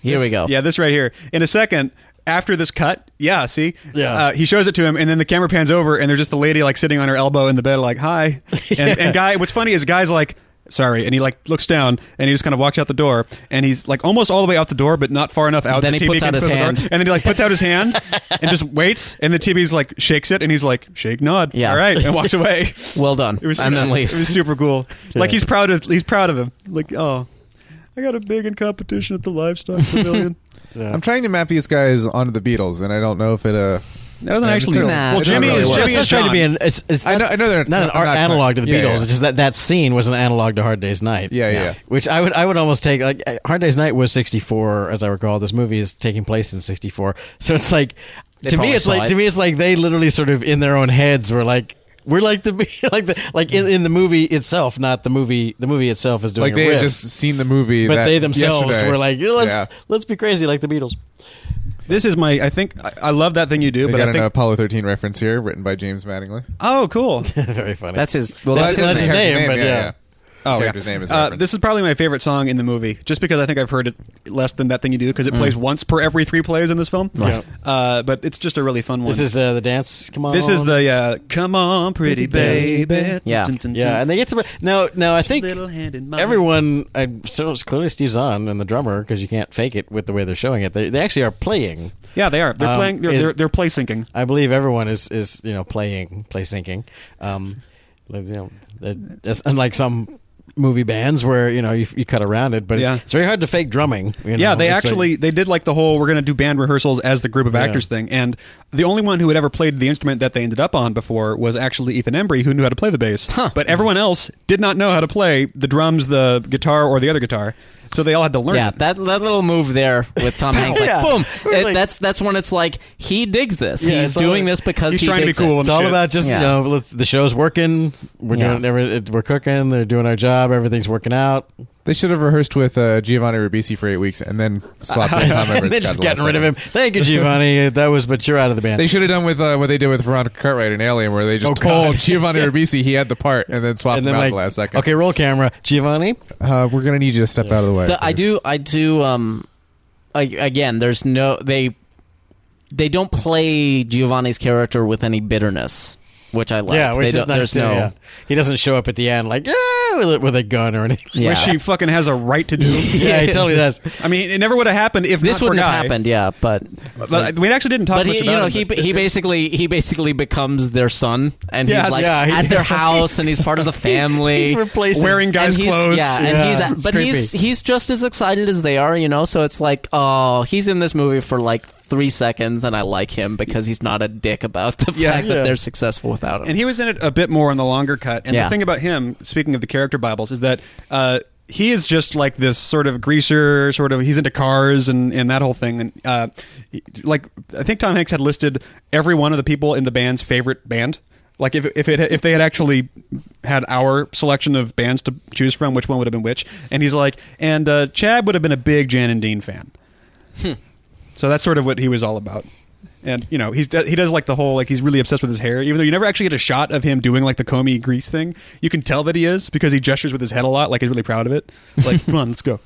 [SPEAKER 4] here we go.
[SPEAKER 1] Yeah, this right here. In a second, after this cut, yeah, see?
[SPEAKER 3] Yeah.
[SPEAKER 1] Uh, he shows it to him, and then the camera pans over, and there's just the lady, like, sitting on her elbow in the bed, like,
[SPEAKER 4] (laughs)
[SPEAKER 1] hi. And, and Guy, what's funny is Guy's like, sorry. And he, like, looks down, and he just kind of walks out the door, and he's, like, almost all the way out the door, but not far enough out.
[SPEAKER 4] Then
[SPEAKER 1] the
[SPEAKER 4] he puts
[SPEAKER 1] can
[SPEAKER 4] out his
[SPEAKER 1] close the door.
[SPEAKER 4] hand.
[SPEAKER 1] and then he, like, puts out his hand and
[SPEAKER 4] (laughs)
[SPEAKER 1] just waits, and the TV's, like, shakes it, and he's like, shake, nod.
[SPEAKER 4] Yeah.
[SPEAKER 1] All right. And walks away. (laughs)
[SPEAKER 4] Well done.
[SPEAKER 1] It was uh,
[SPEAKER 4] and then
[SPEAKER 1] It was
[SPEAKER 4] leaves.
[SPEAKER 1] super
[SPEAKER 4] (laughs)
[SPEAKER 1] cool. Like he's proud of he's proud of him. Like oh, I got a big in competition at the livestock
[SPEAKER 4] (laughs)
[SPEAKER 1] pavilion.
[SPEAKER 2] I'm trying to map these guys onto the Beatles, and I don't know if it. Uh,
[SPEAKER 1] That doesn't
[SPEAKER 2] Yeah,
[SPEAKER 1] actually.
[SPEAKER 2] material.
[SPEAKER 4] Nah,
[SPEAKER 1] well,
[SPEAKER 4] it's not
[SPEAKER 1] Jimmy
[SPEAKER 4] really
[SPEAKER 1] is
[SPEAKER 4] what-
[SPEAKER 1] Jimmy
[SPEAKER 3] it's not
[SPEAKER 1] is
[SPEAKER 3] trying
[SPEAKER 1] John.
[SPEAKER 3] to be an. It's, it's
[SPEAKER 2] I
[SPEAKER 3] not,
[SPEAKER 2] know- I know they're
[SPEAKER 3] not an
[SPEAKER 2] not-
[SPEAKER 3] art
[SPEAKER 2] not
[SPEAKER 3] analog to
[SPEAKER 2] trying-
[SPEAKER 3] the
[SPEAKER 2] yeah,
[SPEAKER 3] Beatles.
[SPEAKER 2] yeah.
[SPEAKER 3] It's just that that scene was an analog to Hard Day's Night.
[SPEAKER 2] Yeah, yeah, yeah.
[SPEAKER 3] Which I would I would almost take like uh, Hard Day's Night was '64, as I recall. This movie is taking place in '64, so it's like
[SPEAKER 4] They
[SPEAKER 3] to me
[SPEAKER 4] probably
[SPEAKER 3] it's
[SPEAKER 4] saw
[SPEAKER 3] like
[SPEAKER 4] it.
[SPEAKER 3] to me it's like they literally sort of in their own heads were like. We're like the (laughs) like the like in, in the movie itself, not the movie. The movie itself is doing
[SPEAKER 2] like
[SPEAKER 3] a
[SPEAKER 2] they had
[SPEAKER 3] riff,
[SPEAKER 2] just seen the movie,
[SPEAKER 3] but
[SPEAKER 2] that
[SPEAKER 3] they themselves
[SPEAKER 2] yesterday.
[SPEAKER 3] were like, let's
[SPEAKER 2] Yeah.
[SPEAKER 3] let's be crazy like the Beatles. (laughs)
[SPEAKER 1] This is my. I think I, I love that thing you do,
[SPEAKER 2] We
[SPEAKER 1] but
[SPEAKER 2] got
[SPEAKER 1] I
[SPEAKER 2] an uh,
[SPEAKER 1] think.
[SPEAKER 2] Apollo 13 reference here, written by James Mattingly.
[SPEAKER 1] Oh,
[SPEAKER 3] (laughs)
[SPEAKER 1] cool.
[SPEAKER 3] Very funny.
[SPEAKER 4] That's his. Well,
[SPEAKER 3] That's-
[SPEAKER 4] that's, his
[SPEAKER 3] that's
[SPEAKER 4] name.
[SPEAKER 3] his name, but yeah.
[SPEAKER 1] Oh,
[SPEAKER 2] Character's
[SPEAKER 1] yeah.
[SPEAKER 2] name is
[SPEAKER 1] Uh,
[SPEAKER 2] referenced.
[SPEAKER 1] this is probably my favorite song in the movie, just because I think I've heard it less than that thing you do, because it plays once per every three plays in this film.
[SPEAKER 3] Mm. Right.
[SPEAKER 1] Uh, but it's just a really fun one.
[SPEAKER 3] this is uh, the dance. Come on,
[SPEAKER 1] this is the uh, come on, pretty
[SPEAKER 3] Pretty
[SPEAKER 1] baby.
[SPEAKER 4] Yeah.
[SPEAKER 1] Dun, dun, dun,
[SPEAKER 3] Yeah, and
[SPEAKER 1] dun.
[SPEAKER 3] they get some. No, no, I think
[SPEAKER 1] Little hand in mine.
[SPEAKER 3] everyone. I, so it's clearly Steve Zahn and the drummer because you can't fake it with the way they're showing it. They, they actually are playing.
[SPEAKER 1] yeah, they are. They're
[SPEAKER 3] Um,
[SPEAKER 1] playing. They're,
[SPEAKER 3] is-
[SPEAKER 1] they're, they're play syncing.
[SPEAKER 3] I believe everyone is is you know playing play syncing. Um, like, you know, that- that's unlike some movie bands where you know you, you cut around it, but
[SPEAKER 1] Yeah.
[SPEAKER 3] it's very hard to fake drumming.
[SPEAKER 1] yeah,
[SPEAKER 3] you know.
[SPEAKER 1] they
[SPEAKER 3] It's like-
[SPEAKER 1] actually they did like the whole we're going to do band rehearsals as the group of actors thing, and the only one who had ever played the instrument that they ended up on before was actually Ethan Embry, who knew how to play the bass. But everyone else did not know how to play the drums, the guitar, or the other guitar, so they all had to learn.
[SPEAKER 4] Yeah,
[SPEAKER 1] it.
[SPEAKER 4] that, that little move there with Tom Hanks, like,
[SPEAKER 3] Yeah.
[SPEAKER 4] boom.
[SPEAKER 3] We're
[SPEAKER 4] It-
[SPEAKER 3] like-
[SPEAKER 4] that's that's when it's like he digs this.
[SPEAKER 3] Yeah,
[SPEAKER 4] he's
[SPEAKER 3] it's all
[SPEAKER 4] doing
[SPEAKER 3] like-
[SPEAKER 4] this because
[SPEAKER 1] he's
[SPEAKER 4] he
[SPEAKER 1] trying to be
[SPEAKER 4] digs
[SPEAKER 1] cool
[SPEAKER 4] It.
[SPEAKER 1] and
[SPEAKER 3] It's all
[SPEAKER 1] shit.
[SPEAKER 3] about just
[SPEAKER 4] Yeah.
[SPEAKER 3] you know let's, the show's working. We're
[SPEAKER 4] Yeah.
[SPEAKER 3] doing every, we're cooking. They're doing our job. Everything's
[SPEAKER 1] (laughs)
[SPEAKER 3] working out.
[SPEAKER 2] They should have rehearsed with uh, Giovanni Ribisi for eight weeks and then
[SPEAKER 3] (laughs)
[SPEAKER 2] swapped in Tom Everett.
[SPEAKER 3] and then just
[SPEAKER 2] Scott
[SPEAKER 3] getting
[SPEAKER 2] Lawson.
[SPEAKER 3] rid of him. Thank you, Giovanni. that was, but you're out of the band.
[SPEAKER 2] They should have done with uh, what they did with Veronica Cartwright in Alien, where they just
[SPEAKER 3] Oh,
[SPEAKER 2] told
[SPEAKER 3] (laughs) God.
[SPEAKER 2] Giovanni Ribisi he had the part and then swapped
[SPEAKER 3] and then
[SPEAKER 2] him out
[SPEAKER 3] like
[SPEAKER 2] at the last second.
[SPEAKER 3] Okay, roll camera, Giovanni.
[SPEAKER 2] uh, we're gonna need you to step out of the way.
[SPEAKER 4] The- I
[SPEAKER 2] please.
[SPEAKER 4] do. I do. Um, I, again, there's no they. They don't play Giovanni's character with any bitterness. which I like.
[SPEAKER 3] yeah, which
[SPEAKER 4] They
[SPEAKER 3] is
[SPEAKER 4] don't-
[SPEAKER 3] nice
[SPEAKER 4] there's
[SPEAKER 3] too.
[SPEAKER 4] no,
[SPEAKER 3] yeah. He doesn't show up at the end like yeah with a, with a gun or anything.
[SPEAKER 4] Yeah.
[SPEAKER 1] Which she fucking has a right to do.
[SPEAKER 3] (laughs)
[SPEAKER 4] (laughs)
[SPEAKER 3] yeah, he totally does.
[SPEAKER 1] I mean, it never would have happened if
[SPEAKER 4] This
[SPEAKER 1] not for
[SPEAKER 4] wouldn't have
[SPEAKER 1] Guy.
[SPEAKER 4] happened, yeah, but
[SPEAKER 1] But we actually didn't talk
[SPEAKER 4] but
[SPEAKER 1] much
[SPEAKER 4] he, you
[SPEAKER 1] about
[SPEAKER 4] know,
[SPEAKER 1] it,
[SPEAKER 4] he
[SPEAKER 1] but-
[SPEAKER 4] he basically he basically becomes their son, and
[SPEAKER 1] Yes.
[SPEAKER 4] he's like
[SPEAKER 1] Yeah,
[SPEAKER 3] he-
[SPEAKER 1] (laughs)
[SPEAKER 4] at their house, and he's part of the family.
[SPEAKER 3] He replaces
[SPEAKER 1] Wearing guys'
[SPEAKER 4] and he's,
[SPEAKER 1] clothes.
[SPEAKER 4] Yeah,
[SPEAKER 3] Yeah,
[SPEAKER 4] and
[SPEAKER 3] it's
[SPEAKER 4] he's but he's
[SPEAKER 3] creepy.
[SPEAKER 4] he's just as excited as they are, you know. So it's like, oh, he's in this movie for like three seconds, and I like him because he's not a dick about the
[SPEAKER 1] Yeah.
[SPEAKER 4] fact
[SPEAKER 1] Yeah.
[SPEAKER 4] that they're successful without him.
[SPEAKER 1] And he was in it a bit more in the longer cut. And
[SPEAKER 4] Yeah.
[SPEAKER 1] the thing about him, speaking of the character Bibles, is that uh, he is just like this sort of greaser, sort of he's into cars and, and that whole thing. And uh, he- like I think Tom Hanks had listed every one of the people in the band's favorite band. Like if if it if they had actually had our selection of bands to choose from, which one would have been which? And he's like, and uh, Chad would have been a big Jan and Dean fan. So that's sort of what he was all about. And you know he's he does like the whole like he's really obsessed with his hair. Even though you never actually get a shot of him doing like the Comey grease thing, you can tell that he is because he gestures with his head a lot. Like he's really proud of it.
[SPEAKER 3] (laughs)
[SPEAKER 1] Like come on, let's go.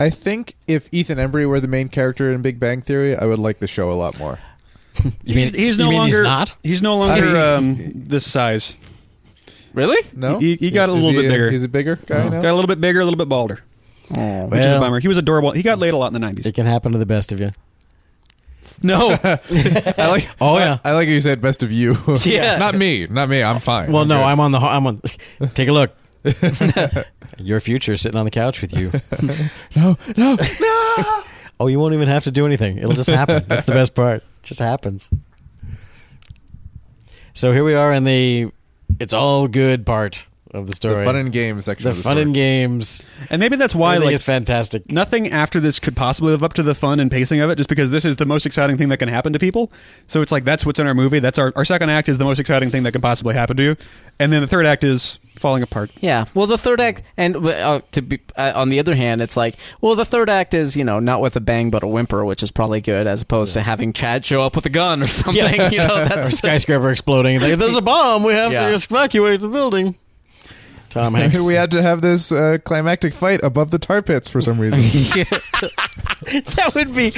[SPEAKER 2] I think if Ethan Embry were the main character in Big Bang Theory, I would like the show a lot more.
[SPEAKER 3] (laughs) You mean,
[SPEAKER 1] he's, he's
[SPEAKER 3] you
[SPEAKER 1] no
[SPEAKER 3] mean
[SPEAKER 1] longer
[SPEAKER 3] he's not.
[SPEAKER 1] he's no longer
[SPEAKER 2] I
[SPEAKER 1] um,
[SPEAKER 2] mean-
[SPEAKER 1] this size.
[SPEAKER 4] really?
[SPEAKER 2] No,
[SPEAKER 1] He- he got a
[SPEAKER 2] Is
[SPEAKER 1] little
[SPEAKER 2] he
[SPEAKER 1] bit bigger.
[SPEAKER 2] He's a bigger guy now.
[SPEAKER 1] Got a little bit bigger, a little bit balder,
[SPEAKER 4] No,
[SPEAKER 1] which is a
[SPEAKER 3] Well,
[SPEAKER 1] bummer. He was adorable. He got laid a lot in the nineties.
[SPEAKER 3] It can happen to the best of you.
[SPEAKER 4] I like.
[SPEAKER 3] Oh yeah.
[SPEAKER 2] I like how you said best
[SPEAKER 3] (laughs)
[SPEAKER 2] of you. (laughs)
[SPEAKER 4] Yeah.
[SPEAKER 2] not me. Not me. I'm fine.
[SPEAKER 3] Well,
[SPEAKER 2] I'm
[SPEAKER 3] no,
[SPEAKER 2] good.
[SPEAKER 3] I'm on the. I'm on. (laughs) Take a look. Your future sitting on the couch with (laughs) you.
[SPEAKER 2] no, no, no.
[SPEAKER 3] Oh, you won't even have to do anything. It'll just happen. That's the best part. It just happens. So here we are in the it's all good part of the
[SPEAKER 2] The
[SPEAKER 3] story.
[SPEAKER 2] fun and game section.
[SPEAKER 3] The
[SPEAKER 2] of the
[SPEAKER 3] fun
[SPEAKER 2] story.
[SPEAKER 3] and games.
[SPEAKER 1] And maybe that's why
[SPEAKER 3] I think
[SPEAKER 1] like
[SPEAKER 3] it's fantastic.
[SPEAKER 1] nothing after this could possibly live up to the fun and pacing of it just because this is the most exciting thing that can happen to people so it's like that's what's in our movie that's our, our second act is the most exciting thing that could possibly happen to you and then the third act is falling apart
[SPEAKER 4] Yeah. Well, the third act, and uh, to be uh, on the other hand, it's like, well, the third act is you know not with a bang but a whimper, which is probably good as opposed to having Chad show up with a gun or something.
[SPEAKER 1] (laughs)
[SPEAKER 4] You know,
[SPEAKER 3] Our
[SPEAKER 4] that's
[SPEAKER 3] skyscraper exploding. Like, There's a bomb. We have
[SPEAKER 4] Yeah.
[SPEAKER 3] to evacuate the building.
[SPEAKER 2] (laughs)
[SPEAKER 3] Tom Hanks.
[SPEAKER 2] we had to have this uh, climactic fight above the tar pits for
[SPEAKER 3] (laughs)
[SPEAKER 2] some reason.
[SPEAKER 3] (laughs) that would
[SPEAKER 2] (laughs)
[SPEAKER 3] be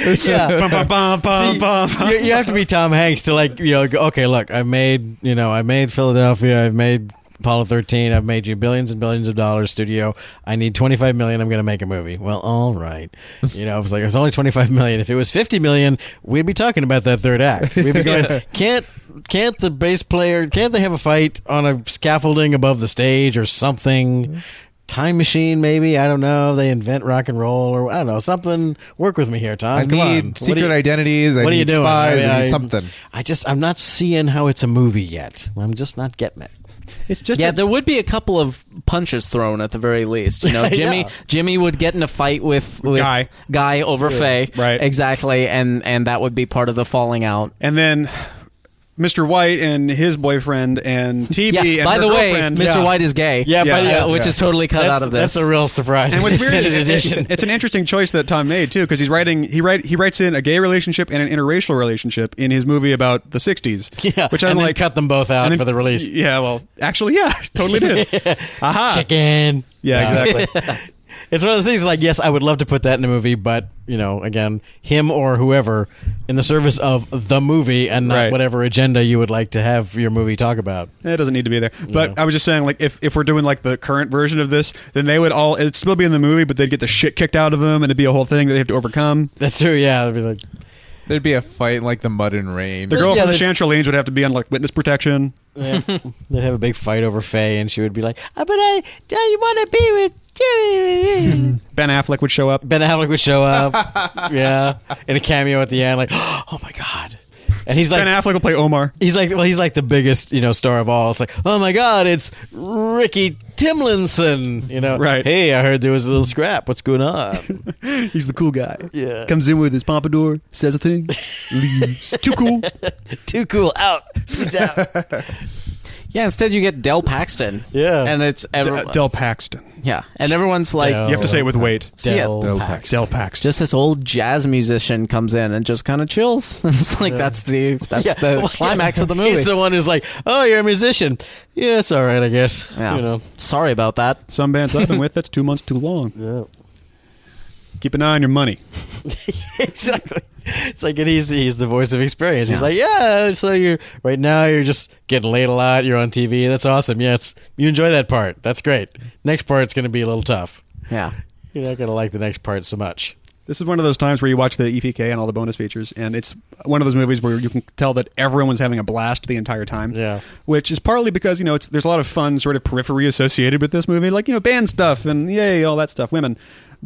[SPEAKER 1] (laughs)
[SPEAKER 3] yeah.
[SPEAKER 1] Bum, bum, bum, bum,
[SPEAKER 3] See,
[SPEAKER 1] bum, bum.
[SPEAKER 3] you, you have to be Tom Hanks to like you know. Go, okay, look, I've made you know, I made Philadelphia, I've made Apollo thirteen, I've made you billions and billions of dollars studio. I need twenty five million. I'm going to make a movie. Well, all right, you know, it was like it's only twenty five million. If it was fifty million, we'd be talking about that third act. We'd be
[SPEAKER 2] (laughs)
[SPEAKER 3] going, can't can't the bass player? Can't they have a fight on a scaffolding above the stage or something? Time machine, maybe I don't know. They invent rock and roll, or I don't know something. Work with me here, Tom.
[SPEAKER 2] I
[SPEAKER 3] Come on.
[SPEAKER 2] need
[SPEAKER 3] What do
[SPEAKER 2] secret
[SPEAKER 3] you-
[SPEAKER 2] identities. I
[SPEAKER 3] what are you
[SPEAKER 2] need
[SPEAKER 3] doing?
[SPEAKER 2] spies.
[SPEAKER 3] I mean,
[SPEAKER 2] I
[SPEAKER 3] I-
[SPEAKER 2] need something.
[SPEAKER 3] I just I'm not seeing how it's a movie yet. I'm just not getting it.
[SPEAKER 1] it's just
[SPEAKER 4] (laughs) Yeah,
[SPEAKER 1] a-
[SPEAKER 4] there would be a couple of punches thrown at the very
[SPEAKER 1] (laughs)
[SPEAKER 4] least. You know, Jimmy
[SPEAKER 3] Yeah.
[SPEAKER 4] Jimmy would get in a fight with, with
[SPEAKER 1] Guy.
[SPEAKER 4] Guy over Faye,
[SPEAKER 1] right.
[SPEAKER 4] Exactly, and and that would be part of the falling out.
[SPEAKER 1] and then mr white and his boyfriend
[SPEAKER 4] (laughs)
[SPEAKER 1] and tb
[SPEAKER 4] Yeah.
[SPEAKER 1] and
[SPEAKER 4] By
[SPEAKER 1] her
[SPEAKER 4] the way,
[SPEAKER 1] girlfriend.
[SPEAKER 4] Mr.
[SPEAKER 1] Yeah.
[SPEAKER 4] White is gay.
[SPEAKER 3] Yeah,
[SPEAKER 1] but-
[SPEAKER 4] uh,
[SPEAKER 1] yeah,
[SPEAKER 4] which
[SPEAKER 2] yeah.
[SPEAKER 4] is totally cut out of this.
[SPEAKER 3] That's a real surprise.
[SPEAKER 1] and what's weird
[SPEAKER 3] (laughs)
[SPEAKER 4] (laughs)
[SPEAKER 3] extended
[SPEAKER 1] it-
[SPEAKER 3] edition.
[SPEAKER 1] (laughs) it's an interesting choice that Tom made too, because he's writing he write he writes in a gay relationship and an interracial relationship in his movie about the '60s,
[SPEAKER 3] yeah,
[SPEAKER 1] which
[SPEAKER 3] and
[SPEAKER 1] I'm
[SPEAKER 3] then
[SPEAKER 1] like
[SPEAKER 3] cut them both out
[SPEAKER 1] And then-
[SPEAKER 3] for
[SPEAKER 1] (laughs)
[SPEAKER 3] the release.
[SPEAKER 1] Yeah, well, actually, yeah, (laughs) totally
[SPEAKER 3] (laughs)
[SPEAKER 1] did. Aha.
[SPEAKER 3] Chicken.
[SPEAKER 1] Yeah,
[SPEAKER 3] (laughs)
[SPEAKER 1] exactly.
[SPEAKER 3] It's one of those things like, yes, I would love to put that in a movie, but, you know, again, him or whoever in the service of the movie and not
[SPEAKER 1] Right.
[SPEAKER 3] whatever agenda you would like to have your movie talk about.
[SPEAKER 1] it doesn't need to be there. But
[SPEAKER 3] No.
[SPEAKER 1] I was just saying, like, if, if we're doing like the current version of this, then they would all it'd still be in the movie, but they'd get the shit kicked out of them, and it'd be a whole thing that they have to overcome.
[SPEAKER 3] That's true. Yeah. I'd be like,
[SPEAKER 2] There'd be a fight in, like the mud and rain.
[SPEAKER 1] The girl
[SPEAKER 3] Yeah,
[SPEAKER 1] from the
[SPEAKER 3] they-
[SPEAKER 1] Chantrel Lanes would have to be on like witness protection. (laughs)
[SPEAKER 3] they'd have a big fight over Faye, and she would be like, "Ah, but I, I want to be with Jimmy.
[SPEAKER 1] (laughs) Ben Affleck would show up.
[SPEAKER 3] Ben Affleck would show up, yeah, in a cameo at the end, like, (gasps) oh my god, and he's like,
[SPEAKER 1] ben Affleck will play Omar. (laughs)
[SPEAKER 3] he's like, well, he's like the biggest, you know, star of all. It's like, oh my god, it's Ricky Timlinson, you know,
[SPEAKER 1] Right.
[SPEAKER 3] Hey, I heard there was a little scrap. What's
[SPEAKER 1] (laughs)
[SPEAKER 3] going on?
[SPEAKER 1] He's the cool guy.
[SPEAKER 3] Yeah.
[SPEAKER 1] Comes in with his pompadour, says a
[SPEAKER 3] (laughs)
[SPEAKER 1] thing, leaves. Too cool.
[SPEAKER 3] Too cool, out, he's out.
[SPEAKER 4] yeah, instead you get Del Paxton.
[SPEAKER 3] Yeah.
[SPEAKER 4] and it's every-
[SPEAKER 1] D- Del Paxton.
[SPEAKER 4] yeah, and everyone's like,
[SPEAKER 3] Del-
[SPEAKER 1] You have to say it with weight.
[SPEAKER 4] See, yeah,
[SPEAKER 3] Del
[SPEAKER 2] Del
[SPEAKER 3] Pax.
[SPEAKER 1] Del Paxton.
[SPEAKER 4] just this old jazz musician comes in and just kind of chills. (laughs) it's like that's the that's
[SPEAKER 1] (laughs)
[SPEAKER 3] Yeah. (laughs)
[SPEAKER 4] the
[SPEAKER 3] Well,
[SPEAKER 4] climax of the movie.
[SPEAKER 3] He's the one who's like, oh, you're a musician. Yeah, it's all right, I guess.
[SPEAKER 4] yeah.
[SPEAKER 3] You know.
[SPEAKER 4] Sorry about that.
[SPEAKER 1] Some bands I've been with, that's two months too long. Keep an eye on your money.
[SPEAKER 3] exactly. It's like and he's he's the voice of experience. He's like, yeah. So you're right now. You're just getting laid a lot. You're on TV. That's awesome. Yeah, it's you enjoy that part. That's great. Next part's going to be a little tough.
[SPEAKER 4] Yeah.
[SPEAKER 3] You're not going to like the next part so much.
[SPEAKER 1] This is one of those times where you watch the EPK and all the bonus features, and it's one of those movies where you can tell that everyone was having a blast the entire time.
[SPEAKER 3] Yeah.
[SPEAKER 1] Which is partly because, you know, it's there's a lot of fun sort of periphery associated with this movie, like, you know, band stuff and yay, all that stuff, women,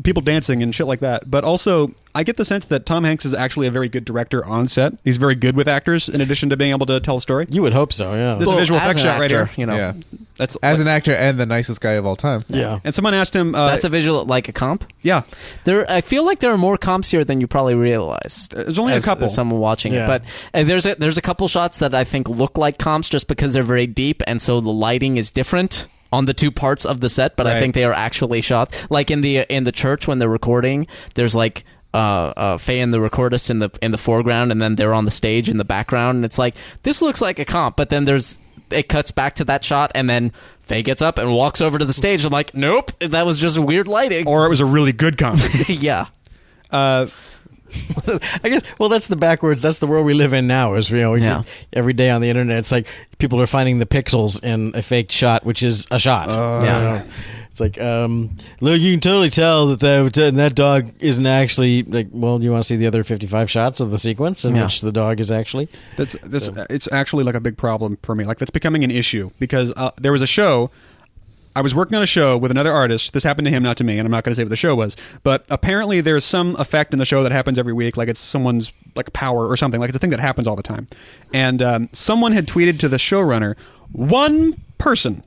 [SPEAKER 1] people dancing and shit like that. But also, I get the sense that Tom Hanks is actually a very good director on set. He's very good with actors in addition to being able to tell a story.
[SPEAKER 3] You would hope so. Yeah.
[SPEAKER 1] This is a visual
[SPEAKER 4] as
[SPEAKER 1] effects
[SPEAKER 4] an
[SPEAKER 1] shot right
[SPEAKER 4] actor,
[SPEAKER 1] here.
[SPEAKER 4] you know.
[SPEAKER 2] yeah.
[SPEAKER 1] That's
[SPEAKER 2] As an actor and the nicest guy of all time.
[SPEAKER 3] yeah.
[SPEAKER 1] and someone asked him uh,
[SPEAKER 4] That's a visual like a comp.
[SPEAKER 1] yeah.
[SPEAKER 4] There, I feel like there are more comps here than you probably realize.
[SPEAKER 1] There's only a
[SPEAKER 4] as-
[SPEAKER 1] couple.
[SPEAKER 4] as someone watching
[SPEAKER 3] Yeah.
[SPEAKER 4] it, but and there's a, there's a couple shots that I think look like comps just because they're very deep, and so the lighting is different on the two parts of the set. But
[SPEAKER 1] Right.
[SPEAKER 4] I think they are actually shots like in the in the church when they're recording. There's like. Uh, uh, Faye and the recordist in the in the foreground, and then they're on the stage in the background, and it's like this looks like a comp, but then there's it cuts back to that shot, and then Faye gets up and walks over to the stage. I'm like, nope, that was just weird lighting.
[SPEAKER 1] Or it was a really good comment.
[SPEAKER 4] (laughs) yeah,
[SPEAKER 1] (laughs) Uh,
[SPEAKER 3] (laughs) I guess. Well, that's the backwards. That's the world we live in now. Is you know, we-
[SPEAKER 4] Yeah.
[SPEAKER 3] every day on the internet, it's like people are finding the pixels in a fake shot, which is a shot.
[SPEAKER 4] Yeah.
[SPEAKER 3] It's like, um, look, you can totally tell that the, that dog isn't actually like. Well, do you want to see the other fifty-five shots of the sequence in
[SPEAKER 4] Yeah.
[SPEAKER 3] which the dog is actually?
[SPEAKER 1] That's this. It's actually like a big problem for me. Like that's becoming an issue because uh, there was a show. I was working on a show with another artist. This happened to him, not to me, and I'm not going to say what the show was. But apparently, there's some effect in the show that happens every week, like it's someone's like power or something. Like it's a thing that happens all the time. And um, someone had tweeted to the showrunner, one person,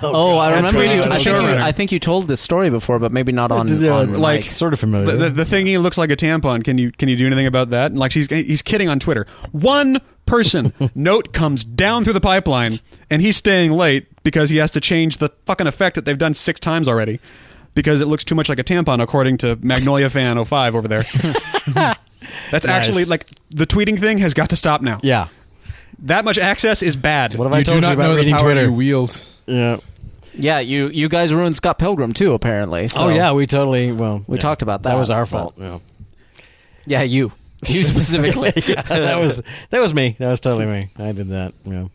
[SPEAKER 4] Oh, I remember.
[SPEAKER 1] tweeting
[SPEAKER 4] you-
[SPEAKER 1] to the
[SPEAKER 4] I, think you,
[SPEAKER 1] showrunner.
[SPEAKER 4] I think you told this story before, but maybe not on.
[SPEAKER 3] Yeah,
[SPEAKER 4] on
[SPEAKER 3] it's
[SPEAKER 1] like-
[SPEAKER 3] sort of familiar.
[SPEAKER 1] the, the, the thing he looks like a tampon. Can you can you do anything about that? And like he's he's kidding on Twitter. One
[SPEAKER 3] (laughs)
[SPEAKER 1] person note comes down through the pipeline, and he's staying late because he has to change the fucking effect that they've done six times already because it looks too much like a tampon, according to Magnolia Fan 05 over there.
[SPEAKER 3] (laughs)
[SPEAKER 1] That's actually like the tweeting thing has got to stop now.
[SPEAKER 3] yeah.
[SPEAKER 1] that much access is bad.
[SPEAKER 3] What have
[SPEAKER 2] You
[SPEAKER 3] I
[SPEAKER 2] do
[SPEAKER 3] told you
[SPEAKER 2] not
[SPEAKER 3] about
[SPEAKER 2] know the
[SPEAKER 3] reading
[SPEAKER 2] power
[SPEAKER 3] Twitter?
[SPEAKER 2] you wield.
[SPEAKER 3] yeah.
[SPEAKER 4] yeah, you you guys ruined Scott Pilgrim too, apparently. So.
[SPEAKER 3] oh yeah, we totally. Well,
[SPEAKER 4] We
[SPEAKER 3] yeah.
[SPEAKER 4] talked about
[SPEAKER 3] That
[SPEAKER 4] that,
[SPEAKER 3] was our
[SPEAKER 4] but-
[SPEAKER 3] fault. Yeah.
[SPEAKER 4] yeah, you (laughs) you
[SPEAKER 3] (laughs)
[SPEAKER 4] specifically.
[SPEAKER 3] yeah, that was that was me. That was totally me. I did that. Yeah.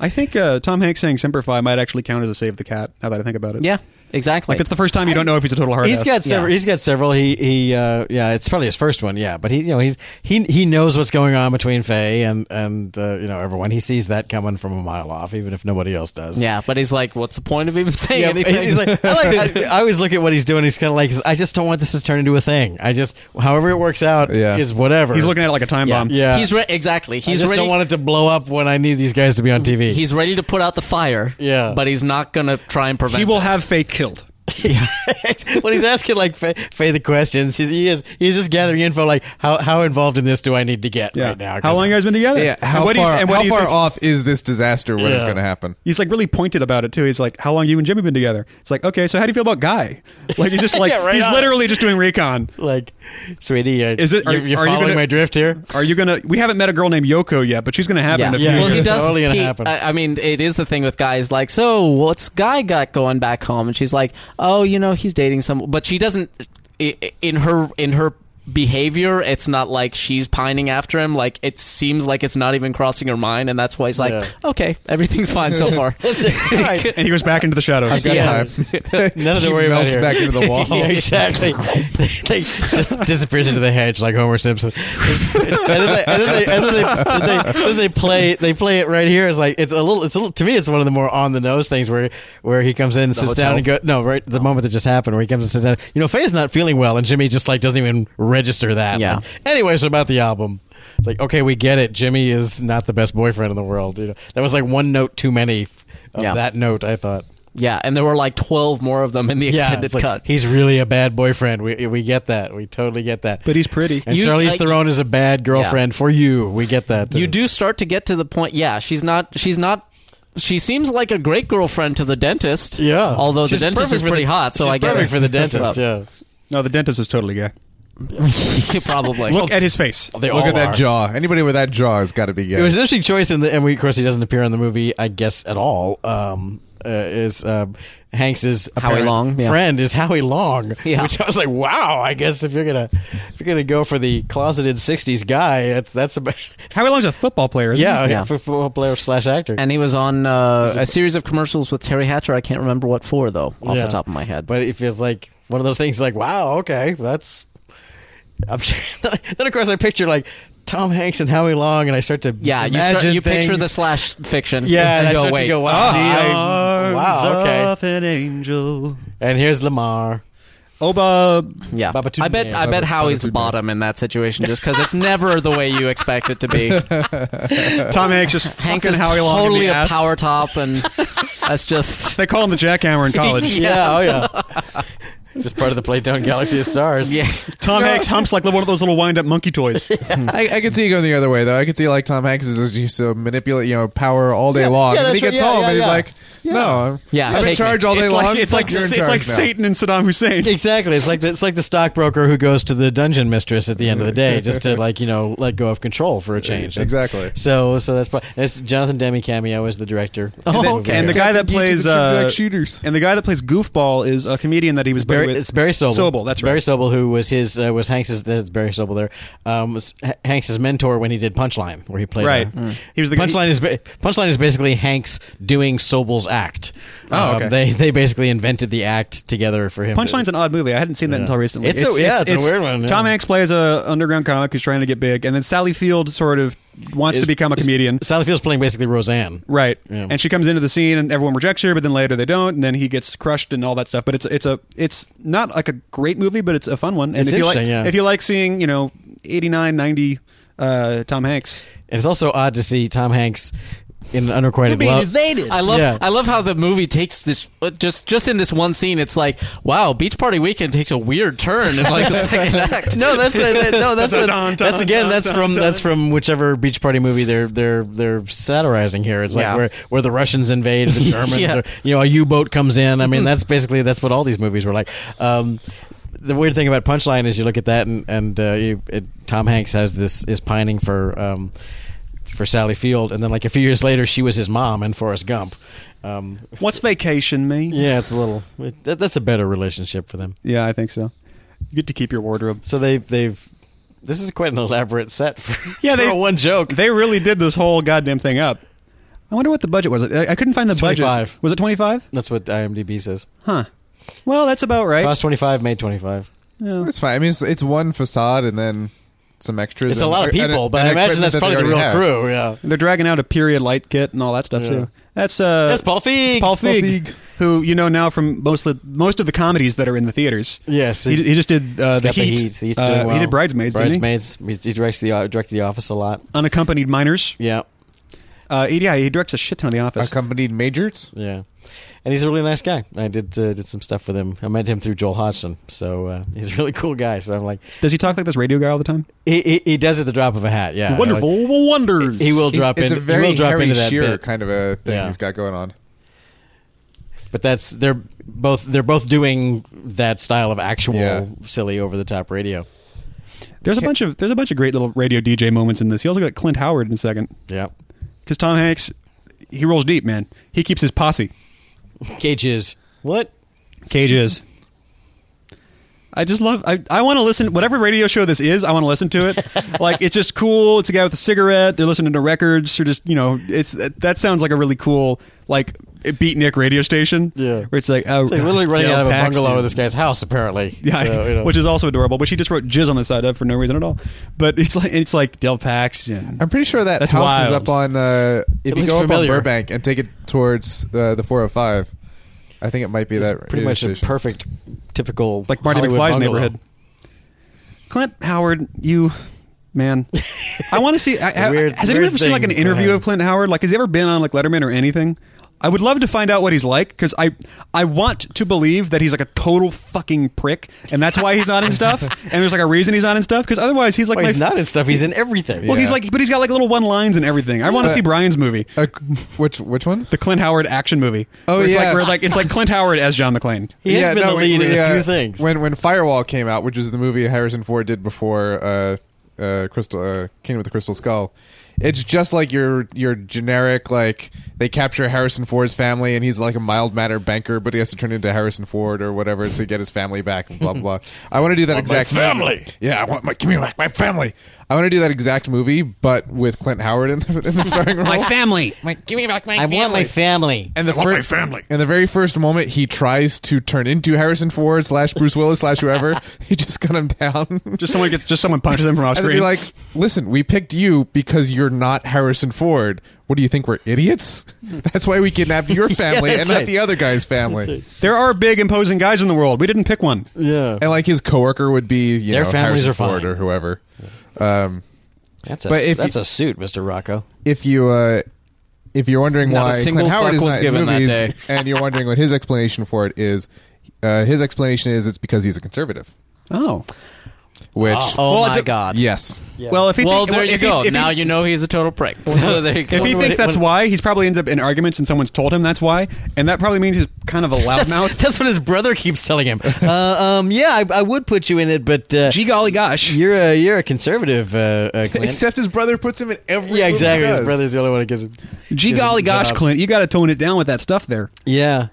[SPEAKER 1] I think uh, Tom Hanks saying "Simplify" might actually count as a save the cat. Now that I think about it,
[SPEAKER 4] yeah, exactly.
[SPEAKER 1] Like it's the first time you don't know if he's a total hard.
[SPEAKER 3] He's
[SPEAKER 1] ass.
[SPEAKER 3] got several.
[SPEAKER 4] Yeah.
[SPEAKER 3] He's got several. He he. Uh, yeah, it's probably his first one. Yeah, but he you know he's he he knows what's going on between Faye and and uh, you know everyone. He sees that coming from a mile off, even if nobody else does.
[SPEAKER 4] yeah, but he's like, what's the point of even (laughs) saying
[SPEAKER 3] Yeah,
[SPEAKER 4] anything?
[SPEAKER 3] he's like, I, like I, I always look at what he's doing. He's kind of like, I just don't want this to turn into a thing. I just, however it works out,
[SPEAKER 2] Yeah.
[SPEAKER 3] is whatever.
[SPEAKER 1] He's looking at it like a time
[SPEAKER 4] (laughs) yeah,
[SPEAKER 1] bomb.
[SPEAKER 3] Yeah.
[SPEAKER 4] he's re- exactly.
[SPEAKER 3] I
[SPEAKER 4] He's
[SPEAKER 3] just
[SPEAKER 4] ready.
[SPEAKER 3] don't want it to blow up when I need these guys to be on TV. (laughs)
[SPEAKER 4] he's ready to put out the fire.
[SPEAKER 3] Yeah.
[SPEAKER 4] but he's not gonna try and prevent.
[SPEAKER 1] He will
[SPEAKER 4] it.
[SPEAKER 1] have Faye killed.
[SPEAKER 3] when he's asking like Faye, Faye the questions, he's, he is he's just gathering info like how how involved in this do I need to get right now? 'Cause-
[SPEAKER 1] How long you guys been together?
[SPEAKER 2] Yeah.
[SPEAKER 1] And
[SPEAKER 2] How
[SPEAKER 1] what do you-
[SPEAKER 2] far,
[SPEAKER 1] and what
[SPEAKER 2] how
[SPEAKER 1] do you
[SPEAKER 2] far
[SPEAKER 1] think-
[SPEAKER 2] off is this disaster when it's
[SPEAKER 3] Yeah.
[SPEAKER 2] going to happen?
[SPEAKER 1] He's like really pointed about it too. He's like, "How long you and Jimmy been together?" It's like, "Okay, so how do you feel about
[SPEAKER 3] (laughs)
[SPEAKER 1] Guy?" Like he's just like
[SPEAKER 3] Yeah, right
[SPEAKER 1] he's
[SPEAKER 3] on.
[SPEAKER 1] literally just doing recon.
[SPEAKER 3] like, sweetie, are,
[SPEAKER 1] Is it- are-
[SPEAKER 3] you're, you're
[SPEAKER 1] are you
[SPEAKER 3] following
[SPEAKER 1] gonna-
[SPEAKER 3] my drift here?
[SPEAKER 1] (laughs) Are you gonna? We haven't met a girl named Yoko yet, but she's gonna happen.
[SPEAKER 4] Yeah,
[SPEAKER 1] in a few
[SPEAKER 3] Yeah.
[SPEAKER 4] well, he
[SPEAKER 1] years.
[SPEAKER 4] does.
[SPEAKER 3] Totally gonna
[SPEAKER 4] he-
[SPEAKER 3] happen.
[SPEAKER 4] I, I mean, it is the thing with guys. Like, so what's guy got going back home? And she's like, oh, you know, he's dating some, but she doesn't. i- i- In her, in her behavior, it's not like she's pining after him. Like, it seems like it's not even crossing her mind, and that's why he's like,
[SPEAKER 3] Yeah.
[SPEAKER 4] okay, everything's fine
[SPEAKER 3] (laughs)
[SPEAKER 4] so far. (laughs)
[SPEAKER 3] All right.
[SPEAKER 1] and he goes back into the shadows.
[SPEAKER 2] Got
[SPEAKER 4] Yeah.
[SPEAKER 2] (laughs) time.
[SPEAKER 3] Nothing
[SPEAKER 2] He
[SPEAKER 3] to worry about
[SPEAKER 2] melts
[SPEAKER 3] here.
[SPEAKER 2] back into
[SPEAKER 3] (laughs)
[SPEAKER 2] the wall.
[SPEAKER 3] Yeah,
[SPEAKER 4] (laughs)
[SPEAKER 3] exactly. they, they just disappears into the hedge like Homer Simpson. (laughs) and then they, and then they, and then they, then they, then they play they play it right here. It's like it's a little it's a little, to me it's one of the more on the nose things where where he comes in and sits down and go no right the moment that just happened where he comes and sits down. You know Faye's not feeling well and Jimmy just like doesn't even register that.
[SPEAKER 4] Yeah.
[SPEAKER 3] Like, anyway, so about the album. It's like okay, we get it. Jimmy is not the best boyfriend in the world. You know that was like one note too many of
[SPEAKER 4] Yeah.
[SPEAKER 3] that note. I thought.
[SPEAKER 4] yeah, and there were like twelve more of them in the extended
[SPEAKER 3] it's like,
[SPEAKER 4] cut.
[SPEAKER 3] He's really a bad boyfriend. We we get that. We totally get that.
[SPEAKER 1] But he's pretty.
[SPEAKER 3] and
[SPEAKER 4] You-
[SPEAKER 3] Charlize
[SPEAKER 4] I-
[SPEAKER 3] Theron is a bad girlfriend for you. We get that. too.
[SPEAKER 4] you do start to get to the point. Yeah, she's not. She's not. She seems like a great girlfriend to the dentist.
[SPEAKER 3] Yeah.
[SPEAKER 4] although
[SPEAKER 3] She's
[SPEAKER 4] the dentist
[SPEAKER 3] perfect
[SPEAKER 4] is
[SPEAKER 3] for the-
[SPEAKER 4] pretty hot, so
[SPEAKER 3] she's
[SPEAKER 4] I get
[SPEAKER 3] perfect
[SPEAKER 4] it.
[SPEAKER 3] for the
[SPEAKER 4] (laughs)
[SPEAKER 3] dentist. yeah.
[SPEAKER 1] No, the dentist is totally gay.
[SPEAKER 4] probably.
[SPEAKER 1] Look
[SPEAKER 3] oh.
[SPEAKER 1] at his face.
[SPEAKER 3] They
[SPEAKER 2] Look
[SPEAKER 3] all
[SPEAKER 2] at that
[SPEAKER 3] are.
[SPEAKER 2] jaw. Anybody with that jaw has got to be gay.
[SPEAKER 3] It was an interesting choice, in the, and we, of course, he doesn't appear in the movie, I guess, at all. Um, uh, is um, Hanks's
[SPEAKER 4] Howie
[SPEAKER 3] apparent
[SPEAKER 4] Long, yeah.
[SPEAKER 3] friend is Howie Long,
[SPEAKER 4] Yeah.
[SPEAKER 3] which I was like, wow. I guess if you're gonna if you're gonna go for the closeted '60s guy, that's that's about
[SPEAKER 1] Howie Long's a football player, isn't
[SPEAKER 3] (laughs) yeah,
[SPEAKER 4] Yeah.
[SPEAKER 3] for (laughs) football player slash actor.
[SPEAKER 4] And he was on uh, a series of commercials with Terry Hatcher. I can't remember what for though, off
[SPEAKER 3] Yeah.
[SPEAKER 4] the top of my head.
[SPEAKER 3] but it feels like one of those things like wow okay that's I'm (laughs) sure, then of course i picture like tom hanks and howie long and i start to
[SPEAKER 4] yeah, you,
[SPEAKER 3] imagine
[SPEAKER 4] start, you picture
[SPEAKER 3] things.
[SPEAKER 4] the slash fiction.
[SPEAKER 3] yeah and,
[SPEAKER 4] and
[SPEAKER 3] i
[SPEAKER 4] go
[SPEAKER 3] start
[SPEAKER 4] wait. oh,
[SPEAKER 3] to go wow,
[SPEAKER 1] The
[SPEAKER 3] I-
[SPEAKER 1] Oh, arms
[SPEAKER 3] wow okay
[SPEAKER 1] of an angel.
[SPEAKER 3] and here's lamar
[SPEAKER 4] (laughs)
[SPEAKER 1] Oba.
[SPEAKER 4] yeah,
[SPEAKER 3] Babatunde.
[SPEAKER 4] I bet I bet
[SPEAKER 2] Babat-
[SPEAKER 4] Howie's the
[SPEAKER 2] Babatunde.
[SPEAKER 4] bottom in that situation just because it's never the way you expect it to be.
[SPEAKER 1] Tom Hanks just
[SPEAKER 4] Hanks
[SPEAKER 1] fucking
[SPEAKER 4] is
[SPEAKER 1] Howie Long in
[SPEAKER 4] totally
[SPEAKER 1] the
[SPEAKER 4] a
[SPEAKER 1] ass.
[SPEAKER 4] power top, and
[SPEAKER 1] (laughs)
[SPEAKER 4] that's just
[SPEAKER 1] They call him the
[SPEAKER 2] (laughs)
[SPEAKER 1] jackhammer in college.
[SPEAKER 3] yeah, oh
[SPEAKER 4] (laughs)
[SPEAKER 3] yeah just part of the Playtone Galaxy of Stars.
[SPEAKER 4] yeah.
[SPEAKER 1] Tom Hanks humps like one of those little wind-up monkey
[SPEAKER 2] (laughs)
[SPEAKER 1] toys.
[SPEAKER 2] I, I could see it going the other way though. I could see like Tom Hanks is just a manipulate, you know, power all day long,
[SPEAKER 3] yeah,
[SPEAKER 2] and then he
[SPEAKER 3] that's
[SPEAKER 2] gets
[SPEAKER 3] right. Yeah,
[SPEAKER 2] home
[SPEAKER 3] yeah,
[SPEAKER 2] and he's
[SPEAKER 3] yeah.
[SPEAKER 2] like, "No, I'm,
[SPEAKER 4] Yeah,
[SPEAKER 2] I'm in
[SPEAKER 4] take
[SPEAKER 2] charge
[SPEAKER 4] me.
[SPEAKER 2] all day
[SPEAKER 1] It's
[SPEAKER 2] long."
[SPEAKER 1] like it's like
[SPEAKER 2] You're in
[SPEAKER 1] it's
[SPEAKER 2] charge
[SPEAKER 1] like
[SPEAKER 2] now.
[SPEAKER 1] Satan and Saddam Hussein.
[SPEAKER 3] Exactly. It's like the, it's like the stockbroker who goes to the dungeon mistress at the end of the day just
[SPEAKER 4] (laughs)
[SPEAKER 3] to like you know let go of control for a change.
[SPEAKER 2] Exactly.
[SPEAKER 3] So so that's part. It's Jonathan Demi cameo is the director.
[SPEAKER 4] Oh,
[SPEAKER 1] And, the-
[SPEAKER 4] okay.
[SPEAKER 1] and the guy that
[SPEAKER 2] Captain Geek to
[SPEAKER 1] plays
[SPEAKER 2] the
[SPEAKER 1] uh,
[SPEAKER 2] Trick Jack Shooters.
[SPEAKER 1] and the guy that plays goofball is a comedian that he was
[SPEAKER 3] Barry,
[SPEAKER 1] with.
[SPEAKER 3] it's Barry Sobel.
[SPEAKER 1] Sobel, that's right.
[SPEAKER 3] Barry Sobel, who was his uh, was Hanks's that's Barry Sobel there um, was H- Hanks's mentor when he did Punchline, where he played.
[SPEAKER 1] Right.
[SPEAKER 3] uh,
[SPEAKER 1] Mm. He was the-
[SPEAKER 3] Punchline is ba- Punchline is basically Hanks doing Sobel's act. Um,
[SPEAKER 1] Oh, okay.
[SPEAKER 3] they they basically invented the act together for him.
[SPEAKER 1] Punchline's an odd movie. I hadn't seen that until recently.
[SPEAKER 3] It's a- yeah, it's a weird one, yeah.
[SPEAKER 1] Tom Hanks plays a underground comic who's trying to get big, and then Sally Field sort of wants to become a comedian.
[SPEAKER 3] Sally Field's playing basically Roseanne.
[SPEAKER 1] Right,
[SPEAKER 3] Yeah.
[SPEAKER 1] and she comes into the scene, and everyone rejects her. But then later they don't, and then he gets crushed and all that stuff. But it's it's a it's not like a great movie, but it's a fun one. And
[SPEAKER 3] It's
[SPEAKER 1] if you like
[SPEAKER 3] interesting, yeah.
[SPEAKER 1] if you like seeing you know 89, 90 uh, Tom Hanks,
[SPEAKER 3] And it's also odd to see Tom Hanks in an unrequited love.
[SPEAKER 4] invaded. I love
[SPEAKER 3] Yeah.
[SPEAKER 4] I love how the movie takes this uh, just just in this one scene. It's like wow, Beach Party Weekend takes a weird turn in like the second act.
[SPEAKER 3] No, that's that, no, that's what,
[SPEAKER 1] Dun, dun,
[SPEAKER 3] that's again.
[SPEAKER 1] dun,
[SPEAKER 3] That's
[SPEAKER 1] dun,
[SPEAKER 3] from
[SPEAKER 1] dun.
[SPEAKER 3] that's from whichever beach party movie they're they're they're satirizing here. It's like
[SPEAKER 4] Yeah.
[SPEAKER 3] where where the Russians invade (laughs) the Germans,
[SPEAKER 4] Yeah.
[SPEAKER 3] or you know, a U boat comes in. I mean, that's basically that's what all these movies were like. Um, the weird thing about Punchline is you look at that and and uh, you, it, Tom Hanks has this is pining for um, for Sally Field, and then like a few years later, she was his mom in Forrest Gump. Um,
[SPEAKER 1] what's vacation me?
[SPEAKER 3] yeah, it's a little it, that, that's a better relationship for them.
[SPEAKER 1] Yeah, I think so. You get to keep your wardrobe.
[SPEAKER 3] So they they've this is quite an elaborate set for,
[SPEAKER 1] (laughs) Yeah,
[SPEAKER 3] for
[SPEAKER 1] they-
[SPEAKER 3] a one joke.
[SPEAKER 1] They really did this whole goddamn thing up. I wonder what the budget was. I, I couldn't find the
[SPEAKER 3] It's
[SPEAKER 1] budget.
[SPEAKER 3] 25.
[SPEAKER 1] Was it twenty five?
[SPEAKER 3] That's what IMDb says.
[SPEAKER 1] Huh. Well, that's about right.
[SPEAKER 3] Cost twenty five, made twenty five.
[SPEAKER 1] Yeah.
[SPEAKER 2] It's fine. I mean, it's, it's one facade and then some extras.
[SPEAKER 3] It's a
[SPEAKER 2] and-
[SPEAKER 3] lot of
[SPEAKER 2] and-
[SPEAKER 3] people,
[SPEAKER 2] and
[SPEAKER 3] but I imagine
[SPEAKER 2] equipment
[SPEAKER 3] that's
[SPEAKER 2] that they
[SPEAKER 3] probably the real
[SPEAKER 2] already have.
[SPEAKER 3] crew. Yeah,
[SPEAKER 1] They're dragging out a period light kit and all that stuff too. That's uh.
[SPEAKER 3] that's Paul Feig.
[SPEAKER 1] It's Paul Feig,
[SPEAKER 2] Feig.
[SPEAKER 1] who you know now from mostly most of the comedies that are in the theaters.
[SPEAKER 3] Yes,
[SPEAKER 1] He, he just did uh,
[SPEAKER 3] he's
[SPEAKER 1] the
[SPEAKER 3] got
[SPEAKER 1] heat.
[SPEAKER 3] He's
[SPEAKER 1] Uh,
[SPEAKER 3] doing well.
[SPEAKER 1] He did bridesmaids, didn't
[SPEAKER 3] Bridesmaids. He? he directs the uh, directed the office a lot.
[SPEAKER 1] he? Unaccompanied minors.
[SPEAKER 3] Yeah,
[SPEAKER 1] Uh, yeah, he directs a shit ton of The Office.
[SPEAKER 2] Accompanied majors.
[SPEAKER 3] yeah, and he's a really nice guy. I did uh, did some stuff with him. I met him through Joel Hodgson, so uh, he's a really cool guy. So I'm like,
[SPEAKER 1] Does he talk like this radio guy all the time?
[SPEAKER 3] he, he, he does at the drop of a hat. Yeah,
[SPEAKER 1] Wonderful wonders.
[SPEAKER 3] He will
[SPEAKER 2] He's-
[SPEAKER 3] drop
[SPEAKER 2] it's
[SPEAKER 3] in.
[SPEAKER 2] a very
[SPEAKER 3] he will drop
[SPEAKER 2] Harry
[SPEAKER 3] into that
[SPEAKER 2] Shearer
[SPEAKER 3] bit.
[SPEAKER 2] kind of a thing
[SPEAKER 3] Yeah.
[SPEAKER 2] he's got going on.
[SPEAKER 3] But that's they're both they're both doing that style of actual
[SPEAKER 2] Yeah.
[SPEAKER 3] silly over the top radio.
[SPEAKER 1] There's a bunch of there's a bunch of great little radio DJ moments in this. He also got Clint Howard in a second
[SPEAKER 3] Yeah.
[SPEAKER 1] because Tom Hanks he rolls deep, man. He keeps his posse.
[SPEAKER 3] Cages. What?
[SPEAKER 1] Cages. I just love. I, I want to listen. Whatever radio show this is, I want to listen to
[SPEAKER 3] (laughs)
[SPEAKER 1] it. like it's just cool. It's a guy with a cigarette. They're listening to records. Or just you know, it's that, that sounds like a really cool like beatnik radio station.
[SPEAKER 3] Yeah.
[SPEAKER 1] where it's like oh, (laughs)
[SPEAKER 3] It's like literally running
[SPEAKER 1] Del
[SPEAKER 3] out of a
[SPEAKER 1] Paxton.
[SPEAKER 3] bungalow in this guy's house, apparently.
[SPEAKER 1] Yeah,
[SPEAKER 3] So, you know.
[SPEAKER 1] which is also adorable. But she just wrote jizz on the side of for no reason at all. But it's like it's like Del Paxton.
[SPEAKER 2] I'm pretty sure that
[SPEAKER 1] That's
[SPEAKER 2] house is
[SPEAKER 1] wild.
[SPEAKER 2] up on. Uh, if
[SPEAKER 3] It
[SPEAKER 2] you
[SPEAKER 3] looks
[SPEAKER 2] go up on
[SPEAKER 3] familiar.
[SPEAKER 2] Burbank and take it towards uh, the 405, I think it might be
[SPEAKER 3] It's
[SPEAKER 2] that.
[SPEAKER 3] pretty
[SPEAKER 2] radio
[SPEAKER 3] much a
[SPEAKER 2] station.
[SPEAKER 3] perfect, typical
[SPEAKER 1] like Marty
[SPEAKER 3] Hollywood
[SPEAKER 1] McFly's
[SPEAKER 3] bungalow.
[SPEAKER 1] neighborhood. Clint Howard, you
[SPEAKER 3] (laughs)
[SPEAKER 1] man, I want to see. I, I-
[SPEAKER 3] weird-
[SPEAKER 1] has anyone
[SPEAKER 3] weird
[SPEAKER 1] ever seen like an
[SPEAKER 3] thing for
[SPEAKER 1] interview
[SPEAKER 3] him.
[SPEAKER 1] of Clint Howard? Like, has he ever been on like Letterman or anything? I would love to find out what he's like because I I want to believe that he's like a total fucking prick, and that's why he's not in stuff.
[SPEAKER 3] (laughs)
[SPEAKER 1] And there's like a reason he's not in stuff because otherwise he's like
[SPEAKER 3] Well,
[SPEAKER 1] my
[SPEAKER 3] he's not in stuff. He's
[SPEAKER 1] (laughs)
[SPEAKER 3] in everything.
[SPEAKER 1] well, he's
[SPEAKER 2] Yeah.
[SPEAKER 1] like, but he's got like little one lines and everything. I want to
[SPEAKER 2] But-
[SPEAKER 1] see Brian's movie,
[SPEAKER 2] Uh, which which one?
[SPEAKER 1] the Clint Howard action movie.
[SPEAKER 2] Oh,
[SPEAKER 1] where it's
[SPEAKER 2] yeah.
[SPEAKER 1] like, where like it's like Clint Howard as John
[SPEAKER 3] (laughs)
[SPEAKER 1] McClane.
[SPEAKER 3] he has been the
[SPEAKER 2] we-
[SPEAKER 3] lead
[SPEAKER 2] we,
[SPEAKER 3] in a
[SPEAKER 2] uh,
[SPEAKER 3] few things.
[SPEAKER 2] When when Firewall came out, which is the movie Harrison Ford did before uh, uh, Crystal uh, Kingdom of the Crystal Skull, It's just like your your generic like they capture Harrison Ford's family and he's like a mild mannered banker, but he has to turn into Harrison Ford or whatever to get his family back. Blah
[SPEAKER 3] (laughs)
[SPEAKER 2] blah. I want to do that exact
[SPEAKER 3] family.
[SPEAKER 2] Yeah, I want my give me back my family. I want to do that exact movie, but with Clint Howard in the, in the
[SPEAKER 3] (laughs)
[SPEAKER 2] starring role.
[SPEAKER 1] My family.
[SPEAKER 2] Like, give me back my
[SPEAKER 3] I want my family.
[SPEAKER 2] and the
[SPEAKER 5] want
[SPEAKER 2] fir-
[SPEAKER 5] my family.
[SPEAKER 2] And the very first moment he tries to turn into Harrison Ford slash Bruce Willis slash whoever, he just cut him down. (laughs)
[SPEAKER 1] Just someone gets just someone punches him from off
[SPEAKER 2] And
[SPEAKER 1] screen.
[SPEAKER 2] be like, listen, we picked you because you're not Harrison Ford. What do you think? We're idiots? (laughs) That's why we kidnapped your family
[SPEAKER 3] that's
[SPEAKER 2] and not
[SPEAKER 3] right.
[SPEAKER 2] the other guy's family.
[SPEAKER 1] there are big imposing guys in the world. We didn't pick one.
[SPEAKER 3] Yeah,
[SPEAKER 2] And like his coworker would be, you
[SPEAKER 3] Their
[SPEAKER 2] know,
[SPEAKER 3] families
[SPEAKER 2] Harrison
[SPEAKER 3] are fine.
[SPEAKER 2] Ford or whoever. Um,
[SPEAKER 3] that's a
[SPEAKER 2] But if
[SPEAKER 3] that's
[SPEAKER 2] you-
[SPEAKER 3] a suit,
[SPEAKER 1] (laughs)
[SPEAKER 3] Mister Rocco.
[SPEAKER 2] if you uh, if you're wondering
[SPEAKER 4] Not a
[SPEAKER 2] why
[SPEAKER 4] single
[SPEAKER 2] Clint Howard
[SPEAKER 4] fuck
[SPEAKER 2] is
[SPEAKER 4] was
[SPEAKER 2] not in
[SPEAKER 4] given that day.
[SPEAKER 2] movies, (laughs) and you're wondering what his explanation for it is, uh, his explanation is it's because he's a conservative.
[SPEAKER 1] Oh.
[SPEAKER 2] Which,
[SPEAKER 4] Oh
[SPEAKER 1] Well, it
[SPEAKER 4] my
[SPEAKER 1] de-
[SPEAKER 4] god.
[SPEAKER 2] yes,
[SPEAKER 1] Well, if he
[SPEAKER 4] Well,
[SPEAKER 1] thi-
[SPEAKER 4] there
[SPEAKER 1] if
[SPEAKER 4] you
[SPEAKER 1] he-
[SPEAKER 4] go.
[SPEAKER 1] if he-
[SPEAKER 4] now you know he's a total prick. So there you go.
[SPEAKER 1] If he thinks that's why, he's probably ended up in arguments and someone's told him that's why, and that probably means he's kind of a
[SPEAKER 3] That's,
[SPEAKER 2] (laughs)
[SPEAKER 1] loudmouth.
[SPEAKER 3] that's what his brother keeps
[SPEAKER 1] (laughs)
[SPEAKER 3] telling him. Uh, um, yeah, I, I would put you in it, but uh,
[SPEAKER 1] Gee golly gosh.
[SPEAKER 3] you're a you're a conservative. Uh, uh, Clint.
[SPEAKER 2] (laughs) except his brother puts him in every.
[SPEAKER 3] yeah,
[SPEAKER 2] movie
[SPEAKER 3] exactly.
[SPEAKER 2] he
[SPEAKER 3] His
[SPEAKER 2] does.
[SPEAKER 3] brother's the only one that gives him.
[SPEAKER 1] Gee
[SPEAKER 3] gives him
[SPEAKER 1] golly gosh,
[SPEAKER 3] jobs.
[SPEAKER 1] Clint, you got to tone it down with that stuff there.
[SPEAKER 3] Yeah.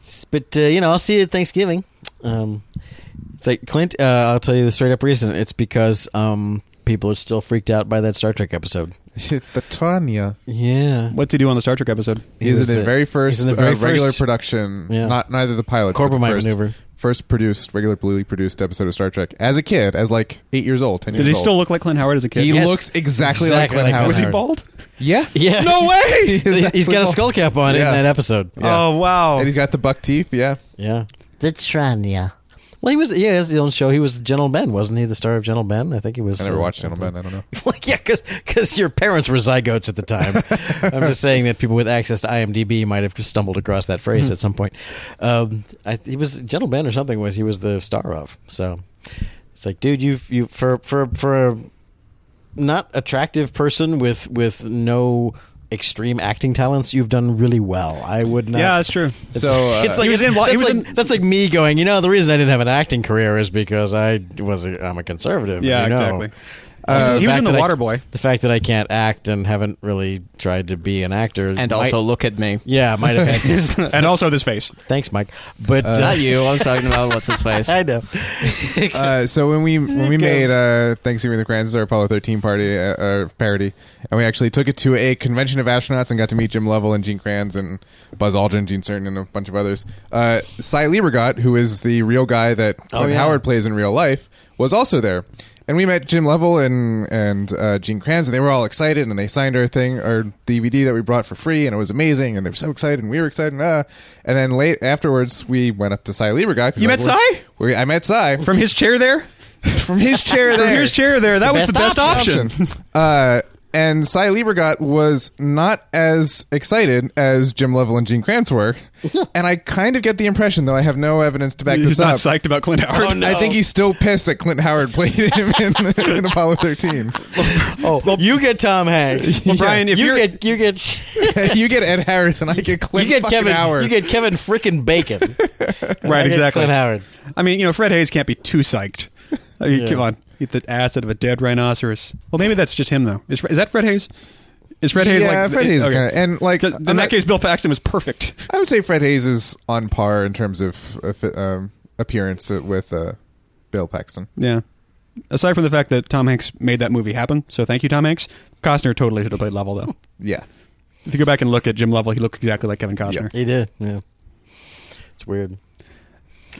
[SPEAKER 3] S- But, uh, you know, I'll see you at Thanksgiving. Um, it's like, Clint, uh, I'll tell you the straight up reason. It's because um, people are still freaked out by that Star Trek episode.
[SPEAKER 2] (laughs) the Tanya.
[SPEAKER 3] Yeah. (laughs)
[SPEAKER 1] What's he do on the Star Trek episode?
[SPEAKER 3] He
[SPEAKER 2] He's
[SPEAKER 3] was
[SPEAKER 2] in the very first
[SPEAKER 3] he's in the very
[SPEAKER 2] uh, regular
[SPEAKER 3] first-
[SPEAKER 2] production,
[SPEAKER 3] Yeah.
[SPEAKER 2] not neither the pilot,
[SPEAKER 3] Corporal
[SPEAKER 2] but the
[SPEAKER 3] Mind
[SPEAKER 2] first,
[SPEAKER 3] Maneuver.
[SPEAKER 2] first produced, regularly produced episode of Star Trek as a kid, as like eight years old, ten
[SPEAKER 1] Did
[SPEAKER 2] years
[SPEAKER 1] he
[SPEAKER 2] old.
[SPEAKER 1] still look like Clint Howard as a kid?
[SPEAKER 2] He
[SPEAKER 3] Yes.
[SPEAKER 2] looks exactly, like
[SPEAKER 3] Exactly like
[SPEAKER 2] Clint
[SPEAKER 3] Clint
[SPEAKER 2] Howard.
[SPEAKER 1] Was he
[SPEAKER 3] Howard.
[SPEAKER 1] bald?
[SPEAKER 2] (laughs) Yeah,
[SPEAKER 3] Yeah.
[SPEAKER 1] No way!
[SPEAKER 2] He is
[SPEAKER 3] He's
[SPEAKER 2] actually
[SPEAKER 3] got a
[SPEAKER 2] bald.
[SPEAKER 3] skull cap on
[SPEAKER 2] Yeah.
[SPEAKER 3] in that episode.
[SPEAKER 2] Yeah.
[SPEAKER 1] Oh wow!
[SPEAKER 2] and he's got the buck teeth. Yeah,
[SPEAKER 3] Yeah. The Tranya. Well, he was, yeah, he was on the show. He was Gentle Ben, wasn't he? The star of Gentle Ben? I think he was.
[SPEAKER 2] I never
[SPEAKER 3] uh,
[SPEAKER 2] watched Gentlemen. I don't know.
[SPEAKER 3] (laughs) Well, yeah, because your parents were zygotes at the time. I'm just saying that people with access to IMDb might have just stumbled across that phrase at some point. Um, I, he was Gentle Ben or something was he was the star of. So it's like, dude, you you for for for a not attractive person with with no extreme acting talents, you've done really well. I would not.
[SPEAKER 1] yeah, that's true.
[SPEAKER 3] It's-
[SPEAKER 2] So, uh,
[SPEAKER 3] it's like,
[SPEAKER 1] He was in-
[SPEAKER 3] that's,
[SPEAKER 1] he was
[SPEAKER 3] like
[SPEAKER 1] in-
[SPEAKER 3] that's like me going. You know, the reason I didn't have an acting career is because I was a, I'm a conservative. and
[SPEAKER 1] Yeah,
[SPEAKER 3] you know.
[SPEAKER 1] exactly.
[SPEAKER 3] Also,
[SPEAKER 1] he was
[SPEAKER 3] fact
[SPEAKER 1] in The
[SPEAKER 3] that I-
[SPEAKER 1] Waterboy.
[SPEAKER 3] the fact that I can't act and haven't really tried to be an actor,
[SPEAKER 4] and
[SPEAKER 3] might-
[SPEAKER 4] also look at me.
[SPEAKER 3] yeah, might have
[SPEAKER 4] (laughs)
[SPEAKER 3] had.
[SPEAKER 1] and also this face.
[SPEAKER 3] Thanks, Mike. But uh,
[SPEAKER 4] Not you. I was talking about what's his face.
[SPEAKER 1] (laughs)
[SPEAKER 3] I know.
[SPEAKER 2] (laughs) uh, so when we when we made uh, Thanksgiving with the Kranz, our Apollo 13 party uh, uh, parody, and we actually took it to a convention of astronauts and got to meet Jim Lovell and Gene Kranz and Buzz Aldrin, Gene Certain, and a bunch of others. Uh, Cy Liebergott, who is the real guy that
[SPEAKER 1] Oh,
[SPEAKER 2] Clint
[SPEAKER 3] yeah.
[SPEAKER 2] Howard plays in real life, was also there. And we met Jim Lovell and and uh, Gene Kranz, and they were all excited, and they signed our thing, our DVD that we brought for free, and it was amazing, and they were so excited, and we were excited, and, uh, and then late afterwards, we went up to Cy Liebergott. 'cause,
[SPEAKER 1] You met
[SPEAKER 2] we're-
[SPEAKER 1] Cy?
[SPEAKER 2] we- I met Cy
[SPEAKER 1] From his chair there,
[SPEAKER 2] (laughs) from his chair there.
[SPEAKER 1] from his chair there, that was the
[SPEAKER 3] best
[SPEAKER 1] best option.
[SPEAKER 2] Uh, and Cy Liebergott was not as excited as Jim Lovell and Gene
[SPEAKER 3] (laughs)
[SPEAKER 2] Kranz were, and I kind of get the impression, though I have no evidence to back
[SPEAKER 1] He's
[SPEAKER 2] this
[SPEAKER 1] not Oh,
[SPEAKER 2] up.
[SPEAKER 1] psyched about
[SPEAKER 4] Oh,
[SPEAKER 1] Clint Howard.
[SPEAKER 2] I think he's still pissed that Clint Howard played him
[SPEAKER 3] (laughs)
[SPEAKER 2] in, in Apollo 13.
[SPEAKER 3] Oh, you get
[SPEAKER 1] (laughs)
[SPEAKER 3] Tom Hanks.
[SPEAKER 1] Well, Brian, if
[SPEAKER 3] you
[SPEAKER 1] you're-
[SPEAKER 3] get you get (laughs)
[SPEAKER 2] you get Ed Harris, and I get
[SPEAKER 3] you
[SPEAKER 2] Clint
[SPEAKER 3] get
[SPEAKER 2] fucking
[SPEAKER 3] Kevin
[SPEAKER 2] Howard.
[SPEAKER 3] you get Kevin frickin' Bacon. I
[SPEAKER 1] (laughs) right,
[SPEAKER 3] get
[SPEAKER 1] exactly.
[SPEAKER 3] Clint Howard.
[SPEAKER 1] I mean, you know, Fred Hayes can't be too psyched. I mean,
[SPEAKER 3] Yeah.
[SPEAKER 1] Come on, eat the ass out of a dead rhinoceros. Well, maybe that's just him though. Is, Fre- is that Fred Hayes? Is Fred Hayes
[SPEAKER 2] Yeah,
[SPEAKER 1] like?
[SPEAKER 2] Fred Hayes is
[SPEAKER 1] okay.
[SPEAKER 2] kinda- and, like,
[SPEAKER 1] Th-
[SPEAKER 2] I'm
[SPEAKER 1] in
[SPEAKER 2] not-
[SPEAKER 1] that case, Bill Paxton was perfect.
[SPEAKER 2] I would say Fred Hayes is on par in terms of uh, fi- um, appearance with uh, Bill Paxton.
[SPEAKER 1] Yeah. Aside from the fact that Tom Hanks made that movie happen, so thank you, Tom Hanks. Costner totally should have played Lovell though.
[SPEAKER 2] Yeah.
[SPEAKER 1] If you go back and look at Jim Lovell, he looked exactly like Kevin Costner.
[SPEAKER 3] He did. Yeah, it's weird.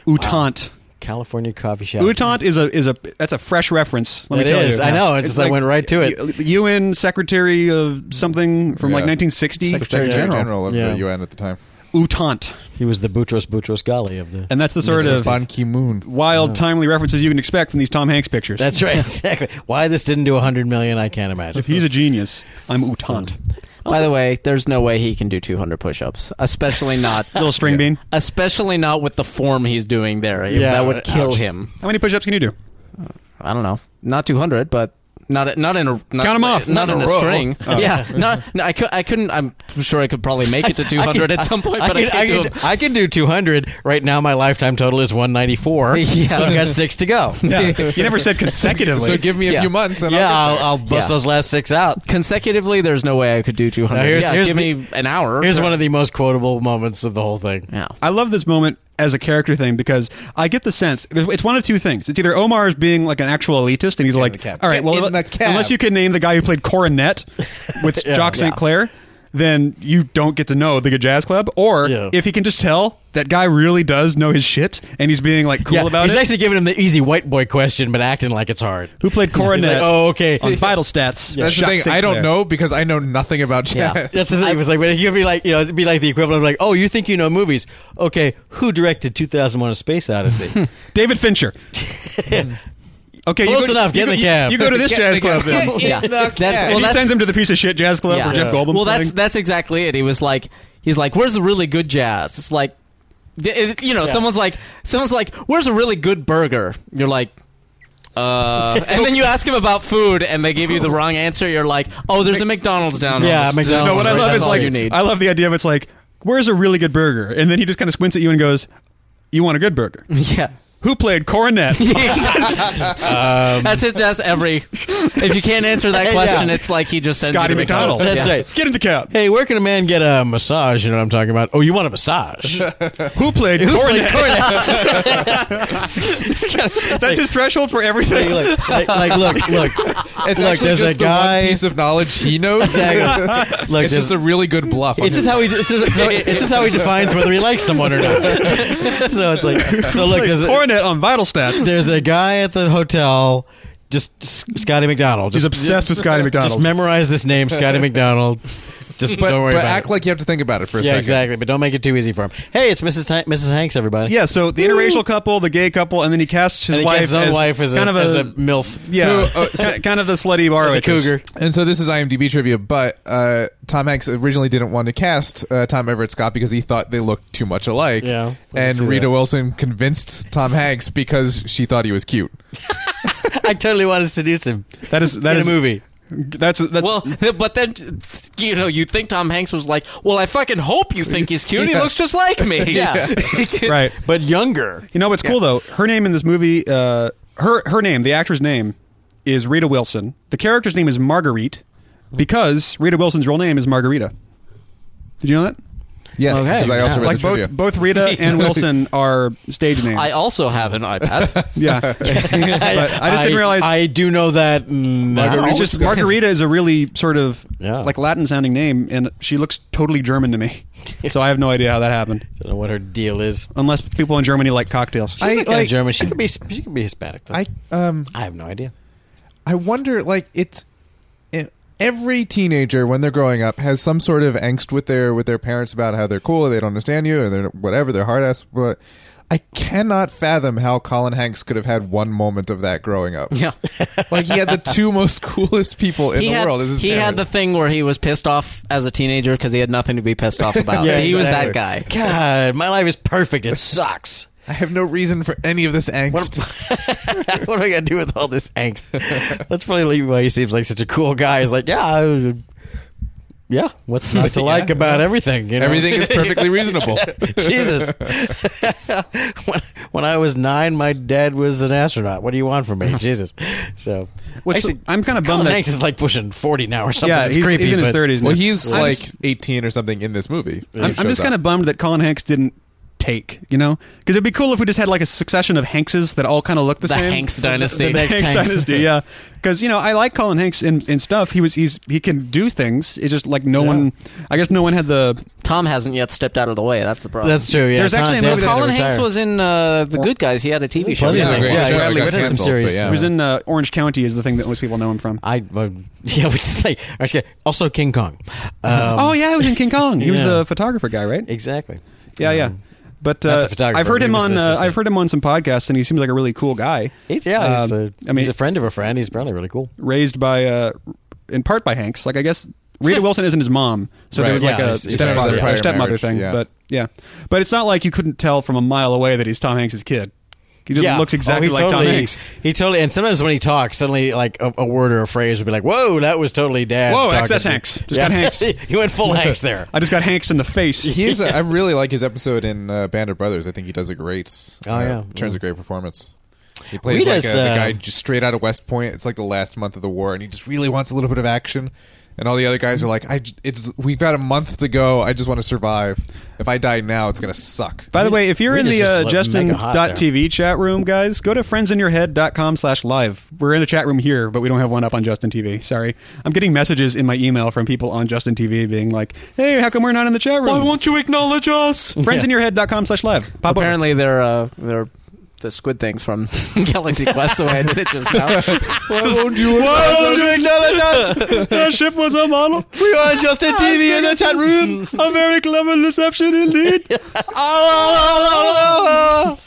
[SPEAKER 1] Outant.
[SPEAKER 3] California coffee shop.
[SPEAKER 1] Outant is a is a that's a fresh reference. Let
[SPEAKER 3] It
[SPEAKER 1] me tell
[SPEAKER 3] is.
[SPEAKER 1] you.
[SPEAKER 3] I know. It just- I went right to it.
[SPEAKER 1] y- UN Secretary of something from like
[SPEAKER 2] Yeah.
[SPEAKER 1] 1960.
[SPEAKER 2] Secretary
[SPEAKER 3] General.
[SPEAKER 2] General, of
[SPEAKER 3] Yeah.
[SPEAKER 2] the UN at the time.
[SPEAKER 1] Outant,
[SPEAKER 3] He was the Boutros Boutros Ghali of the.
[SPEAKER 1] and that's the sort of
[SPEAKER 2] Ban Ki Moon.
[SPEAKER 1] wild, timely references you can expect from these Tom Hanks pictures.
[SPEAKER 3] (laughs) that's right. Exactly. Why this didn't do a hundred million, I can't imagine.
[SPEAKER 1] if he's a genius, I'm Outant.
[SPEAKER 4] By the way, there's no way he can do 200 push-ups, especially not
[SPEAKER 1] Little string
[SPEAKER 2] Yeah.
[SPEAKER 1] bean.
[SPEAKER 4] especially not with the form he's doing there.
[SPEAKER 3] Yeah,
[SPEAKER 4] that would kill
[SPEAKER 3] ouch.
[SPEAKER 4] him.
[SPEAKER 1] How many push-ups can you do?
[SPEAKER 4] I don't know. Not 200, but Not not in a not,
[SPEAKER 1] Count 'em off.
[SPEAKER 4] Not,
[SPEAKER 1] Not in
[SPEAKER 4] in a,
[SPEAKER 1] a row.
[SPEAKER 4] string. Yeah, not, no, I could I couldn't. I'm sure I could probably make it to 200 at some point, but I, can't do
[SPEAKER 3] I,
[SPEAKER 4] them.
[SPEAKER 3] can, I can do 200. Right now, my lifetime total is 194.
[SPEAKER 4] Yeah.
[SPEAKER 3] So I've got six to go. (laughs)
[SPEAKER 2] (laughs)
[SPEAKER 1] Yeah. you never said consecutively.
[SPEAKER 2] So give me a
[SPEAKER 4] Yeah.
[SPEAKER 2] few months and
[SPEAKER 3] yeah,
[SPEAKER 2] I'll
[SPEAKER 3] I'll,
[SPEAKER 2] get
[SPEAKER 3] I'll bust
[SPEAKER 4] Yeah.
[SPEAKER 3] those last six out.
[SPEAKER 4] consecutively. There's no way I could do 200.
[SPEAKER 3] Now, here's-
[SPEAKER 4] yeah,
[SPEAKER 3] here's
[SPEAKER 4] give
[SPEAKER 3] the-
[SPEAKER 4] me an hour.
[SPEAKER 3] Here's one of the most quotable moments of the whole thing.
[SPEAKER 4] yeah.
[SPEAKER 1] I love this moment as a character thing because I get the sense there's- it's one of two things. It's either Omar's being like an actual elitist, and he's like,
[SPEAKER 2] cab.
[SPEAKER 1] "All right,
[SPEAKER 2] Get
[SPEAKER 1] well,
[SPEAKER 2] in the cab."
[SPEAKER 1] unless you can name the guy who played
[SPEAKER 2] (laughs)
[SPEAKER 1] Coronet with Jock St. Clair, then you don't get to know the good jazz club." Or
[SPEAKER 3] Yeah.
[SPEAKER 1] if he can just tell that guy really does know his shit, and he's being like cool
[SPEAKER 3] Yeah,
[SPEAKER 1] about
[SPEAKER 3] he's
[SPEAKER 1] it.
[SPEAKER 3] actually giving him the easy white boy question, but acting like it's hard.
[SPEAKER 1] who played Coronet?
[SPEAKER 3] He's like, "Oh, okay."
[SPEAKER 1] On vital stats,
[SPEAKER 2] That's the
[SPEAKER 1] Jacques
[SPEAKER 2] thing.
[SPEAKER 1] St.
[SPEAKER 2] I don't
[SPEAKER 1] Clair.
[SPEAKER 2] know because I know nothing about
[SPEAKER 4] Yeah.
[SPEAKER 2] jazz.
[SPEAKER 3] That's the thing. It was like, but he could be like, you know, it'd be like the equivalent of like, oh, you think you know movies? Okay, who directed 2001: A Space Odyssey?
[SPEAKER 1] David Fincher. Okay, you
[SPEAKER 3] Close
[SPEAKER 1] go to-
[SPEAKER 3] enough,
[SPEAKER 1] you
[SPEAKER 3] get in
[SPEAKER 1] go-
[SPEAKER 3] the
[SPEAKER 1] you-
[SPEAKER 3] cab.
[SPEAKER 1] You go to this
[SPEAKER 2] Get in
[SPEAKER 1] jazz
[SPEAKER 2] the
[SPEAKER 1] club.
[SPEAKER 2] cab.
[SPEAKER 1] Then.
[SPEAKER 2] Get in
[SPEAKER 4] Yeah.
[SPEAKER 2] the
[SPEAKER 4] That's-
[SPEAKER 2] cab.
[SPEAKER 1] And
[SPEAKER 4] well,
[SPEAKER 1] he sends him to the piece of shit jazz club
[SPEAKER 4] yeah.
[SPEAKER 1] where Jeff Goldblum's
[SPEAKER 4] Well, that's
[SPEAKER 1] playing.
[SPEAKER 4] that's exactly it. He was like, he's like, "Where's the really good jazz?" It's like, d- it- you know, someone's like, someone's like, "Where's a really good burger?" You're like. Uh, and then you ask him about food, and they give you the wrong answer. You're like, "Oh, there's a McDonald's down." on
[SPEAKER 3] Yeah,
[SPEAKER 4] this-
[SPEAKER 3] McDonald's.
[SPEAKER 1] No, what I
[SPEAKER 4] That's
[SPEAKER 1] love is
[SPEAKER 4] all
[SPEAKER 1] like
[SPEAKER 4] you need.
[SPEAKER 1] I love the idea of it's like, where's a really good burger? And then he just kind of squints at you and goes, "You want a good
[SPEAKER 3] (laughs)
[SPEAKER 1] burger?
[SPEAKER 4] (laughs) yeah.
[SPEAKER 1] Who played Coronet?
[SPEAKER 4] that's it. That's every. If you can't answer that question, it's like he just sends you
[SPEAKER 1] Scotty
[SPEAKER 4] to
[SPEAKER 1] McDonald.
[SPEAKER 3] That's
[SPEAKER 4] Yeah.
[SPEAKER 3] right.
[SPEAKER 1] Get in the cab.
[SPEAKER 3] hey, where can a man get a massage? You know what I'm talking about? Oh, you want a
[SPEAKER 2] (laughs)
[SPEAKER 3] massage? (laughs)
[SPEAKER 1] Who played Coronet?
[SPEAKER 4] Scotty-
[SPEAKER 1] That's his threshold for everything. (laughs)
[SPEAKER 3] like, like, like, look, look.
[SPEAKER 2] It's
[SPEAKER 3] Look,
[SPEAKER 2] actually
[SPEAKER 3] there's
[SPEAKER 2] just
[SPEAKER 3] a
[SPEAKER 2] the
[SPEAKER 3] guy-
[SPEAKER 2] one piece of knowledge he knows.
[SPEAKER 3] (laughs)
[SPEAKER 2] (laughs)
[SPEAKER 3] Exactly. Look,
[SPEAKER 2] It's just a really good bluff.
[SPEAKER 3] It's just how he. It's just, so it's just how he defines whether he likes someone or not. (laughs) so it's like. So look, there's a,
[SPEAKER 1] Coronet on Vital
[SPEAKER 3] (laughs)
[SPEAKER 1] Stats.
[SPEAKER 3] there's a guy at the hotel, just S- Scotty McDonald.
[SPEAKER 1] He's
[SPEAKER 3] Just,
[SPEAKER 1] obsessed with Scotty
[SPEAKER 3] (laughs) just
[SPEAKER 1] McDonald.
[SPEAKER 3] memorize this name, Scotty McDonald. Just
[SPEAKER 2] but
[SPEAKER 3] don't worry
[SPEAKER 2] but
[SPEAKER 3] about
[SPEAKER 2] act
[SPEAKER 3] it.
[SPEAKER 2] like you have to think about it for a
[SPEAKER 3] yeah,
[SPEAKER 2] second.
[SPEAKER 3] exactly. But don't make it too easy for him. Hey, it's Mrs. Ti- Mrs. Hanks, everybody.
[SPEAKER 1] yeah, so the interracial couple, the gay couple, and then he casts his
[SPEAKER 3] and he
[SPEAKER 1] wife
[SPEAKER 3] casts his own
[SPEAKER 1] as
[SPEAKER 3] wife as
[SPEAKER 1] kind
[SPEAKER 3] a,
[SPEAKER 1] of
[SPEAKER 3] as a milf.
[SPEAKER 1] yeah,
[SPEAKER 2] Who, uh,
[SPEAKER 1] ki- (laughs) kind of the slutty bar
[SPEAKER 3] (laughs) As a cougar.
[SPEAKER 2] And so this is IMDb trivia, but uh, Tom Hanks originally didn't want to cast uh, Tom Everett Scott because he thought they looked too much alike.
[SPEAKER 3] Yeah, I can
[SPEAKER 2] and
[SPEAKER 3] see
[SPEAKER 2] Rita
[SPEAKER 3] that.
[SPEAKER 2] Wilson convinced Tom Hanks because she thought he was cute.
[SPEAKER 3] I totally want to seduce him
[SPEAKER 1] That is that
[SPEAKER 3] in
[SPEAKER 1] is
[SPEAKER 3] a movie.
[SPEAKER 1] That's that's
[SPEAKER 4] Well, (laughs) but then you know you think Tom Hanks was like, "Well, I fucking hope you think he's cute. He
[SPEAKER 2] Yeah.
[SPEAKER 4] looks just like me."
[SPEAKER 2] Yeah.
[SPEAKER 1] right.
[SPEAKER 3] But (laughs) younger.
[SPEAKER 1] You know what's cool though? Her name in this movie, uh, her her name, the actress' name, is Rita Wilson. The character's name is Marguerite because Rita Wilson's real name is Margarita. Did you know that?
[SPEAKER 2] Yes,
[SPEAKER 4] Okay,
[SPEAKER 2] because I also
[SPEAKER 4] yeah.
[SPEAKER 2] read
[SPEAKER 1] like
[SPEAKER 2] the
[SPEAKER 1] both
[SPEAKER 2] trivia.
[SPEAKER 1] both Rita and Wilson are stage names.
[SPEAKER 4] (laughs) I also have an iPad.
[SPEAKER 1] yeah, but I just didn't realize.
[SPEAKER 3] I do know that. now.
[SPEAKER 1] it's just Margarita is a really sort of
[SPEAKER 3] Yeah.
[SPEAKER 1] like Latin sounding name, and she looks totally German to me. So I have no idea how that happened.
[SPEAKER 3] don't know what her deal is.
[SPEAKER 1] Unless people in Germany like cocktails.
[SPEAKER 2] I-
[SPEAKER 3] She's not kinda
[SPEAKER 2] like-
[SPEAKER 3] German. She could be. She could be Hispanic. Though.
[SPEAKER 2] I um
[SPEAKER 3] I have no idea.
[SPEAKER 2] I wonder like it's it, every teenager when they're growing up has some sort of angst with their with their parents about how they're cool, they don't understand you, or they're whatever, they're hard ass. But I cannot fathom how Colin Hanks could have had one moment of that growing up.
[SPEAKER 4] yeah.
[SPEAKER 2] (laughs) like he had the two most coolest people in
[SPEAKER 4] He,
[SPEAKER 2] the
[SPEAKER 4] had,
[SPEAKER 2] world. Is his
[SPEAKER 4] he had
[SPEAKER 2] parents.
[SPEAKER 4] the thing where he was pissed off as a teenager because he had nothing to be pissed off about.
[SPEAKER 3] Yeah,
[SPEAKER 4] he
[SPEAKER 2] exactly.
[SPEAKER 4] was that guy.
[SPEAKER 3] God, my life is perfect. It sucks.
[SPEAKER 2] I have no reason for any of this angst.
[SPEAKER 3] (laughs) what am I gonna do with all this angst? That's probably why he seems like such a cool guy. He's like, yeah, I, yeah. What's not
[SPEAKER 1] (laughs)
[SPEAKER 3] to
[SPEAKER 2] Yeah.
[SPEAKER 3] like about everything? You know?
[SPEAKER 2] Everything is perfectly (laughs) reasonable.
[SPEAKER 3] (laughs) Jesus. (laughs) when, when I was nine, my dad was an astronaut. What do you want
[SPEAKER 1] (laughs)
[SPEAKER 3] from me? Jesus. So
[SPEAKER 1] What's-
[SPEAKER 3] Actually,
[SPEAKER 1] I'm kinda bummed
[SPEAKER 3] Colin
[SPEAKER 1] that-
[SPEAKER 3] Hanks is like pushing forty now or something.
[SPEAKER 1] yeah,
[SPEAKER 3] it's
[SPEAKER 1] he's,
[SPEAKER 3] creepy.
[SPEAKER 1] he's in his
[SPEAKER 3] but-
[SPEAKER 1] thirties now.
[SPEAKER 2] Well, he's
[SPEAKER 1] I'm
[SPEAKER 2] like
[SPEAKER 1] just-
[SPEAKER 2] 18 or something in this movie.
[SPEAKER 1] I'm, I'm just kind of bummed that Colin Hanks didn't take, you know? Because it'd be cool if we just had like a succession of Hankses that all kind of look the,
[SPEAKER 4] The
[SPEAKER 1] same.
[SPEAKER 4] Hanks dynasty.
[SPEAKER 1] The,
[SPEAKER 3] (laughs)
[SPEAKER 1] next Hanks,
[SPEAKER 4] Hanks.
[SPEAKER 1] dynasty, yeah. Because you know, I like Colin Hanks in, in stuff. He was he's he can do things. It's just like no one. I guess no one had the.
[SPEAKER 4] Tom hasn't yet stepped out of the way. That's the problem.
[SPEAKER 3] That's true. Yeah,
[SPEAKER 1] There's
[SPEAKER 3] Tom-
[SPEAKER 1] actually a
[SPEAKER 3] Tom
[SPEAKER 1] movie that-
[SPEAKER 3] had to
[SPEAKER 4] Colin Hanks
[SPEAKER 3] retire.
[SPEAKER 4] was in uh, the Good Guys. He had a TV show.
[SPEAKER 3] Plenty of
[SPEAKER 2] Yeah,
[SPEAKER 3] things.
[SPEAKER 2] great
[SPEAKER 3] Yeah,
[SPEAKER 2] show.
[SPEAKER 3] exactly.
[SPEAKER 2] Got
[SPEAKER 3] Some
[SPEAKER 2] canceled,
[SPEAKER 3] series.
[SPEAKER 2] but
[SPEAKER 1] He
[SPEAKER 2] yeah.
[SPEAKER 1] was in uh, Orange County is the thing that most people know him from.
[SPEAKER 3] I uh, (laughs) yeah, we just say actually, also
[SPEAKER 1] (laughs)
[SPEAKER 3] King Kong. Um,
[SPEAKER 1] oh yeah, he was in King Kong. He was
[SPEAKER 3] (laughs) yeah.
[SPEAKER 1] the photographer guy, right?
[SPEAKER 3] exactly.
[SPEAKER 1] Yeah, yeah. But
[SPEAKER 3] Not the
[SPEAKER 1] uh,
[SPEAKER 3] photographer,
[SPEAKER 1] I've heard
[SPEAKER 3] he
[SPEAKER 1] him
[SPEAKER 3] was
[SPEAKER 1] on
[SPEAKER 3] the
[SPEAKER 1] uh,
[SPEAKER 3] assistant.
[SPEAKER 1] I've heard him on some podcasts, and he seems like a really cool guy.
[SPEAKER 3] He's yeah. He's,
[SPEAKER 1] Um,
[SPEAKER 3] a, he's a friend of a friend. He's apparently really cool.
[SPEAKER 1] raised by uh, in part by Hanks. Like I guess Rita Wilson isn't his mom, so there
[SPEAKER 2] Right.
[SPEAKER 1] was like
[SPEAKER 3] Yeah,
[SPEAKER 1] a
[SPEAKER 3] it's- it's
[SPEAKER 1] stepfather,
[SPEAKER 3] a
[SPEAKER 2] prior
[SPEAKER 1] a stepmother
[SPEAKER 2] marriage,
[SPEAKER 1] thing.
[SPEAKER 2] yeah.
[SPEAKER 1] But yeah, but it's not like you couldn't tell from a mile away that he's Tom Hanks's kid. He just looks exactly
[SPEAKER 3] Oh, he
[SPEAKER 1] like
[SPEAKER 3] totally,
[SPEAKER 1] Tom Hanks.
[SPEAKER 3] He totally, and sometimes when he talks, suddenly like a, a word or a phrase would be like, "Whoa, that was totally dad."
[SPEAKER 1] Whoa,
[SPEAKER 3] talking
[SPEAKER 1] excess
[SPEAKER 3] to-"
[SPEAKER 1] Hanks. Just got Hanks.
[SPEAKER 3] (laughs) he went full Hanks there.
[SPEAKER 1] (laughs) I just got Hanks in the face. (laughs)
[SPEAKER 2] He's. I really like his episode in uh, Band of Brothers. I think he does a great.
[SPEAKER 3] Oh,
[SPEAKER 2] uh,
[SPEAKER 3] yeah.
[SPEAKER 2] turns a great performance. He plays
[SPEAKER 3] Rita's,
[SPEAKER 2] like a, a
[SPEAKER 3] uh,
[SPEAKER 2] guy just straight out of West Point. It's like the last month of the war, and he just really wants a little bit of action. And all the other guys are like, "I. j- It's we've got a month to go. I just want to survive. If I die now, it's gonna suck."
[SPEAKER 1] By the way, if you're in
[SPEAKER 3] Rita's
[SPEAKER 1] the
[SPEAKER 3] just
[SPEAKER 1] uh,
[SPEAKER 3] like mega hot there.
[SPEAKER 1] justin.tv chat room, guys, go to friendsinyourhead.com slash live. We're in a chat room here, but we don't have one up on Justin TV. Sorry. I'm getting messages in my email from people on Justin TV being like, hey, how come we're not in the chat room?
[SPEAKER 4] you
[SPEAKER 1] (laughs)
[SPEAKER 4] acknowledge us?
[SPEAKER 1] friendsinyourhead.com slash live. Pop
[SPEAKER 4] (laughs)
[SPEAKER 1] over.
[SPEAKER 4] Apparently, they're uh, they're the squid things from (laughs) Galaxy Quest. The way I did it just now.
[SPEAKER 3] (laughs)
[SPEAKER 1] that ship was a model.
[SPEAKER 4] we are just
[SPEAKER 1] (laughs)
[SPEAKER 4] a TV in the chat room.
[SPEAKER 1] A very clever deception indeed. (laughs)
[SPEAKER 3] (laughs) Ah.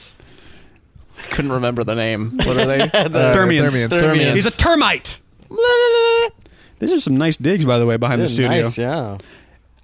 [SPEAKER 4] Couldn't remember the name. What are they?
[SPEAKER 2] Uh,
[SPEAKER 1] Thermians.
[SPEAKER 2] Thermians.
[SPEAKER 4] Thermians.
[SPEAKER 1] He's a termite. These are some nice digs, by the way, behind the studio.
[SPEAKER 3] Nice, yeah.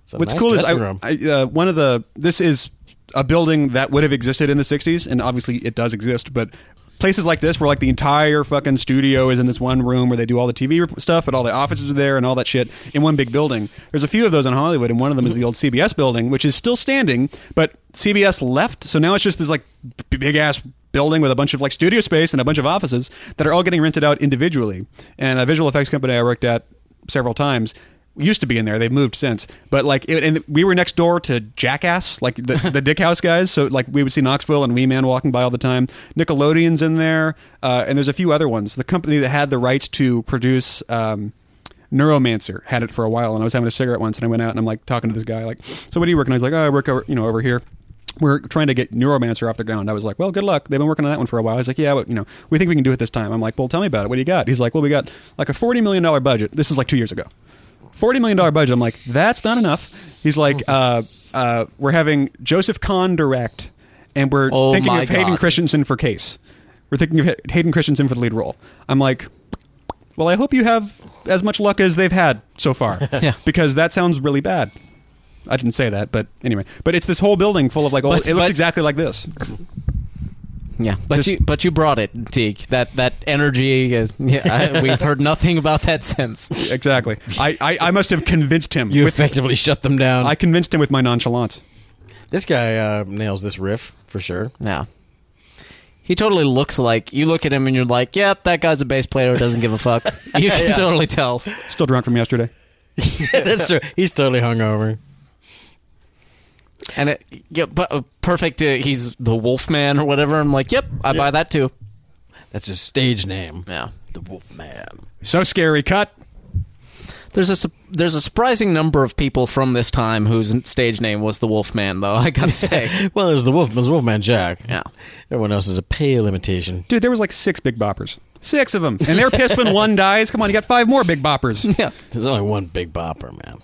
[SPEAKER 3] It's a
[SPEAKER 1] What's
[SPEAKER 3] nice
[SPEAKER 1] cool is I,
[SPEAKER 3] dressing room.
[SPEAKER 1] I, uh, one of the this is a building that would have existed in the '60s, and obviously it does exist. But places like this, where like the entire fucking studio is in this one room where they do all the TV rep- stuff, but all the offices are there and all that shit in one big building. There's a few of those in Hollywood, and one of them is the old CBS building, which is still standing, but CBS left, so now it's just this like big ass building with a bunch of like studio space and a bunch of offices that are all getting rented out individually. And a visual effects company I worked at several times used to be in there. They've moved since, but like, it, and we were next door to Jackass, like the, the Dick House guys. So like, we would see Knoxville and Wee Man walking by all the time. Nickelodeon's in there, uh, and there's a few other ones. The company that had the rights to produce. Um, Neuromancer had it for a while, and I was having a cigarette once, and I went out and I'm like talking to this guy, like, so what do you work on? He's like, oh, I work, over, you know, over here. We're trying to get Neuromancer off the ground. I was like, well, good luck. They've been working on that one for a while. He's like, yeah, but you know, we think we can do it this time. I'm like, well, tell me about it. What do you got? He's like, well, we got like a forty million dollar budget. This is like two years ago. Forty million dollar budget. I'm like, that's not enough. He's like,
[SPEAKER 4] Hmm.
[SPEAKER 1] uh, uh, we're having Joseph Kahn direct, and we're
[SPEAKER 4] Oh
[SPEAKER 1] thinking
[SPEAKER 4] my
[SPEAKER 1] of Hayden
[SPEAKER 4] God.
[SPEAKER 1] Christensen for Case. We're thinking of Hay- Hayden Christensen for the lead role. I'm like, well, I hope you have as much luck as they've had so far.
[SPEAKER 4] Yeah.
[SPEAKER 1] Because that sounds really bad. I didn't say that, but anyway. But it's this whole building full of like old.
[SPEAKER 4] But-
[SPEAKER 1] it looks
[SPEAKER 4] but-
[SPEAKER 1] exactly like this.
[SPEAKER 4] Yeah, but
[SPEAKER 1] Just-
[SPEAKER 4] you but you brought it, Teak. That that energy. Uh, yeah, (laughs) I, we've heard nothing about that (laughs) since.
[SPEAKER 1] Exactly. I, I, I must have convinced him.
[SPEAKER 3] You
[SPEAKER 1] with,
[SPEAKER 3] effectively shut them down.
[SPEAKER 1] I convinced him with my nonchalance.
[SPEAKER 3] this guy uh, nails this riff for
[SPEAKER 1] (laughs)
[SPEAKER 3] sure. (laughs)
[SPEAKER 4] Yeah. He totally looks like you look at him and you're like, "Yep, that guy's a bass player. who Doesn't give
[SPEAKER 1] (laughs)
[SPEAKER 4] a fuck." You can totally tell.
[SPEAKER 1] Still drunk from yesterday.
[SPEAKER 3] That's true. He's totally hungover.
[SPEAKER 4] And it, yeah, but uh, perfect. Uh, he's the Wolfman or whatever. I'm like, "Yep, I buy that too."
[SPEAKER 3] That's his stage name.
[SPEAKER 4] Yeah.
[SPEAKER 3] The Wolfman.
[SPEAKER 1] So scary. Cut.
[SPEAKER 4] There's a su- there's a surprising number of people from this time whose stage name was the Wolfman, though. (laughs) I gotta say.
[SPEAKER 1] (laughs)
[SPEAKER 3] Well, there's the Wolf. There's Wolfman Jack.
[SPEAKER 4] Yeah.
[SPEAKER 3] Everyone else is a pale imitation.
[SPEAKER 1] Dude, there was like six big boppers. Six of them. And they're pissed when one dies. Come on, you got five more big
[SPEAKER 4] (laughs)
[SPEAKER 1] boppers.
[SPEAKER 4] yeah.
[SPEAKER 3] There's only one big bopper, man.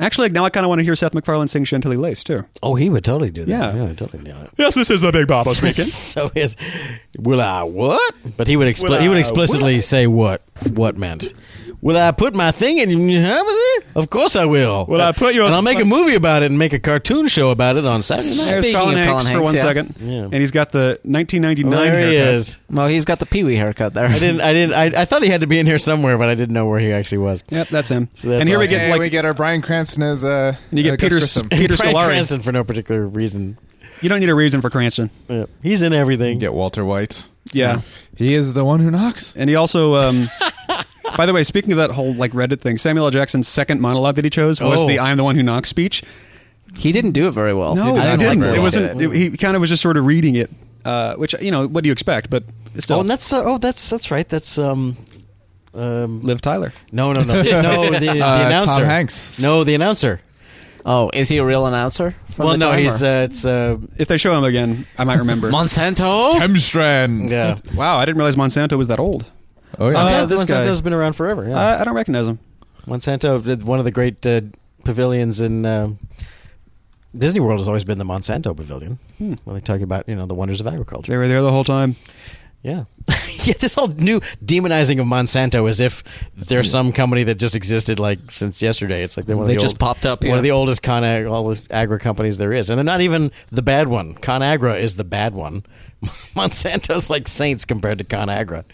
[SPEAKER 1] Actually, now I kind of want to hear Seth MacFarlane sing Chantilly Lace, too.
[SPEAKER 3] Oh, he would totally do that.
[SPEAKER 1] Yeah. Oh,
[SPEAKER 3] he would totally nail it.
[SPEAKER 1] Yes, this is the big bopper
[SPEAKER 3] (laughs) so his will I what? But he would expli-
[SPEAKER 1] Will
[SPEAKER 3] he would
[SPEAKER 1] I
[SPEAKER 3] explicitly say what what meant. Will I put my thing in your hamster? Of course I will.
[SPEAKER 1] Will I put you on
[SPEAKER 3] And
[SPEAKER 1] the
[SPEAKER 3] I'll make a
[SPEAKER 1] fuck-
[SPEAKER 3] movie about it and make a cartoon show about it on Saturday night.
[SPEAKER 1] There's
[SPEAKER 4] Speaking
[SPEAKER 1] Colin
[SPEAKER 4] of
[SPEAKER 1] Hanks
[SPEAKER 4] Colin
[SPEAKER 1] for
[SPEAKER 4] Hanks,
[SPEAKER 1] one
[SPEAKER 4] yeah.
[SPEAKER 1] second,
[SPEAKER 3] Yeah.
[SPEAKER 1] and he's got the 1999
[SPEAKER 3] Well, there he
[SPEAKER 1] haircut.
[SPEAKER 3] is.
[SPEAKER 4] Well, he's got the Pee Wee haircut there.
[SPEAKER 3] I didn't. I didn't. I, I thought he had to be in here somewhere, but I didn't know where he actually was.
[SPEAKER 1] Yep, that's him.
[SPEAKER 3] So that's
[SPEAKER 1] and here we
[SPEAKER 3] awesome.
[SPEAKER 1] get
[SPEAKER 2] Hey,
[SPEAKER 1] like
[SPEAKER 2] we get our Brian Cranston as uh,
[SPEAKER 1] and you
[SPEAKER 2] uh,
[SPEAKER 1] get
[SPEAKER 2] Gus
[SPEAKER 1] Peter
[SPEAKER 2] Grissom.
[SPEAKER 1] Peter
[SPEAKER 3] (laughs) Bryan
[SPEAKER 1] Scolari.
[SPEAKER 3] Cranston for no particular reason.
[SPEAKER 1] You don't need a reason for Cranston.
[SPEAKER 3] Yeah. He's in everything.
[SPEAKER 2] You get Walter White.
[SPEAKER 1] Yeah,
[SPEAKER 2] He is the one who knocks.
[SPEAKER 1] and he also. Um, (laughs) by the way, speaking of that whole like Reddit thing, Samuel L. Jackson's second monologue that he chose was
[SPEAKER 3] Oh.
[SPEAKER 1] the "I'm the one who knocks" speech.
[SPEAKER 4] He didn't do it very well.
[SPEAKER 1] No,
[SPEAKER 2] did
[SPEAKER 1] he
[SPEAKER 2] not
[SPEAKER 1] didn't.
[SPEAKER 2] like
[SPEAKER 1] It
[SPEAKER 2] that.
[SPEAKER 1] wasn't. It, he kind of was just sort of reading it, uh, which you know, what do you expect? But it's still,
[SPEAKER 3] Oh, and that's uh, oh, that's that's right. That's um, um,
[SPEAKER 1] Liv Tyler. (laughs)
[SPEAKER 3] no, no, no, no. The, the
[SPEAKER 2] Uh,
[SPEAKER 3] announcer,
[SPEAKER 2] Tom Hanks.
[SPEAKER 3] No, the announcer.
[SPEAKER 4] Oh, is he a real announcer? from
[SPEAKER 3] well,
[SPEAKER 4] the
[SPEAKER 3] no,
[SPEAKER 4] time,
[SPEAKER 3] he's
[SPEAKER 4] or-
[SPEAKER 3] uh, it's uh,
[SPEAKER 1] If they show him again, I might
[SPEAKER 3] (laughs)
[SPEAKER 1] remember.
[SPEAKER 4] Monsanto.
[SPEAKER 2] Hemstrand.
[SPEAKER 3] yeah.
[SPEAKER 1] wow, I didn't realize Monsanto was that old.
[SPEAKER 2] Oh
[SPEAKER 1] (laughs)
[SPEAKER 2] yeah.
[SPEAKER 1] Uh,
[SPEAKER 3] Monsanto,
[SPEAKER 1] this guy. Uh,
[SPEAKER 3] Monsanto's been around forever. Yeah.
[SPEAKER 1] I, I don't recognize him.
[SPEAKER 3] Monsanto, did one of the great uh, pavilions in uh, Disney
[SPEAKER 1] Hmm.
[SPEAKER 3] World, has always been the Monsanto Pavilion. When they talk about you know the wonders of agriculture.
[SPEAKER 1] They were there the whole time.
[SPEAKER 3] Yeah. (laughs) yeah, this whole new demonizing of Monsanto as if they're some company that just existed like since yesterday. It's like they're one of
[SPEAKER 4] They
[SPEAKER 3] the
[SPEAKER 4] just
[SPEAKER 3] old-
[SPEAKER 4] popped up,
[SPEAKER 3] One
[SPEAKER 4] yeah.
[SPEAKER 3] of the oldest Conag all the agri companies there is, and they're not even the bad one. Conagra is the bad one. (laughs) Monsanto's like saints compared to Conagra.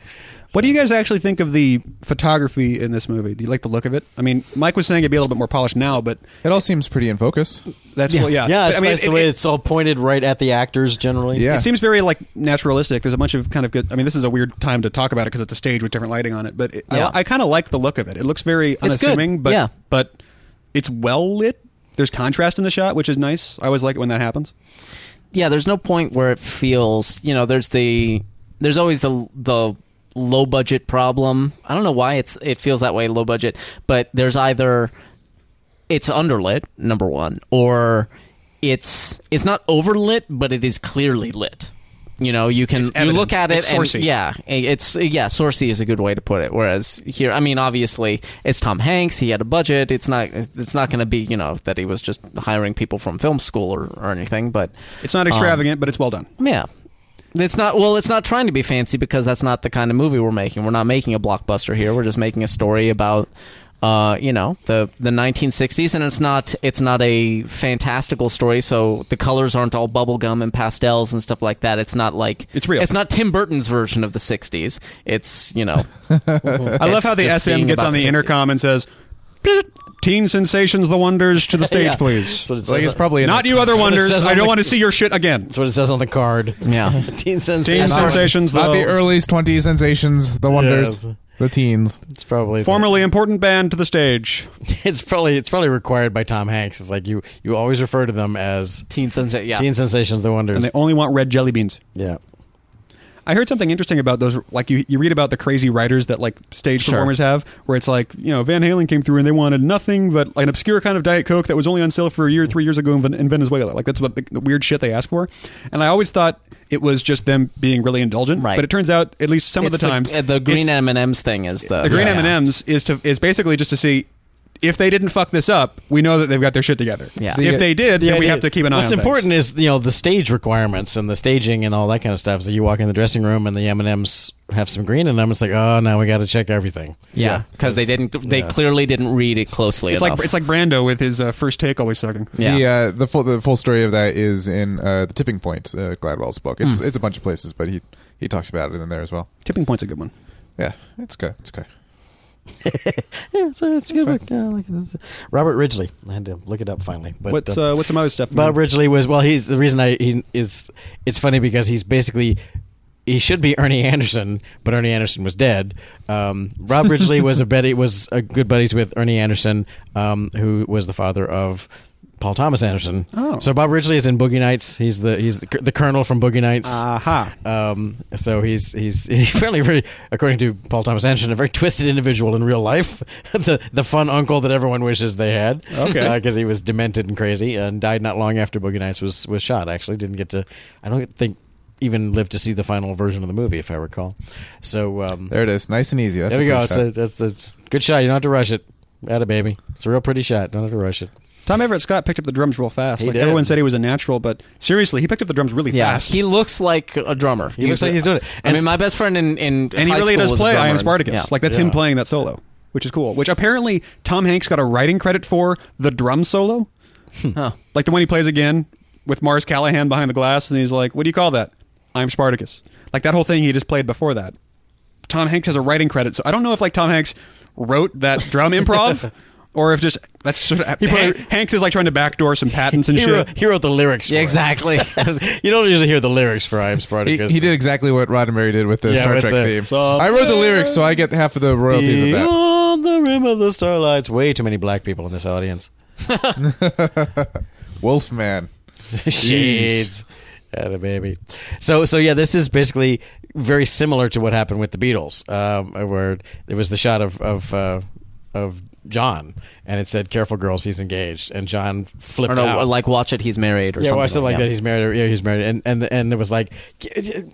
[SPEAKER 1] What do you guys actually think of the photography in this movie? Do you like the look of it? I mean, Mike was saying it'd be a little bit more polished now, but
[SPEAKER 2] It all seems pretty in focus.
[SPEAKER 1] that's what, yeah.
[SPEAKER 3] (laughs) Yeah,
[SPEAKER 1] But,
[SPEAKER 3] it's
[SPEAKER 1] I mean,
[SPEAKER 3] nice
[SPEAKER 1] it-
[SPEAKER 3] the way
[SPEAKER 1] it-
[SPEAKER 3] it's all pointed right at the actors generally.
[SPEAKER 2] Yeah.
[SPEAKER 1] It seems very like naturalistic. There's a bunch of kind of good. I mean, this is a weird time to talk about it because it's a stage with different lighting on it. But it,
[SPEAKER 4] Yeah.
[SPEAKER 1] I, I kind of like the look of it. It looks very
[SPEAKER 4] good.
[SPEAKER 1] unassuming, but
[SPEAKER 4] Yeah.
[SPEAKER 1] but it's well lit. There's contrast in the shot, which is nice. I always like it when that happens.
[SPEAKER 4] yeah, there's no point where it feels, you know, there's the there's always the the low budget problem. I don't know why it's it feels that way low budget, but there's either it's underlit number 1 or it's it's not overlit but it is clearly lit. You know, you can you
[SPEAKER 1] evident.
[SPEAKER 4] look at it
[SPEAKER 1] It's
[SPEAKER 4] and
[SPEAKER 1] sourcey.
[SPEAKER 4] yeah, it's yeah, sourcey is a good way to put it. Whereas here, I mean, obviously it's Tom Hanks. He had a budget. It's not it's not going to be you know that he was just hiring people from film school or, or anything. But
[SPEAKER 1] It's not extravagant, but it's well done.
[SPEAKER 4] yeah. It's not well. It's not trying to be fancy because that's not the kind of movie we're making. We're not making a blockbuster here. We're just making a story about, uh, you know, the the 1960s, and it's not it's not a fantastical story. So the colors aren't all bubblegum and pastels and stuff like that. It's not like
[SPEAKER 1] It's real.
[SPEAKER 4] It's not Tim Burton's version of the 60s. It's you know,
[SPEAKER 1] (laughs) I love how the
[SPEAKER 4] just
[SPEAKER 1] SM
[SPEAKER 4] being
[SPEAKER 1] gets
[SPEAKER 4] about
[SPEAKER 1] on the
[SPEAKER 4] 60s.
[SPEAKER 1] intercom and says, "Teen sensations, the wonders to the stage, please."
[SPEAKER 3] That's what it says.
[SPEAKER 2] Like it's probably in
[SPEAKER 1] Not
[SPEAKER 2] the-
[SPEAKER 1] you, other
[SPEAKER 3] what it
[SPEAKER 1] wonders.
[SPEAKER 3] says
[SPEAKER 1] I
[SPEAKER 3] on
[SPEAKER 1] don't
[SPEAKER 3] the-
[SPEAKER 1] want to see your shit again.
[SPEAKER 3] That's what it says on the card.
[SPEAKER 4] yeah.
[SPEAKER 3] (laughs) Teen
[SPEAKER 1] Teen
[SPEAKER 3] sensation.
[SPEAKER 1] sensations,
[SPEAKER 2] Not the
[SPEAKER 1] though.
[SPEAKER 2] early 20s sensations, the wonders,
[SPEAKER 3] Yes.
[SPEAKER 2] the teens.
[SPEAKER 3] It's probably the-
[SPEAKER 1] formerly important band to the stage.
[SPEAKER 3] (laughs) It's probably it's probably required by Tom Hanks. It's like you you always refer to them as
[SPEAKER 4] Teen Sunset. Yeah,
[SPEAKER 3] Teen Sensations, the Wonders.
[SPEAKER 1] And they only want red jelly beans.
[SPEAKER 3] yeah.
[SPEAKER 1] I heard something interesting about those. Like you, you read about the crazy writers that like stage
[SPEAKER 4] Sure.
[SPEAKER 1] performers have, where it's like you know Van Halen came through and they wanted nothing but an obscure kind of diet coke that was only on sale for a year, three years ago in, Ven- in Venezuela. Like that's what the, the weird shit they asked for. And I always thought it was just them being really indulgent,
[SPEAKER 4] Right.
[SPEAKER 1] but it turns out at least some
[SPEAKER 4] It's
[SPEAKER 1] of the
[SPEAKER 4] like,
[SPEAKER 1] times
[SPEAKER 4] uh, the green
[SPEAKER 1] it's-
[SPEAKER 4] M and M's thing is the
[SPEAKER 1] the green
[SPEAKER 4] yeah.
[SPEAKER 1] M and M's is to is basically just to see. If they didn't fuck this up, we know that they've got their shit together.
[SPEAKER 4] Yeah.
[SPEAKER 1] if
[SPEAKER 2] The-
[SPEAKER 1] they did, then we have to keep an eye
[SPEAKER 3] What's
[SPEAKER 1] on things.
[SPEAKER 3] important is you know the stage requirements and the staging and all that kind of stuff. So you walk in the dressing room and the M and M's have some green in them. It's like oh now we got to check everything.
[SPEAKER 4] Yeah, because they didn't. They clearly didn't read it closely
[SPEAKER 1] It's
[SPEAKER 4] enough.
[SPEAKER 1] like it's like Brando with his uh, first take always sucking.
[SPEAKER 4] yeah.
[SPEAKER 2] The, uh, the full the full story of that is in uh, the tipping point. Uh, Gladwell's book. It's
[SPEAKER 4] Hmm.
[SPEAKER 2] it's a bunch of places, but he he talks about it in there as well.
[SPEAKER 1] Tipping point's a good one.
[SPEAKER 2] Yeah, it's good. It's okay.
[SPEAKER 4] Hmm.
[SPEAKER 3] Yeah, so it's a good. book. Yeah, I like it. It's- Robert Ridgely. I had to look it up finally. But
[SPEAKER 1] What's uh, what's some other stuff?
[SPEAKER 3] Bob Ridgely was well. He's the reason I he is. It's funny because he's basically he should be (laughs) Ernie Anderson, but Ernie Anderson was dead. Um, Rob Ridgely was a buddy was a good buddies with Ernie Anderson, um, who was the father of. Paul Thomas Anderson.
[SPEAKER 1] Oh.
[SPEAKER 3] so Bob Ridgely is in Boogie Nights. He's the he's the, the Colonel from Boogie Nights.
[SPEAKER 1] Ah, Aha.
[SPEAKER 3] Um, so he's he's (laughs) he's apparently very, according to Paul Thomas Anderson, a very twisted individual in real life. (laughs) the the fun uncle that everyone wishes they had.
[SPEAKER 1] Okay.
[SPEAKER 3] because he was demented and crazy, and died not long after Boogie Nights was was shot. Actually, didn't get to. I don't think even lived to see the final version of the movie, if I recall. So um,
[SPEAKER 2] There it is, nice and easy. That's
[SPEAKER 3] there
[SPEAKER 2] a
[SPEAKER 3] we go.
[SPEAKER 2] good
[SPEAKER 3] It's
[SPEAKER 2] shot.
[SPEAKER 3] a, that's a good shot. You don't have to rush it. At a baby, it's a real pretty shot. Don't have to rush it.
[SPEAKER 1] Tom Everett Scott picked up the drums real fast.
[SPEAKER 3] He
[SPEAKER 1] like
[SPEAKER 3] did.
[SPEAKER 1] everyone said, he was a natural, but seriously, he picked up the drums really
[SPEAKER 4] Yeah,
[SPEAKER 1] fast.
[SPEAKER 4] he looks like a drummer. He,
[SPEAKER 3] looks like he's doing it.
[SPEAKER 4] I
[SPEAKER 3] And
[SPEAKER 4] mean,
[SPEAKER 3] s-
[SPEAKER 4] my best friend in in
[SPEAKER 1] and he
[SPEAKER 4] high
[SPEAKER 1] really
[SPEAKER 4] school
[SPEAKER 1] does
[SPEAKER 4] was a
[SPEAKER 1] play I Am
[SPEAKER 4] drummer.
[SPEAKER 1] Spartacus.
[SPEAKER 4] Yeah.
[SPEAKER 1] Like that's
[SPEAKER 3] Yeah.
[SPEAKER 1] him playing that solo, which is cool. Which apparently Tom Hanks got a writing credit for the drum solo,
[SPEAKER 4] Huh.
[SPEAKER 1] like the one he plays again with Mars Callahan behind the glass, and he's like, "What do you call that? I'm Spartacus." Like that whole thing he just played before that. Tom Hanks has a writing credit, so I don't know if like Tom Hanks wrote that drum improv. Or if just that's sort of
[SPEAKER 3] probably-
[SPEAKER 1] Han- Hanks is like trying to backdoor some patents and
[SPEAKER 3] He
[SPEAKER 1] shit.
[SPEAKER 3] wrote, he wrote the lyrics. For
[SPEAKER 4] Yeah,
[SPEAKER 3] it. (laughs)
[SPEAKER 4] exactly.
[SPEAKER 3] you don't usually hear the lyrics for "I Am
[SPEAKER 2] He,
[SPEAKER 3] Spartacus."
[SPEAKER 2] he did exactly what Roddenberry did with the
[SPEAKER 3] Yeah,
[SPEAKER 2] Star
[SPEAKER 3] with
[SPEAKER 2] Trek
[SPEAKER 3] the-
[SPEAKER 2] theme.
[SPEAKER 1] So-
[SPEAKER 2] I wrote the lyrics, so I get half of the royalties
[SPEAKER 3] (laughs)
[SPEAKER 2] of that.
[SPEAKER 3] Beyond the rim of the starlights. Way too many black people in this audience. (laughs)
[SPEAKER 2] Wolfman.
[SPEAKER 3] Shades. Had a baby. So so yeah, this is basically very similar to what happened with the Beatles, um, where there was the shot of of uh, of John, and it said "Careful, girls, he's engaged," and John flipped
[SPEAKER 4] or no,
[SPEAKER 3] out.
[SPEAKER 4] or like watch it. He's married or
[SPEAKER 3] yeah,
[SPEAKER 4] something
[SPEAKER 3] well, something like that.
[SPEAKER 4] yeah.
[SPEAKER 3] He's married. Or, yeah, he's married, and and and it was like, (laughs)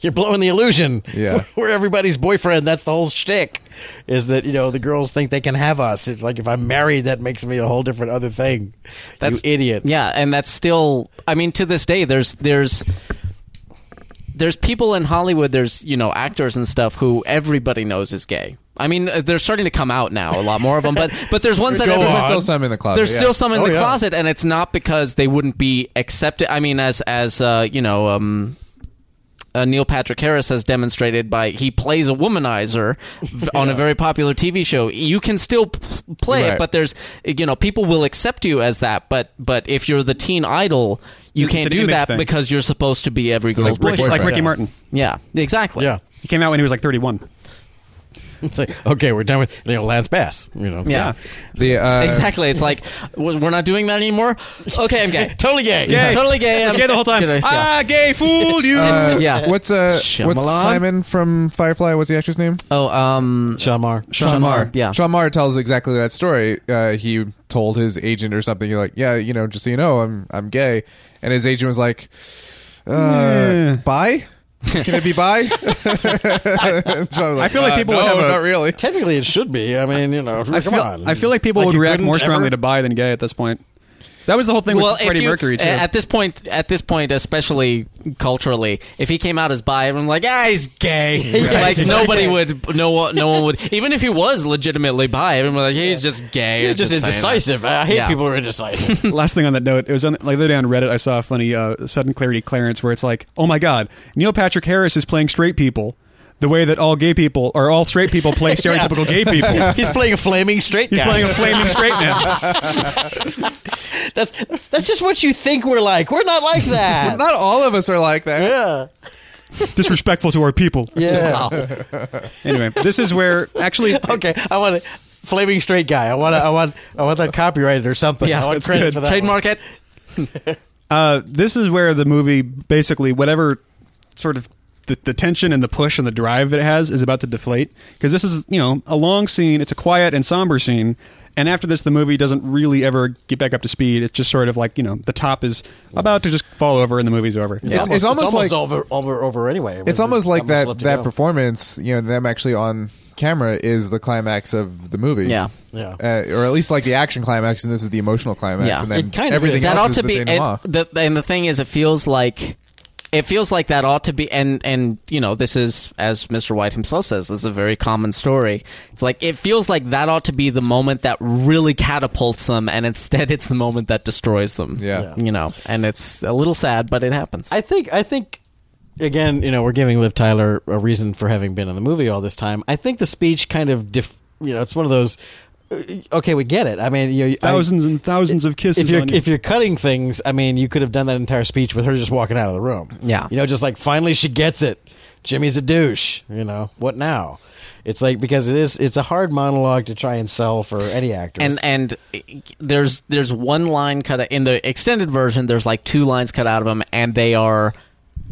[SPEAKER 3] you're blowing the illusion.
[SPEAKER 2] Yeah.
[SPEAKER 3] (laughs) we're everybody's boyfriend. That's the whole shtick, is that you know the girls think they can have us. It's like if I'm married, that makes me a whole different other thing. That's you idiot.
[SPEAKER 4] Yeah, and that's still. I mean, to this day, there's there's there's people in Hollywood, there's you know actors and stuff who everybody knows is gay. I mean, uh, they're starting to come out now, a lot more of them. But but
[SPEAKER 3] (laughs)
[SPEAKER 4] there's ones that
[SPEAKER 2] There's
[SPEAKER 4] everyone-
[SPEAKER 2] still some in the closet.
[SPEAKER 4] There's
[SPEAKER 2] yeah.
[SPEAKER 4] still some in
[SPEAKER 3] Oh,
[SPEAKER 4] the
[SPEAKER 3] yeah.
[SPEAKER 4] closet, and it's not because they wouldn't be accepted. I mean, as as uh, you know, um, uh, Neil Patrick Harris has demonstrated by he plays a womanizer v- on a very popular TV show. You can still p- play it,
[SPEAKER 2] Right.
[SPEAKER 4] but there's you know people will accept you as that. But but if you're the teen idol, you
[SPEAKER 1] It's
[SPEAKER 4] can't
[SPEAKER 1] an
[SPEAKER 4] do
[SPEAKER 1] image
[SPEAKER 4] that
[SPEAKER 1] thing.
[SPEAKER 4] because you're supposed to be every girl's
[SPEAKER 2] Like Ricky-
[SPEAKER 1] Ricky,
[SPEAKER 4] boyfriend.
[SPEAKER 1] like
[SPEAKER 2] boyfriend.
[SPEAKER 1] Ricky
[SPEAKER 2] Yeah.
[SPEAKER 1] Martin.
[SPEAKER 4] yeah, exactly.
[SPEAKER 3] Yeah. (laughs)
[SPEAKER 1] He came out when he was like 31.
[SPEAKER 3] It's like, okay, we're done with you know Lance Bass. You know,
[SPEAKER 4] Yeah.
[SPEAKER 2] The, uh,
[SPEAKER 4] (laughs) exactly. It's like w- we're not doing that anymore. Okay, I'm gay.
[SPEAKER 3] (laughs) totally gay.
[SPEAKER 1] Gay.
[SPEAKER 4] Totally gay.
[SPEAKER 1] I was
[SPEAKER 4] I'm-
[SPEAKER 1] gay the whole time.
[SPEAKER 4] Yeah.
[SPEAKER 1] Ah, gay fooled you.
[SPEAKER 2] Uh,
[SPEAKER 4] Yeah.
[SPEAKER 2] What's uh? What's
[SPEAKER 4] Shyamalan?
[SPEAKER 2] Simon from Firefly? What's the actor's name?
[SPEAKER 4] Oh, um,
[SPEAKER 3] Shamar.
[SPEAKER 1] Sean Marr.
[SPEAKER 4] Yeah.
[SPEAKER 2] Sean Maher tells exactly that story. Uh, he told his agent or something. You're like, yeah, you know, just so you know, I'm I'm gay, and his agent was like, uh, bi. Can it be
[SPEAKER 4] (laughs)
[SPEAKER 2] bi? Sean was
[SPEAKER 1] I feel like
[SPEAKER 2] "Uh,
[SPEAKER 1] people
[SPEAKER 2] no,
[SPEAKER 1] would have a-
[SPEAKER 2] not really.
[SPEAKER 3] Technically, it should be. I mean, you know,
[SPEAKER 1] I
[SPEAKER 3] come
[SPEAKER 1] feel,
[SPEAKER 3] on.
[SPEAKER 1] I feel like people would
[SPEAKER 3] you
[SPEAKER 1] react
[SPEAKER 3] couldn't
[SPEAKER 1] more
[SPEAKER 3] ever-
[SPEAKER 1] strongly to bi than gay at this point. That was the whole thing with
[SPEAKER 4] if
[SPEAKER 1] Freddie
[SPEAKER 4] you- eh,
[SPEAKER 1] Mercury too.
[SPEAKER 4] At this point, at this point, especially culturally, if he came out as bi, everyone's like, ah, he's gay. (laughs) like
[SPEAKER 3] he's
[SPEAKER 4] nobody
[SPEAKER 3] gay.
[SPEAKER 4] would, no one, no one would. Even if he was legitimately bi, everyone was like, he's just gay.
[SPEAKER 3] You're
[SPEAKER 4] It's
[SPEAKER 3] just,
[SPEAKER 4] saying that.
[SPEAKER 3] indecisive. I hate
[SPEAKER 4] Yeah.
[SPEAKER 3] people who are indecisive. (laughs)
[SPEAKER 1] Last thing on that note, it was on, like the other day on Reddit. I saw a funny uh, sudden clarity clearance where it's like, oh my god, Neil Patrick Harris is playing straight people the way that all gay people or all straight people
[SPEAKER 3] (laughs)
[SPEAKER 1] play stereotypical gay people.
[SPEAKER 3] He's playing a flaming straight
[SPEAKER 1] He's
[SPEAKER 3] guy.
[SPEAKER 1] playing a flaming straight
[SPEAKER 3] (laughs)
[SPEAKER 1] man.
[SPEAKER 3] that's that's just what you think we're like. We're not
[SPEAKER 2] (laughs)
[SPEAKER 3] like that.
[SPEAKER 2] Not all of us are like that.
[SPEAKER 3] yeah.
[SPEAKER 1] Disrespectful to our people.
[SPEAKER 3] Yeah.
[SPEAKER 1] Anyway, this is where actually.
[SPEAKER 3] (laughs) Okay. I want a flaming straight guy. I want. to I want. I want that copyrighted or something.
[SPEAKER 4] Yeah,
[SPEAKER 3] I want
[SPEAKER 4] that's
[SPEAKER 3] credit
[SPEAKER 1] good.
[SPEAKER 3] for that.
[SPEAKER 4] Trademark it.
[SPEAKER 1] Uh, this is where the movie basically whatever sort of the, the tension and the push and the drive that it has is about to deflate because this is you know a long scene it's a quiet and somber scene and after this the movie doesn't really ever get back up to speed it's just sort of like you know the top is about to just fall over and the movie's over
[SPEAKER 2] It's- it's almost like-
[SPEAKER 3] over, over, over anyway.
[SPEAKER 2] It's almost like that
[SPEAKER 3] left to
[SPEAKER 2] that
[SPEAKER 3] go.
[SPEAKER 2] performance, you know, them actually on camera is the climax of the movie.
[SPEAKER 4] Yeah.
[SPEAKER 3] Yeah.
[SPEAKER 2] Uh, or at least like the action climax, and this is the emotional climax,
[SPEAKER 4] Yeah.
[SPEAKER 2] and then
[SPEAKER 3] It kind of
[SPEAKER 2] everything
[SPEAKER 3] is.
[SPEAKER 2] else
[SPEAKER 4] that ought
[SPEAKER 2] is
[SPEAKER 4] to
[SPEAKER 2] the
[SPEAKER 4] be and,
[SPEAKER 2] denouement.
[SPEAKER 4] the, and the thing is it feels like it feels like that ought to be and and you know this is as mr white himself says this is a very common story it's like it feels like that ought to be the moment that really catapults them and instead it's the moment that destroys them
[SPEAKER 2] Yeah.
[SPEAKER 4] you know and it's a little sad but it happens
[SPEAKER 3] I think I think again, you know, we're giving Liv Tyler a reason for having been in the movie all this time. I think the speech kind of dif- you know, it's one of those uh, okay, we get it. I mean, you
[SPEAKER 1] thousands and thousands of
[SPEAKER 3] I,
[SPEAKER 1] kisses
[SPEAKER 3] if you're
[SPEAKER 1] on you.
[SPEAKER 3] if you're cutting things, I mean, you could have done that entire speech with her just walking out of the room.
[SPEAKER 4] Yeah.
[SPEAKER 3] You know, just like finally she gets it. Jimmy's a douche, you know. What now? It's like because it is it's a hard monologue to try and sell for any actor.
[SPEAKER 4] and and there's there's one line cut in the extended version there's like two lines cut out of them and they are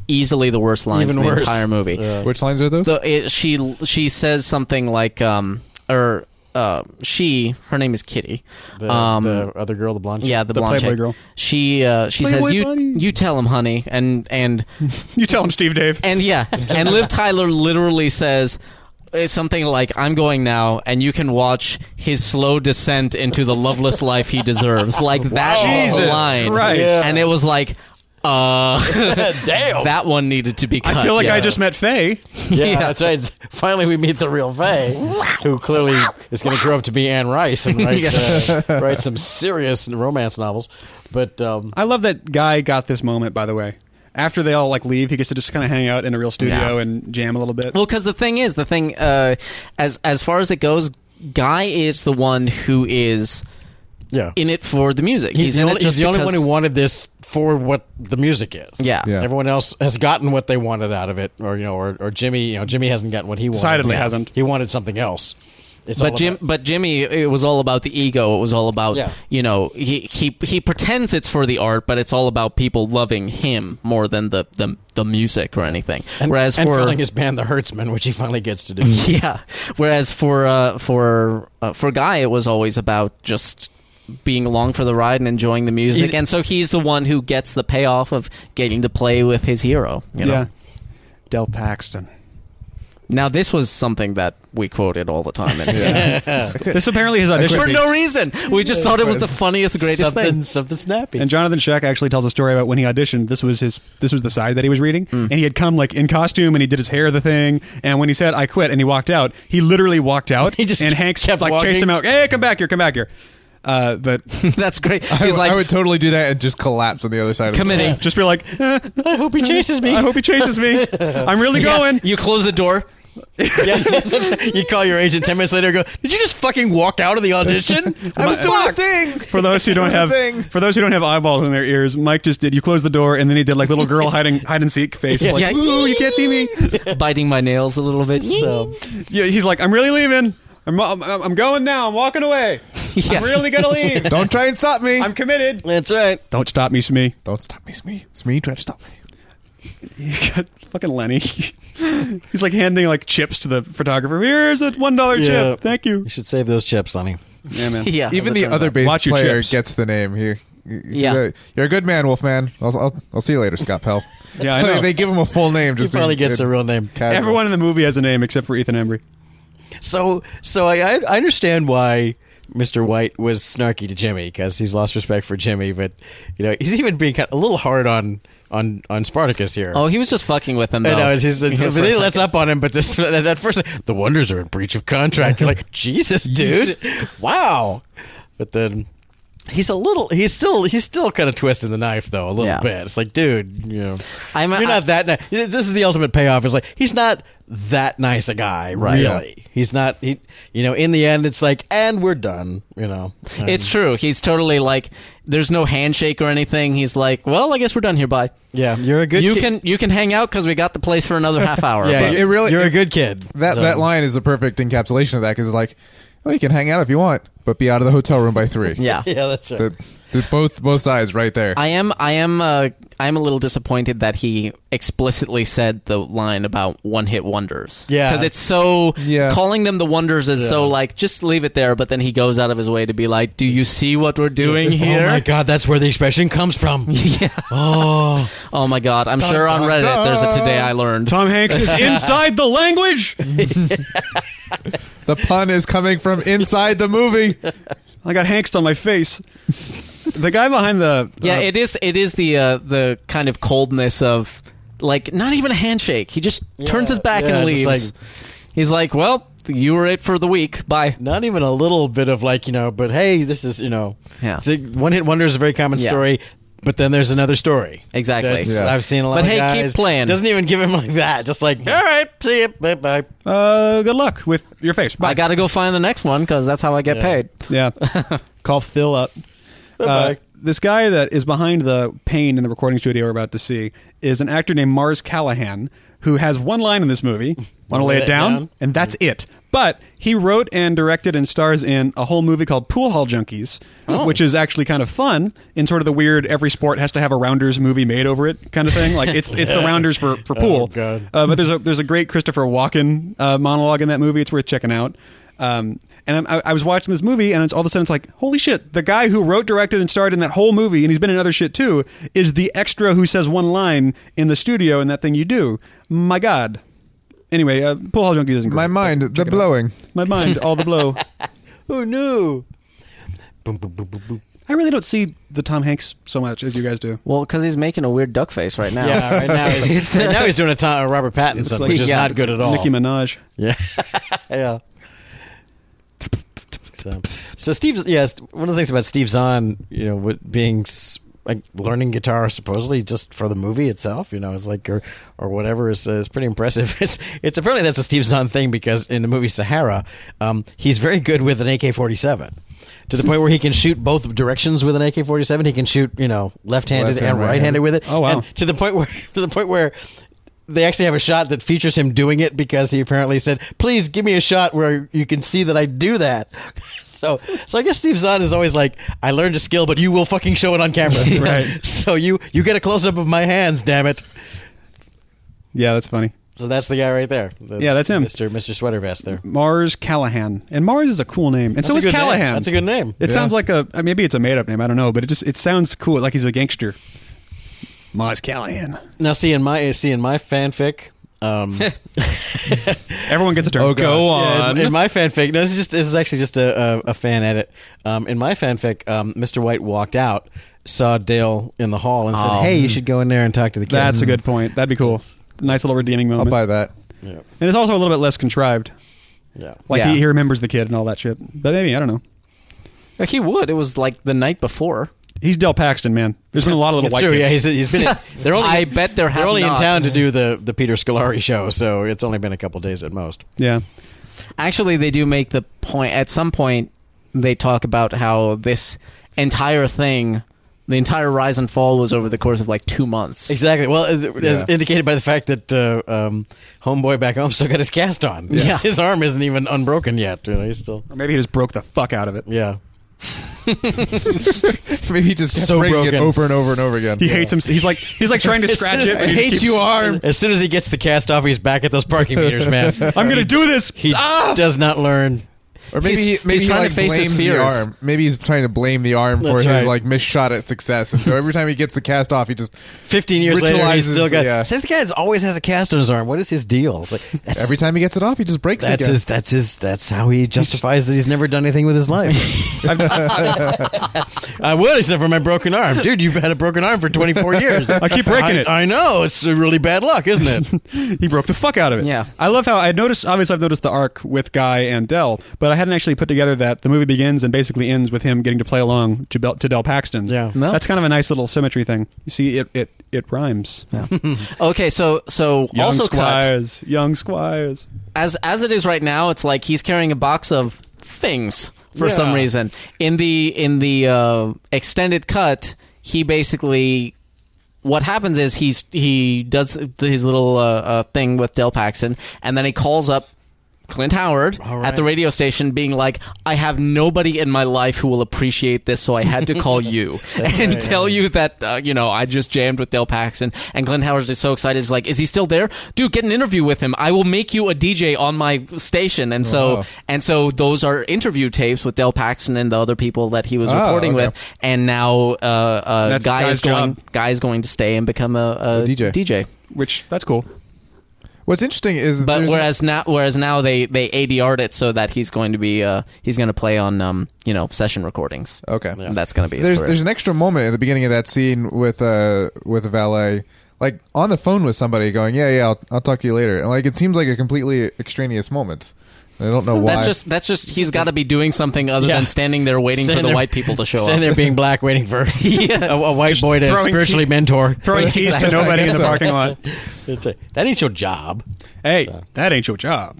[SPEAKER 4] easily the worst lines
[SPEAKER 3] Even
[SPEAKER 4] in the
[SPEAKER 3] worse.
[SPEAKER 4] entire movie
[SPEAKER 2] Which lines are those?
[SPEAKER 4] So it, she she says something like um or uh she her name is Kitty.
[SPEAKER 3] the,
[SPEAKER 4] um
[SPEAKER 3] the other girl, the blonde. chick. (laughs)
[SPEAKER 4] yeah, the,
[SPEAKER 1] The
[SPEAKER 4] blonde
[SPEAKER 1] Playboy
[SPEAKER 4] chick.
[SPEAKER 1] girl.
[SPEAKER 4] She uh, she
[SPEAKER 1] Playboy
[SPEAKER 4] says you
[SPEAKER 1] bunny."
[SPEAKER 4] you tell him, honey, and
[SPEAKER 1] (laughs)
[SPEAKER 4] and
[SPEAKER 1] you tell him steve dave
[SPEAKER 4] and yeah, and Liv Tyler literally says uh, something like I'm going now, and you can watch his slow descent into the loveless life he deserves. Like that
[SPEAKER 1] Jesus
[SPEAKER 4] line,
[SPEAKER 1] Christ.
[SPEAKER 3] Yeah.
[SPEAKER 4] and it was like, uh, (laughs)
[SPEAKER 3] Damn.
[SPEAKER 4] that one needed to be cut.
[SPEAKER 1] i feel like
[SPEAKER 4] yeah.
[SPEAKER 1] i just met faye
[SPEAKER 3] Yeah,
[SPEAKER 4] Yeah.
[SPEAKER 3] that's right. It's- finally, we meet the real Faye, who clearly is going to grow up to be Anne Rice and
[SPEAKER 4] (laughs)
[SPEAKER 3] write, uh, write some serious romance novels. But um,
[SPEAKER 1] i love that guy got this moment by the way after they all like leave he gets to just kind of hang out in a real studio
[SPEAKER 4] Yeah.
[SPEAKER 1] and jam a little bit
[SPEAKER 4] Well, because the thing is, the thing uh, as as far as it goes, Guy is the one who is
[SPEAKER 3] yeah,
[SPEAKER 4] in it for the music.
[SPEAKER 3] he's, the,
[SPEAKER 4] in
[SPEAKER 3] only,
[SPEAKER 4] it just
[SPEAKER 3] he's the only
[SPEAKER 4] because-
[SPEAKER 3] one who wanted this for what the music is.
[SPEAKER 4] Yeah.
[SPEAKER 2] Yeah.
[SPEAKER 3] everyone else has gotten what they wanted out of it, or you know, or, or Jimmy, you know, Jimmy hasn't gotten what he wanted.
[SPEAKER 1] Decidedly hasn't.
[SPEAKER 3] He wanted something else. It's all
[SPEAKER 4] But Jim,
[SPEAKER 3] about-
[SPEAKER 4] but Jimmy, it was all about the ego. It was all about
[SPEAKER 3] Yeah.
[SPEAKER 4] you know he, he he pretends it's for the art, but it's all about people loving him more than the the, the music or anything.
[SPEAKER 3] and,
[SPEAKER 4] Whereas
[SPEAKER 3] and
[SPEAKER 4] for Mm.
[SPEAKER 3] calling his band the Hertzman, which he finally gets to do.
[SPEAKER 4] (laughs)
[SPEAKER 3] (laughs)
[SPEAKER 4] yeah, whereas for uh, for uh, for Guy, it was always about just being along for the ride and enjoying the music,
[SPEAKER 3] He's-
[SPEAKER 4] and so he's the one who gets the payoff of getting to play with his hero. You know?
[SPEAKER 1] yeah del paxton
[SPEAKER 4] Now this was something that we quoted all the time. And (laughs)
[SPEAKER 1] This apparently his audition.
[SPEAKER 4] For no reason, we just thought it was the funniest, greatest
[SPEAKER 3] something,
[SPEAKER 4] thing.
[SPEAKER 3] something snappy.
[SPEAKER 1] And Jonathan Scheck actually tells a story about when he auditioned. This was his. This was the side that he was reading, and he had come like in costume, and he did his hair the thing. And when he said "I quit" and he walked out, he literally walked out.
[SPEAKER 3] He just
[SPEAKER 1] and Hanks
[SPEAKER 3] kept
[SPEAKER 1] like
[SPEAKER 3] walking.
[SPEAKER 1] chased him out. Hey, come back here, come back here. Uh, but
[SPEAKER 4] That's great.
[SPEAKER 2] I,
[SPEAKER 4] He's
[SPEAKER 2] w-
[SPEAKER 4] like
[SPEAKER 2] I would totally do that and just collapse on the other side of the
[SPEAKER 4] committing.
[SPEAKER 1] (laughs) just be like, "Eh,
[SPEAKER 3] I hope he chases me.
[SPEAKER 1] (laughs) I hope he chases me. I'm really
[SPEAKER 4] Yeah, (laughs)
[SPEAKER 1] going.
[SPEAKER 4] You close the door.
[SPEAKER 3] (laughs) you call your agent ten minutes later. and Go. Did you just fucking walk out of
[SPEAKER 1] (laughs)
[SPEAKER 3] the audition? I was doing a thing.
[SPEAKER 1] For those who don't
[SPEAKER 2] Here's the
[SPEAKER 1] have
[SPEAKER 2] thing.
[SPEAKER 1] for those who don't have eyeballs in their ears, Mike just did. You close the door, and then he did like little girl hiding hide and seek face. like,
[SPEAKER 4] Yeah.
[SPEAKER 1] ooh, you can't see me.
[SPEAKER 4] biting my nails a little bit. So
[SPEAKER 1] Yeah, he's like, I'm really leaving. I'm, I'm, I'm going now. I'm walking away.
[SPEAKER 4] Yeah.
[SPEAKER 1] I'm really gonna leave.
[SPEAKER 2] Don't try and stop me.
[SPEAKER 1] I'm committed.
[SPEAKER 3] That's right.
[SPEAKER 1] Don't stop me, Smee.
[SPEAKER 2] Don't stop me, Smee. Smee, try to stop me.
[SPEAKER 1] You got (laughs) fucking Lenny. (laughs) he's like handing like chips to the photographer. Here's a one dollar
[SPEAKER 3] Yeah.
[SPEAKER 1] chip. Thank you.
[SPEAKER 3] You should save those chips, honey.
[SPEAKER 1] Yeah, man.
[SPEAKER 4] yeah,
[SPEAKER 2] Even the
[SPEAKER 1] turns
[SPEAKER 2] other
[SPEAKER 1] out.
[SPEAKER 2] bass
[SPEAKER 1] Watch your
[SPEAKER 2] player
[SPEAKER 1] chips.
[SPEAKER 2] gets the name here.
[SPEAKER 4] Yeah.
[SPEAKER 2] you're a good man, Wolfman. I'll, I'll, I'll see you later, Scott Pell.
[SPEAKER 1] (laughs) Yeah, I know.
[SPEAKER 2] (laughs) they give him a full name.
[SPEAKER 3] He
[SPEAKER 2] Just
[SPEAKER 3] probably
[SPEAKER 2] to-
[SPEAKER 3] gets a real name.
[SPEAKER 2] casual.
[SPEAKER 1] Everyone in the movie has a name except for Ethan Embry.
[SPEAKER 3] So, so I, I I understand why Mr. White was snarky to Jimmy because he's lost respect for Jimmy, but you know he's even being kind of a little hard on on on Spartacus here.
[SPEAKER 4] Oh, he was just fucking with him. Though.
[SPEAKER 3] I know, it's, it's,
[SPEAKER 4] (laughs)
[SPEAKER 3] it's,
[SPEAKER 4] You
[SPEAKER 3] but
[SPEAKER 4] know, for a
[SPEAKER 3] then he
[SPEAKER 4] second.
[SPEAKER 3] lets up on him. But this, (laughs) at at first, the Wonders are in breach of contract. You're
[SPEAKER 4] (laughs)
[SPEAKER 3] like, Jesus, dude, wow. But then he's a little, he's still, he's still kind of twisting the knife though a little
[SPEAKER 4] Yeah.
[SPEAKER 3] bit. It's like, dude, you know,
[SPEAKER 4] I'm-
[SPEAKER 3] you're not that. Ni- this is the ultimate payoff. Is like he's not that nice a guy,
[SPEAKER 4] Right.
[SPEAKER 3] really. He's not. He, you know, in the end, it's like, and we're done. You know, And-
[SPEAKER 4] It's true. He's totally like. There's no handshake or anything. He's like, well, I guess we're done here. Bye.
[SPEAKER 3] yeah, you're a good.
[SPEAKER 4] you
[SPEAKER 3] kid.
[SPEAKER 4] can you can hang out because we got the place for another half hour.
[SPEAKER 3] (laughs) Yeah,
[SPEAKER 4] but-
[SPEAKER 3] you're,
[SPEAKER 2] it really-
[SPEAKER 3] you're a
[SPEAKER 2] it-
[SPEAKER 3] good kid.
[SPEAKER 2] that
[SPEAKER 3] So-
[SPEAKER 2] that line is the perfect encapsulation of that because it's like, oh, you can hang out if you want, but be out of the hotel room
[SPEAKER 1] (laughs)
[SPEAKER 2] by three.
[SPEAKER 4] (laughs) yeah.
[SPEAKER 3] (laughs) (laughs) Yeah, that's right.
[SPEAKER 2] The- the- both both sides right there.
[SPEAKER 4] I am I am uh, I am a little disappointed that he explicitly said the line about one hit wonders.
[SPEAKER 3] Yeah.
[SPEAKER 4] because it's so
[SPEAKER 2] Yeah.
[SPEAKER 4] calling them the wonders is so like just leave it there. But then he goes out of his way to be like, "Do you see what we're doing
[SPEAKER 3] (laughs)
[SPEAKER 4] here?"
[SPEAKER 3] Oh my god, that's where the expression comes from.
[SPEAKER 4] (laughs) Yeah.
[SPEAKER 3] Oh,
[SPEAKER 4] Oh my god! I'm sure on
[SPEAKER 2] dun,
[SPEAKER 4] Reddit
[SPEAKER 2] dun.
[SPEAKER 4] there's a today I learned.
[SPEAKER 1] Tom Hanks
[SPEAKER 4] (laughs)
[SPEAKER 1] is inside the language.
[SPEAKER 2] the pun is coming from inside the movie.
[SPEAKER 1] (laughs) I got Hanks on my face. The guy behind the
[SPEAKER 4] Yeah,
[SPEAKER 1] uh,
[SPEAKER 4] it is. It is the uh, the kind of coldness of like not even a handshake. He just turns his back
[SPEAKER 3] yeah,
[SPEAKER 4] and
[SPEAKER 3] just
[SPEAKER 4] leaves.
[SPEAKER 3] like-
[SPEAKER 4] He's like, "Well, you were it for the week. Bye."
[SPEAKER 3] not even a little bit of like you know, but hey, this is you know,
[SPEAKER 4] Yeah.
[SPEAKER 3] See, one hit wonder is a very common
[SPEAKER 4] Yeah.
[SPEAKER 3] story, but then there's another story.
[SPEAKER 4] Exactly.
[SPEAKER 3] That's-
[SPEAKER 2] Yeah.
[SPEAKER 3] I've seen a lot.
[SPEAKER 4] But
[SPEAKER 3] of
[SPEAKER 4] hey, keep
[SPEAKER 3] guys-
[SPEAKER 4] playing.
[SPEAKER 3] Doesn't even give him like that. Just like, all right, see you, bye bye.
[SPEAKER 1] uh, good luck with your face. Bye.
[SPEAKER 4] I got to go find the next one because that's how I get
[SPEAKER 3] Yeah.
[SPEAKER 4] paid.
[SPEAKER 1] Yeah. Call Phil up. Uh, this guy that is behind the pane in the recording studio we're about to see is an actor named Mars Callahan who has one line in this movie. Want to lay it down? And that's it. But he wrote and directed and stars in a whole movie called Pool Hall Junkies, which is actually kind of fun in sort of the weird every sport has to have a Rounders movie made over it kind of thing. Like it's it's (laughs) the Rounders for, for pool.
[SPEAKER 3] God.
[SPEAKER 1] Uh, but there's a there's a great Christopher Walken uh, monologue in that movie. It's worth checking out. Um, and I'm, I, I was watching this movie, and it's all of a sudden it's like, holy shit! The guy who wrote, directed, and starred in that whole movie, and he's been in other shit too, is the extra who says one line in the studio in that thing you do. My God. Anyway, uh, Pool Hall Junkies isn't great.
[SPEAKER 2] My mind, the blowing.
[SPEAKER 1] My mind, all the
[SPEAKER 2] (laughs)
[SPEAKER 1] blow.
[SPEAKER 3] Who knew? Boom, boom, boom, boom, boom.
[SPEAKER 1] I really don't see the Tom Hanks so much as you guys do.
[SPEAKER 4] Well, because he's making a weird duck face right
[SPEAKER 3] (laughs)
[SPEAKER 4] now.
[SPEAKER 3] Yeah, right now
[SPEAKER 4] (laughs)
[SPEAKER 3] he's, right now he's doing a Tom, a Robert
[SPEAKER 1] It's
[SPEAKER 3] Pattinson,
[SPEAKER 1] like-
[SPEAKER 3] which is
[SPEAKER 4] uh, yeah,
[SPEAKER 3] not good at all.
[SPEAKER 1] Nicki Minaj.
[SPEAKER 3] Yeah. (laughs) yeah. So, so Steve's yes. One of the things about Steve Zahn, you know, with being s- like learning guitar supposedly just for the movie itself, you know, it's like or or whatever is uh, is pretty impressive. (laughs) It's it's apparently that's a Steve Zahn thing because in the movie Sahara, um, he's very good with an AK forty seven. To the point where he can shoot both directions with an AK forty seven. He can shoot, you know, left handed
[SPEAKER 2] Left-handed,
[SPEAKER 3] and right handed
[SPEAKER 2] right-handed.
[SPEAKER 3] with it.
[SPEAKER 1] Oh, wow.
[SPEAKER 3] And to the point where (laughs) to the point where they actually have a shot that features him doing it because he apparently said, "Please give me a shot where you can see that I do that." (laughs) so, so I guess Steve Zahn is always like, "I learned a skill, but you will fucking show it on camera."
[SPEAKER 1] (laughs) Right.
[SPEAKER 3] (laughs) So you you get a close up of my hands, damn it.
[SPEAKER 1] Yeah, that's funny.
[SPEAKER 3] So that's the guy right there. The-
[SPEAKER 1] Yeah, that's him.
[SPEAKER 3] Mr. Mr. Sweater Vest there.
[SPEAKER 1] Mars Callahan, and Mars is a cool name, and so
[SPEAKER 3] a
[SPEAKER 1] is
[SPEAKER 3] good name.
[SPEAKER 1] Callahan.
[SPEAKER 3] That's a good name.
[SPEAKER 1] It
[SPEAKER 2] Yeah.
[SPEAKER 1] sounds like a uh, maybe it's a made up name. I don't know, but it just it sounds cool. Like he's a gangster. Mars Callahan.
[SPEAKER 3] Now, see in my see in my fanfic,
[SPEAKER 1] (laughs)
[SPEAKER 3] Um,
[SPEAKER 1] Everyone gets a turn.
[SPEAKER 2] Oh, God.
[SPEAKER 4] Go
[SPEAKER 3] Yeah,
[SPEAKER 4] on.
[SPEAKER 3] in, in my fanfic, no, this is just this is actually just a, a, a fan edit. Um, in my fanfic, um, Mr. White walked out, saw Dale in the hall, and said,
[SPEAKER 4] Oh.
[SPEAKER 3] "Hey, you should go in there and talk to the kid."
[SPEAKER 1] That's a good point. That'd be cool. Nice little redeeming
[SPEAKER 2] I'll
[SPEAKER 1] moment.
[SPEAKER 2] buy that. (laughs)
[SPEAKER 3] Yeah,
[SPEAKER 1] and it's also a little bit less contrived.
[SPEAKER 3] yeah.
[SPEAKER 1] Like
[SPEAKER 4] Yeah.
[SPEAKER 1] he, he remembers the kid and all that shit. But maybe I don't know.
[SPEAKER 4] (laughs) he would. It was like the night before.
[SPEAKER 1] He's Del Paxton, man. There's been a lot of little
[SPEAKER 3] It's
[SPEAKER 1] white
[SPEAKER 3] true.
[SPEAKER 1] kids.
[SPEAKER 3] Yeah, he's, he's been. (laughs) In, they're only.
[SPEAKER 4] I bet there
[SPEAKER 3] they're
[SPEAKER 4] have
[SPEAKER 3] only
[SPEAKER 4] not.
[SPEAKER 3] in town to do the the Peter Scolari show, so it's only been a couple days at most.
[SPEAKER 1] yeah.
[SPEAKER 4] Actually, they do make the point. At some point, they talk about how this entire thing, the entire rise and fall, was over the course of like two months.
[SPEAKER 3] Exactly. Well, as, as
[SPEAKER 2] Yeah.
[SPEAKER 3] indicated by the fact that uh, um, homeboy back home still got his cast on.
[SPEAKER 4] Yeah.
[SPEAKER 3] (laughs)
[SPEAKER 4] Yeah.
[SPEAKER 3] his arm isn't even unbroken yet. You know, he's still.
[SPEAKER 1] Or maybe he just broke the fuck out of it.
[SPEAKER 3] Yeah.
[SPEAKER 2] Maybe he just kept
[SPEAKER 3] So
[SPEAKER 2] bringing it
[SPEAKER 3] broken.
[SPEAKER 2] over and over and over again.
[SPEAKER 1] He hates him. He's like he's like trying to
[SPEAKER 3] As
[SPEAKER 1] scratch
[SPEAKER 3] soon as-
[SPEAKER 1] it. but
[SPEAKER 2] I
[SPEAKER 1] he just
[SPEAKER 2] hate
[SPEAKER 1] keeps-
[SPEAKER 2] you, arm.
[SPEAKER 3] As soon as he gets the cast off, he's back at those parking meters, man.
[SPEAKER 1] I'm gonna do this.
[SPEAKER 3] He (laughs)
[SPEAKER 1] ah!
[SPEAKER 3] does not learn.
[SPEAKER 2] Or maybe
[SPEAKER 4] He's-
[SPEAKER 2] he, maybe
[SPEAKER 4] he's
[SPEAKER 2] he
[SPEAKER 4] trying to
[SPEAKER 2] like
[SPEAKER 4] face his
[SPEAKER 2] blames the
[SPEAKER 4] fears.
[SPEAKER 2] arm. Maybe he's trying to blame the arm for
[SPEAKER 3] That's
[SPEAKER 2] his
[SPEAKER 3] right.
[SPEAKER 2] like misshot at success, and so every time he gets the cast off, he just
[SPEAKER 3] 15 years later, he's
[SPEAKER 2] Ritualizes,
[SPEAKER 3] still got.
[SPEAKER 2] yeah.
[SPEAKER 3] Says the guy always has a cast on his arm. What is his deal? It's like, that's,
[SPEAKER 2] every time he gets it off, he just breaks it
[SPEAKER 3] that's
[SPEAKER 2] again.
[SPEAKER 3] his. That's his. That's how he justifies that he's never done anything with his life. I would, except for my broken arm, dude. You've had a broken arm for 24 years.
[SPEAKER 1] I keep breaking
[SPEAKER 3] I,
[SPEAKER 1] it.
[SPEAKER 3] I know it's a really bad luck, isn't it?
[SPEAKER 1] he broke the fuck out of it.
[SPEAKER 4] Yeah.
[SPEAKER 1] I love how I noticed. Obviously, I've noticed the arc with Guy and Dell, but I hadn't actually put together that the movie begins and basically ends with him getting to play along to, Bel- to Del Paxton.
[SPEAKER 3] Yeah.
[SPEAKER 4] No.
[SPEAKER 1] that's kind of a nice little symmetry thing. You see, it it it rhymes.
[SPEAKER 4] Okay, so so
[SPEAKER 1] Young
[SPEAKER 4] also cut.
[SPEAKER 1] squires, young squires.
[SPEAKER 4] as as it is right now, it's like he's carrying a box of things for
[SPEAKER 1] Yeah.
[SPEAKER 4] some reason. In the in the uh, extended cut, he basically what happens is he's he does th- his little uh, uh, thing with Del Paxton, and then he calls up. Clint Howard
[SPEAKER 3] All
[SPEAKER 4] at the
[SPEAKER 3] right.
[SPEAKER 4] radio station being like, I have nobody in my life who will appreciate this, so I had to call
[SPEAKER 2] (laughs)
[SPEAKER 4] you and
[SPEAKER 3] right.
[SPEAKER 4] tell you that, uh, you know, I just jammed with Del Paxton. And Clint Howard's just so excited. He's like, Is he still there? Dude, get an interview with him. I will make you a DJ on my station. And so,
[SPEAKER 2] Wow.
[SPEAKER 4] and so those are interview tapes with Del Paxton and the other people that he was
[SPEAKER 2] Oh,
[SPEAKER 4] recording
[SPEAKER 2] okay.
[SPEAKER 4] with. And now, uh, uh,
[SPEAKER 1] That's
[SPEAKER 4] Guy
[SPEAKER 1] Guy's
[SPEAKER 4] is going,
[SPEAKER 1] job.
[SPEAKER 4] Guy is going to stay and become a, a,
[SPEAKER 2] A DJ.
[SPEAKER 4] DJ.
[SPEAKER 1] Which that's cool.
[SPEAKER 2] What's interesting is that
[SPEAKER 4] But
[SPEAKER 2] there's-
[SPEAKER 4] whereas now, whereas now they they ADR'd it so that he's going to be uh, he's going to play on um, you know session recordings.
[SPEAKER 2] okay,
[SPEAKER 4] And that's going to be his
[SPEAKER 2] Oh. there's
[SPEAKER 4] career.
[SPEAKER 2] there's an extra moment at the beginning of that scene with uh with a valet like on the phone with somebody going yeah yeah I'll, I'll talk to you later and like it seems like a completely extraneous moment and I don't know why
[SPEAKER 4] That's just that's just he's got to be doing something other
[SPEAKER 3] Yeah.
[SPEAKER 4] than standing there waiting
[SPEAKER 3] Standing
[SPEAKER 4] for the
[SPEAKER 3] there-
[SPEAKER 4] white people to show
[SPEAKER 3] Standing
[SPEAKER 4] up.
[SPEAKER 3] there being black, waiting for (laughs) a, a white
[SPEAKER 1] Just
[SPEAKER 3] boy to
[SPEAKER 1] throwing-
[SPEAKER 3] spiritually mentor.
[SPEAKER 1] Throwing keys to
[SPEAKER 2] Exactly.
[SPEAKER 1] nobody in the
[SPEAKER 2] So-
[SPEAKER 1] parking lot.
[SPEAKER 3] (laughs) It's a- that ain't your job.
[SPEAKER 1] Hey, that ain't your job.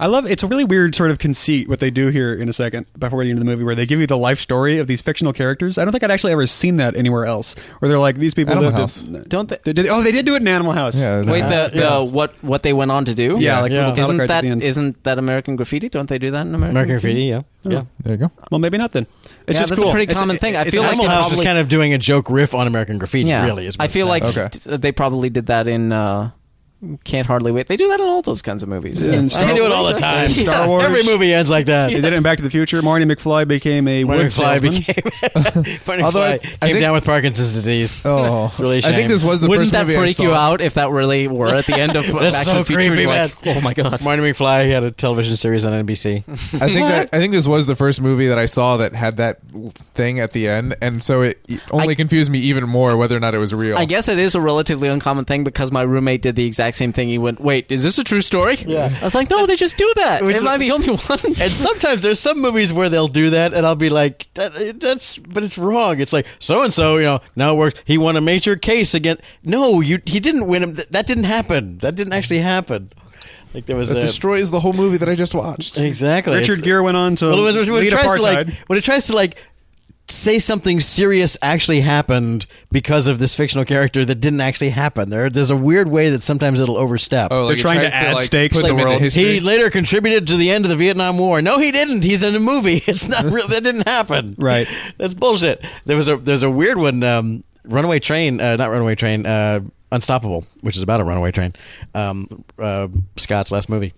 [SPEAKER 1] I love it's a really weird sort of conceit what they do here in a second before we get into the movie where they give you the life story of these fictional characters. I don't think I'd actually ever seen that anywhere else. Where they're like these people
[SPEAKER 2] Animal
[SPEAKER 1] lived in-
[SPEAKER 2] House.
[SPEAKER 4] Don't they-
[SPEAKER 1] Did- did- oh, they did do it in Animal House.
[SPEAKER 2] yeah
[SPEAKER 4] Wait, the,
[SPEAKER 2] that's-
[SPEAKER 4] the what what they went on to do?
[SPEAKER 1] Yeah, like
[SPEAKER 3] Yeah.
[SPEAKER 1] little title
[SPEAKER 4] Isn't
[SPEAKER 1] cards at
[SPEAKER 4] that
[SPEAKER 1] the end.
[SPEAKER 4] isn't that American Graffiti? Don't they do that in American?
[SPEAKER 3] American Graffiti, yeah, yeah.
[SPEAKER 2] there you go
[SPEAKER 1] well, maybe not then. It's
[SPEAKER 4] Yeah,
[SPEAKER 1] just
[SPEAKER 4] that's a
[SPEAKER 1] cool.
[SPEAKER 4] pretty
[SPEAKER 1] It's-
[SPEAKER 4] common
[SPEAKER 1] it-
[SPEAKER 4] thing. I
[SPEAKER 1] it's
[SPEAKER 4] feel like
[SPEAKER 3] Animal
[SPEAKER 4] it
[SPEAKER 1] Animal
[SPEAKER 3] House
[SPEAKER 1] House.
[SPEAKER 3] is
[SPEAKER 4] probably-
[SPEAKER 3] kind of doing a joke riff on American Graffiti.
[SPEAKER 4] Yeah,
[SPEAKER 3] really is. what
[SPEAKER 4] I
[SPEAKER 3] it's
[SPEAKER 4] feel like
[SPEAKER 3] saying.
[SPEAKER 2] Okay.
[SPEAKER 4] t- they probably did that in. Uh, can't hardly wait. They do that in all those kinds of movies.
[SPEAKER 1] Yeah. And
[SPEAKER 4] I
[SPEAKER 1] Star
[SPEAKER 3] they
[SPEAKER 4] don't
[SPEAKER 3] do it all
[SPEAKER 4] believe
[SPEAKER 3] the
[SPEAKER 4] that. (laughs)
[SPEAKER 3] time.
[SPEAKER 1] Star Wars.
[SPEAKER 3] Every movie ends like that.
[SPEAKER 1] They did it in Back to the Future. Marty McFly became a
[SPEAKER 3] Marty
[SPEAKER 1] wood
[SPEAKER 3] McFly
[SPEAKER 1] salesman.
[SPEAKER 3] became,
[SPEAKER 2] (laughs)
[SPEAKER 3] Marty
[SPEAKER 2] Although I-
[SPEAKER 3] McFly
[SPEAKER 2] I
[SPEAKER 3] came
[SPEAKER 2] think-
[SPEAKER 3] down with Parkinson's disease.
[SPEAKER 4] (laughs)
[SPEAKER 2] oh
[SPEAKER 3] Really
[SPEAKER 2] I think
[SPEAKER 3] shame.
[SPEAKER 2] this was the
[SPEAKER 4] Wouldn't
[SPEAKER 2] first
[SPEAKER 4] that
[SPEAKER 2] movie I
[SPEAKER 4] freak you
[SPEAKER 2] saw.
[SPEAKER 4] out if that really were at the end of
[SPEAKER 3] (laughs) That's
[SPEAKER 4] Back
[SPEAKER 3] so
[SPEAKER 4] to the Future?
[SPEAKER 3] creepy,
[SPEAKER 4] You're like,
[SPEAKER 3] man.
[SPEAKER 4] oh my god!
[SPEAKER 3] Marty McFly had a television series on
[SPEAKER 4] (laughs)
[SPEAKER 3] NBC.
[SPEAKER 2] I think that I think this was the first movie that I saw that had that l- thing at the end, and so it only
[SPEAKER 4] I-
[SPEAKER 2] confused me even more whether or not it was real.
[SPEAKER 4] I guess it is a relatively uncommon thing because my roommate did the exact same thing. He went, "Wait, is this a true story?" Yeah. I was like, "No, they just do that."
[SPEAKER 3] It was-
[SPEAKER 4] Am I the only
[SPEAKER 1] (laughs)
[SPEAKER 4] one?
[SPEAKER 3] and sometimes there's some movies where they'll do that, and I'll be like, that, "That's," but it's wrong. It's like so and so, you know, now it works. He won a major case again. No, you he didn't win him. Th- that didn't happen. That didn't actually happen. Like there was
[SPEAKER 2] that
[SPEAKER 3] a,
[SPEAKER 2] destroys the whole movie that I just watched.
[SPEAKER 3] exactly.
[SPEAKER 1] Richard
[SPEAKER 3] It's-
[SPEAKER 1] Gere went on to
[SPEAKER 3] Well, when, when it
[SPEAKER 1] lead
[SPEAKER 3] tries to
[SPEAKER 1] apartheid.
[SPEAKER 3] like when it tries to like say something serious actually happened because of this fictional character that didn't actually happen. There, there's a weird way that sometimes it'll overstep.
[SPEAKER 2] Oh, like
[SPEAKER 1] They're
[SPEAKER 2] it
[SPEAKER 1] trying to
[SPEAKER 2] tries
[SPEAKER 1] add stakes
[SPEAKER 2] put
[SPEAKER 1] to the
[SPEAKER 2] them into
[SPEAKER 1] world.
[SPEAKER 2] history.
[SPEAKER 3] He later contributed to the end of the Vietnam War. No, he didn't. He's in a movie. (laughs) It's not real. That didn't happen.
[SPEAKER 1] Right.
[SPEAKER 3] (laughs) That's bullshit. There was a there's a weird one. Um, runaway train. Uh, not runaway train. Uh, Unstoppable, which is about a runaway train. Um, uh, Scott's last movie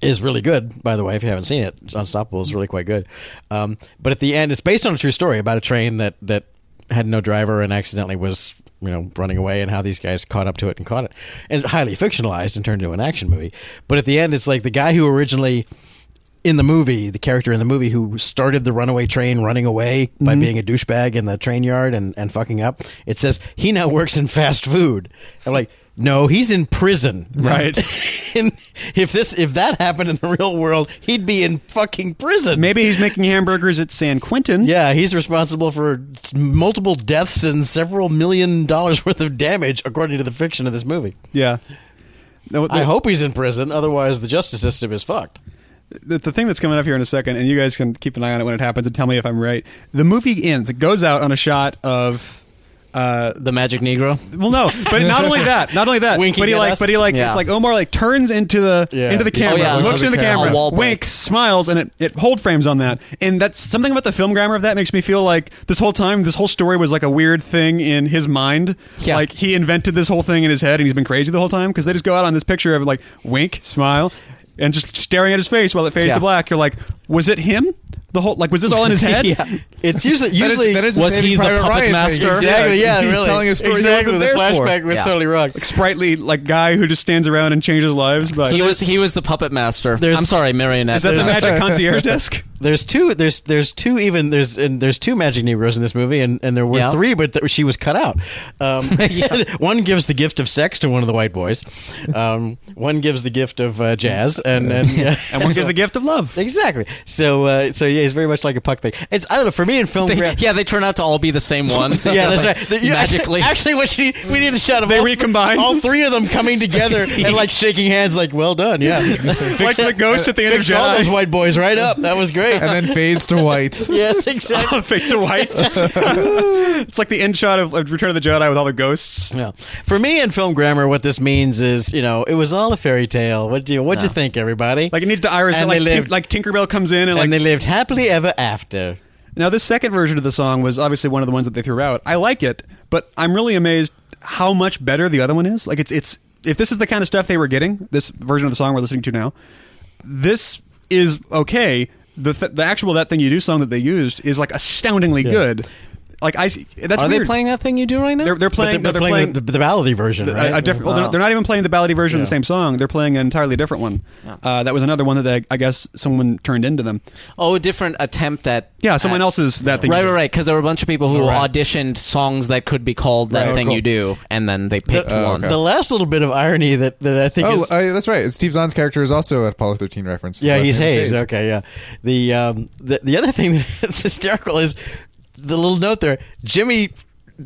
[SPEAKER 3] is really good, by the way. If you haven't seen it, Unstoppable is really quite good. Um, but at the end, it's based on a true story about a train that that had no driver and accidentally was you know running away and how these guys caught up to it and caught it. And it's highly fictionalized and turned into an action movie. But at the end, it's like the guy who originally in the movie, the character in the movie who started the runaway train running away by being a douchebag in the train yard and, and fucking up, it says he now works in fast food. I'm like, no, he's in prison. (laughs)
[SPEAKER 1] Right.
[SPEAKER 3] and if this if that happened in the real world, he'd be in fucking prison.
[SPEAKER 1] Maybe he's making hamburgers at San Quentin.
[SPEAKER 3] Yeah, he's responsible for s- multiple deaths and several million dollars worth of damage, according to the fiction of this movie.
[SPEAKER 1] Yeah. No, the-
[SPEAKER 3] I hope he's in prison, otherwise the justice system is fucked.
[SPEAKER 1] the, the thing that's coming up here in a second, and you guys can keep an eye on it when it happens and tell me if I'm right. The movie ends. It goes out on a shot of. Uh,
[SPEAKER 4] The Magic Negro.
[SPEAKER 1] well, no, but not only that, not only that,
[SPEAKER 3] Winking
[SPEAKER 1] but he
[SPEAKER 3] at
[SPEAKER 1] like,
[SPEAKER 3] us?
[SPEAKER 1] but he like,
[SPEAKER 4] Yeah.
[SPEAKER 1] it's like Omar like turns into the
[SPEAKER 3] Yeah.
[SPEAKER 1] into the
[SPEAKER 3] Oh,
[SPEAKER 1] camera,
[SPEAKER 4] yeah,
[SPEAKER 1] looks
[SPEAKER 4] another
[SPEAKER 1] into the
[SPEAKER 4] camera.
[SPEAKER 1] camera,
[SPEAKER 4] A wall break.
[SPEAKER 1] winks, smiles, and it, it hold frames on that, and that's something about the film grammar of that makes me feel like this whole time, this whole story was like a weird thing in his mind,
[SPEAKER 4] Yeah.
[SPEAKER 1] like he invented this whole thing in his head, and he's been crazy the whole time because they just go out on this picture of like wink, smile, and just staring at his face while it fades
[SPEAKER 4] Yeah.
[SPEAKER 1] to black. You're like, was it him? The whole like was this
[SPEAKER 4] (laughs)
[SPEAKER 1] all in his head?
[SPEAKER 4] Yeah.
[SPEAKER 3] It's usually
[SPEAKER 2] That is-
[SPEAKER 3] usually
[SPEAKER 2] that is a
[SPEAKER 4] Was
[SPEAKER 2] Saving
[SPEAKER 4] he the
[SPEAKER 2] Private
[SPEAKER 4] puppet
[SPEAKER 2] Ryan thing.
[SPEAKER 4] master?
[SPEAKER 3] exactly yeah.
[SPEAKER 2] He's
[SPEAKER 3] really.
[SPEAKER 2] telling a story he
[SPEAKER 3] Exactly,
[SPEAKER 2] wasn't
[SPEAKER 3] the
[SPEAKER 2] there for.
[SPEAKER 3] flashback was
[SPEAKER 4] Yeah.
[SPEAKER 3] totally wrong.
[SPEAKER 1] Sprightly like guy who just stands around and changes lives. But
[SPEAKER 4] He was he was the puppet master.
[SPEAKER 3] There's-
[SPEAKER 4] I'm sorry, marionette.
[SPEAKER 1] Is that the
[SPEAKER 4] There's-
[SPEAKER 1] magic concierge desk?
[SPEAKER 3] There's two. There's there's two even there's and there's two magic Negroes in this movie, and, and there were
[SPEAKER 4] Yeah.
[SPEAKER 3] three, but th- she was cut out. Um,
[SPEAKER 4] (laughs)
[SPEAKER 3] (laughs) One gives the gift of sex to one of the white boys. Um, one gives the gift of uh, jazz,
[SPEAKER 4] (laughs)
[SPEAKER 3] and and, yeah.
[SPEAKER 1] And one gives the gift of love.
[SPEAKER 3] (laughs)
[SPEAKER 1] (laughs)
[SPEAKER 3] Exactly. So, uh, so yeah, it's very much like a puck thing. It's I don't know. For me in film,
[SPEAKER 4] they, (laughs)
[SPEAKER 3] gra-
[SPEAKER 4] yeah, they turn out to all be
[SPEAKER 1] (laughs)
[SPEAKER 4] the same one.
[SPEAKER 3] (laughs)
[SPEAKER 4] So
[SPEAKER 3] yeah, that's
[SPEAKER 4] (laughs) like,
[SPEAKER 3] right. The- you-
[SPEAKER 4] magically,
[SPEAKER 3] actually, what she, we need a shot of
[SPEAKER 1] They
[SPEAKER 3] all,
[SPEAKER 1] recombine.
[SPEAKER 3] all three of them coming
[SPEAKER 4] (laughs)
[SPEAKER 3] together and like shaking hands, like well
[SPEAKER 1] (laughs)
[SPEAKER 3] done, yeah.
[SPEAKER 1] Like the ghost at the end of
[SPEAKER 3] Fixed all those
[SPEAKER 1] Jedi.
[SPEAKER 3] white boys right up. That was great.
[SPEAKER 2] (laughs) and then fades to
[SPEAKER 3] (laughs)
[SPEAKER 2] white.
[SPEAKER 3] yes, exactly.
[SPEAKER 1] Fixed to white. (laughs) it's like the end shot of, of Return of the Jedi with all the ghosts.
[SPEAKER 3] Yeah. For me in film grammar, what this means is, you know, it was all a fairy tale. What do you what'd you think, everybody?
[SPEAKER 1] Like it needs to iris.
[SPEAKER 3] And
[SPEAKER 1] like,
[SPEAKER 3] they
[SPEAKER 1] Tin-
[SPEAKER 3] lived-
[SPEAKER 1] like Tinkerbell comes in and
[SPEAKER 3] and
[SPEAKER 1] like
[SPEAKER 3] they lived happily ever after.
[SPEAKER 1] Now, this second version of the song was obviously one of the ones that they threw out. I like it, but I'm really amazed how much better the other one is. Like, it's it's if this is the kind of stuff they were getting, this version of the song we're listening to now, this is okay. The th- the actual that thing you do song that they used is like astoundingly good. Like I, see- that's
[SPEAKER 4] are they
[SPEAKER 1] weird.
[SPEAKER 4] playing that thing you do right now?
[SPEAKER 1] They're, they're
[SPEAKER 3] But
[SPEAKER 1] playing. no,
[SPEAKER 3] they're,
[SPEAKER 1] they're
[SPEAKER 3] playing,
[SPEAKER 1] playing.
[SPEAKER 3] the, the, the ballady version,
[SPEAKER 1] a-
[SPEAKER 3] right?
[SPEAKER 1] a different, well,
[SPEAKER 4] Wow.
[SPEAKER 1] they're, they're not even playing the ballady version of the
[SPEAKER 3] Yeah.
[SPEAKER 1] same song. They're playing an entirely different one. Uh, that was another one that they, I guess someone turned into them.
[SPEAKER 4] oh, a different attempt at
[SPEAKER 1] Yeah, someone
[SPEAKER 4] at-
[SPEAKER 1] else's that thing. you
[SPEAKER 4] Right,
[SPEAKER 1] do.
[SPEAKER 4] right, right. Because there were a bunch of people who
[SPEAKER 2] right.
[SPEAKER 4] auditioned songs that could be called that
[SPEAKER 2] Right.
[SPEAKER 4] thing
[SPEAKER 2] Oh, cool.
[SPEAKER 4] you do, and then they picked
[SPEAKER 2] Oh,
[SPEAKER 4] one.
[SPEAKER 2] okay.
[SPEAKER 3] The last little bit of irony that, that I think
[SPEAKER 2] Oh,
[SPEAKER 3] is
[SPEAKER 2] I, that's right. Steve Zahn's character is also at Apollo 13 reference. His
[SPEAKER 3] Yeah,
[SPEAKER 2] last
[SPEAKER 3] he's
[SPEAKER 2] name is
[SPEAKER 3] Hayes. Okay, yeah. The um the, the other thing (laughs) that's hysterical is the little note there. Jimmy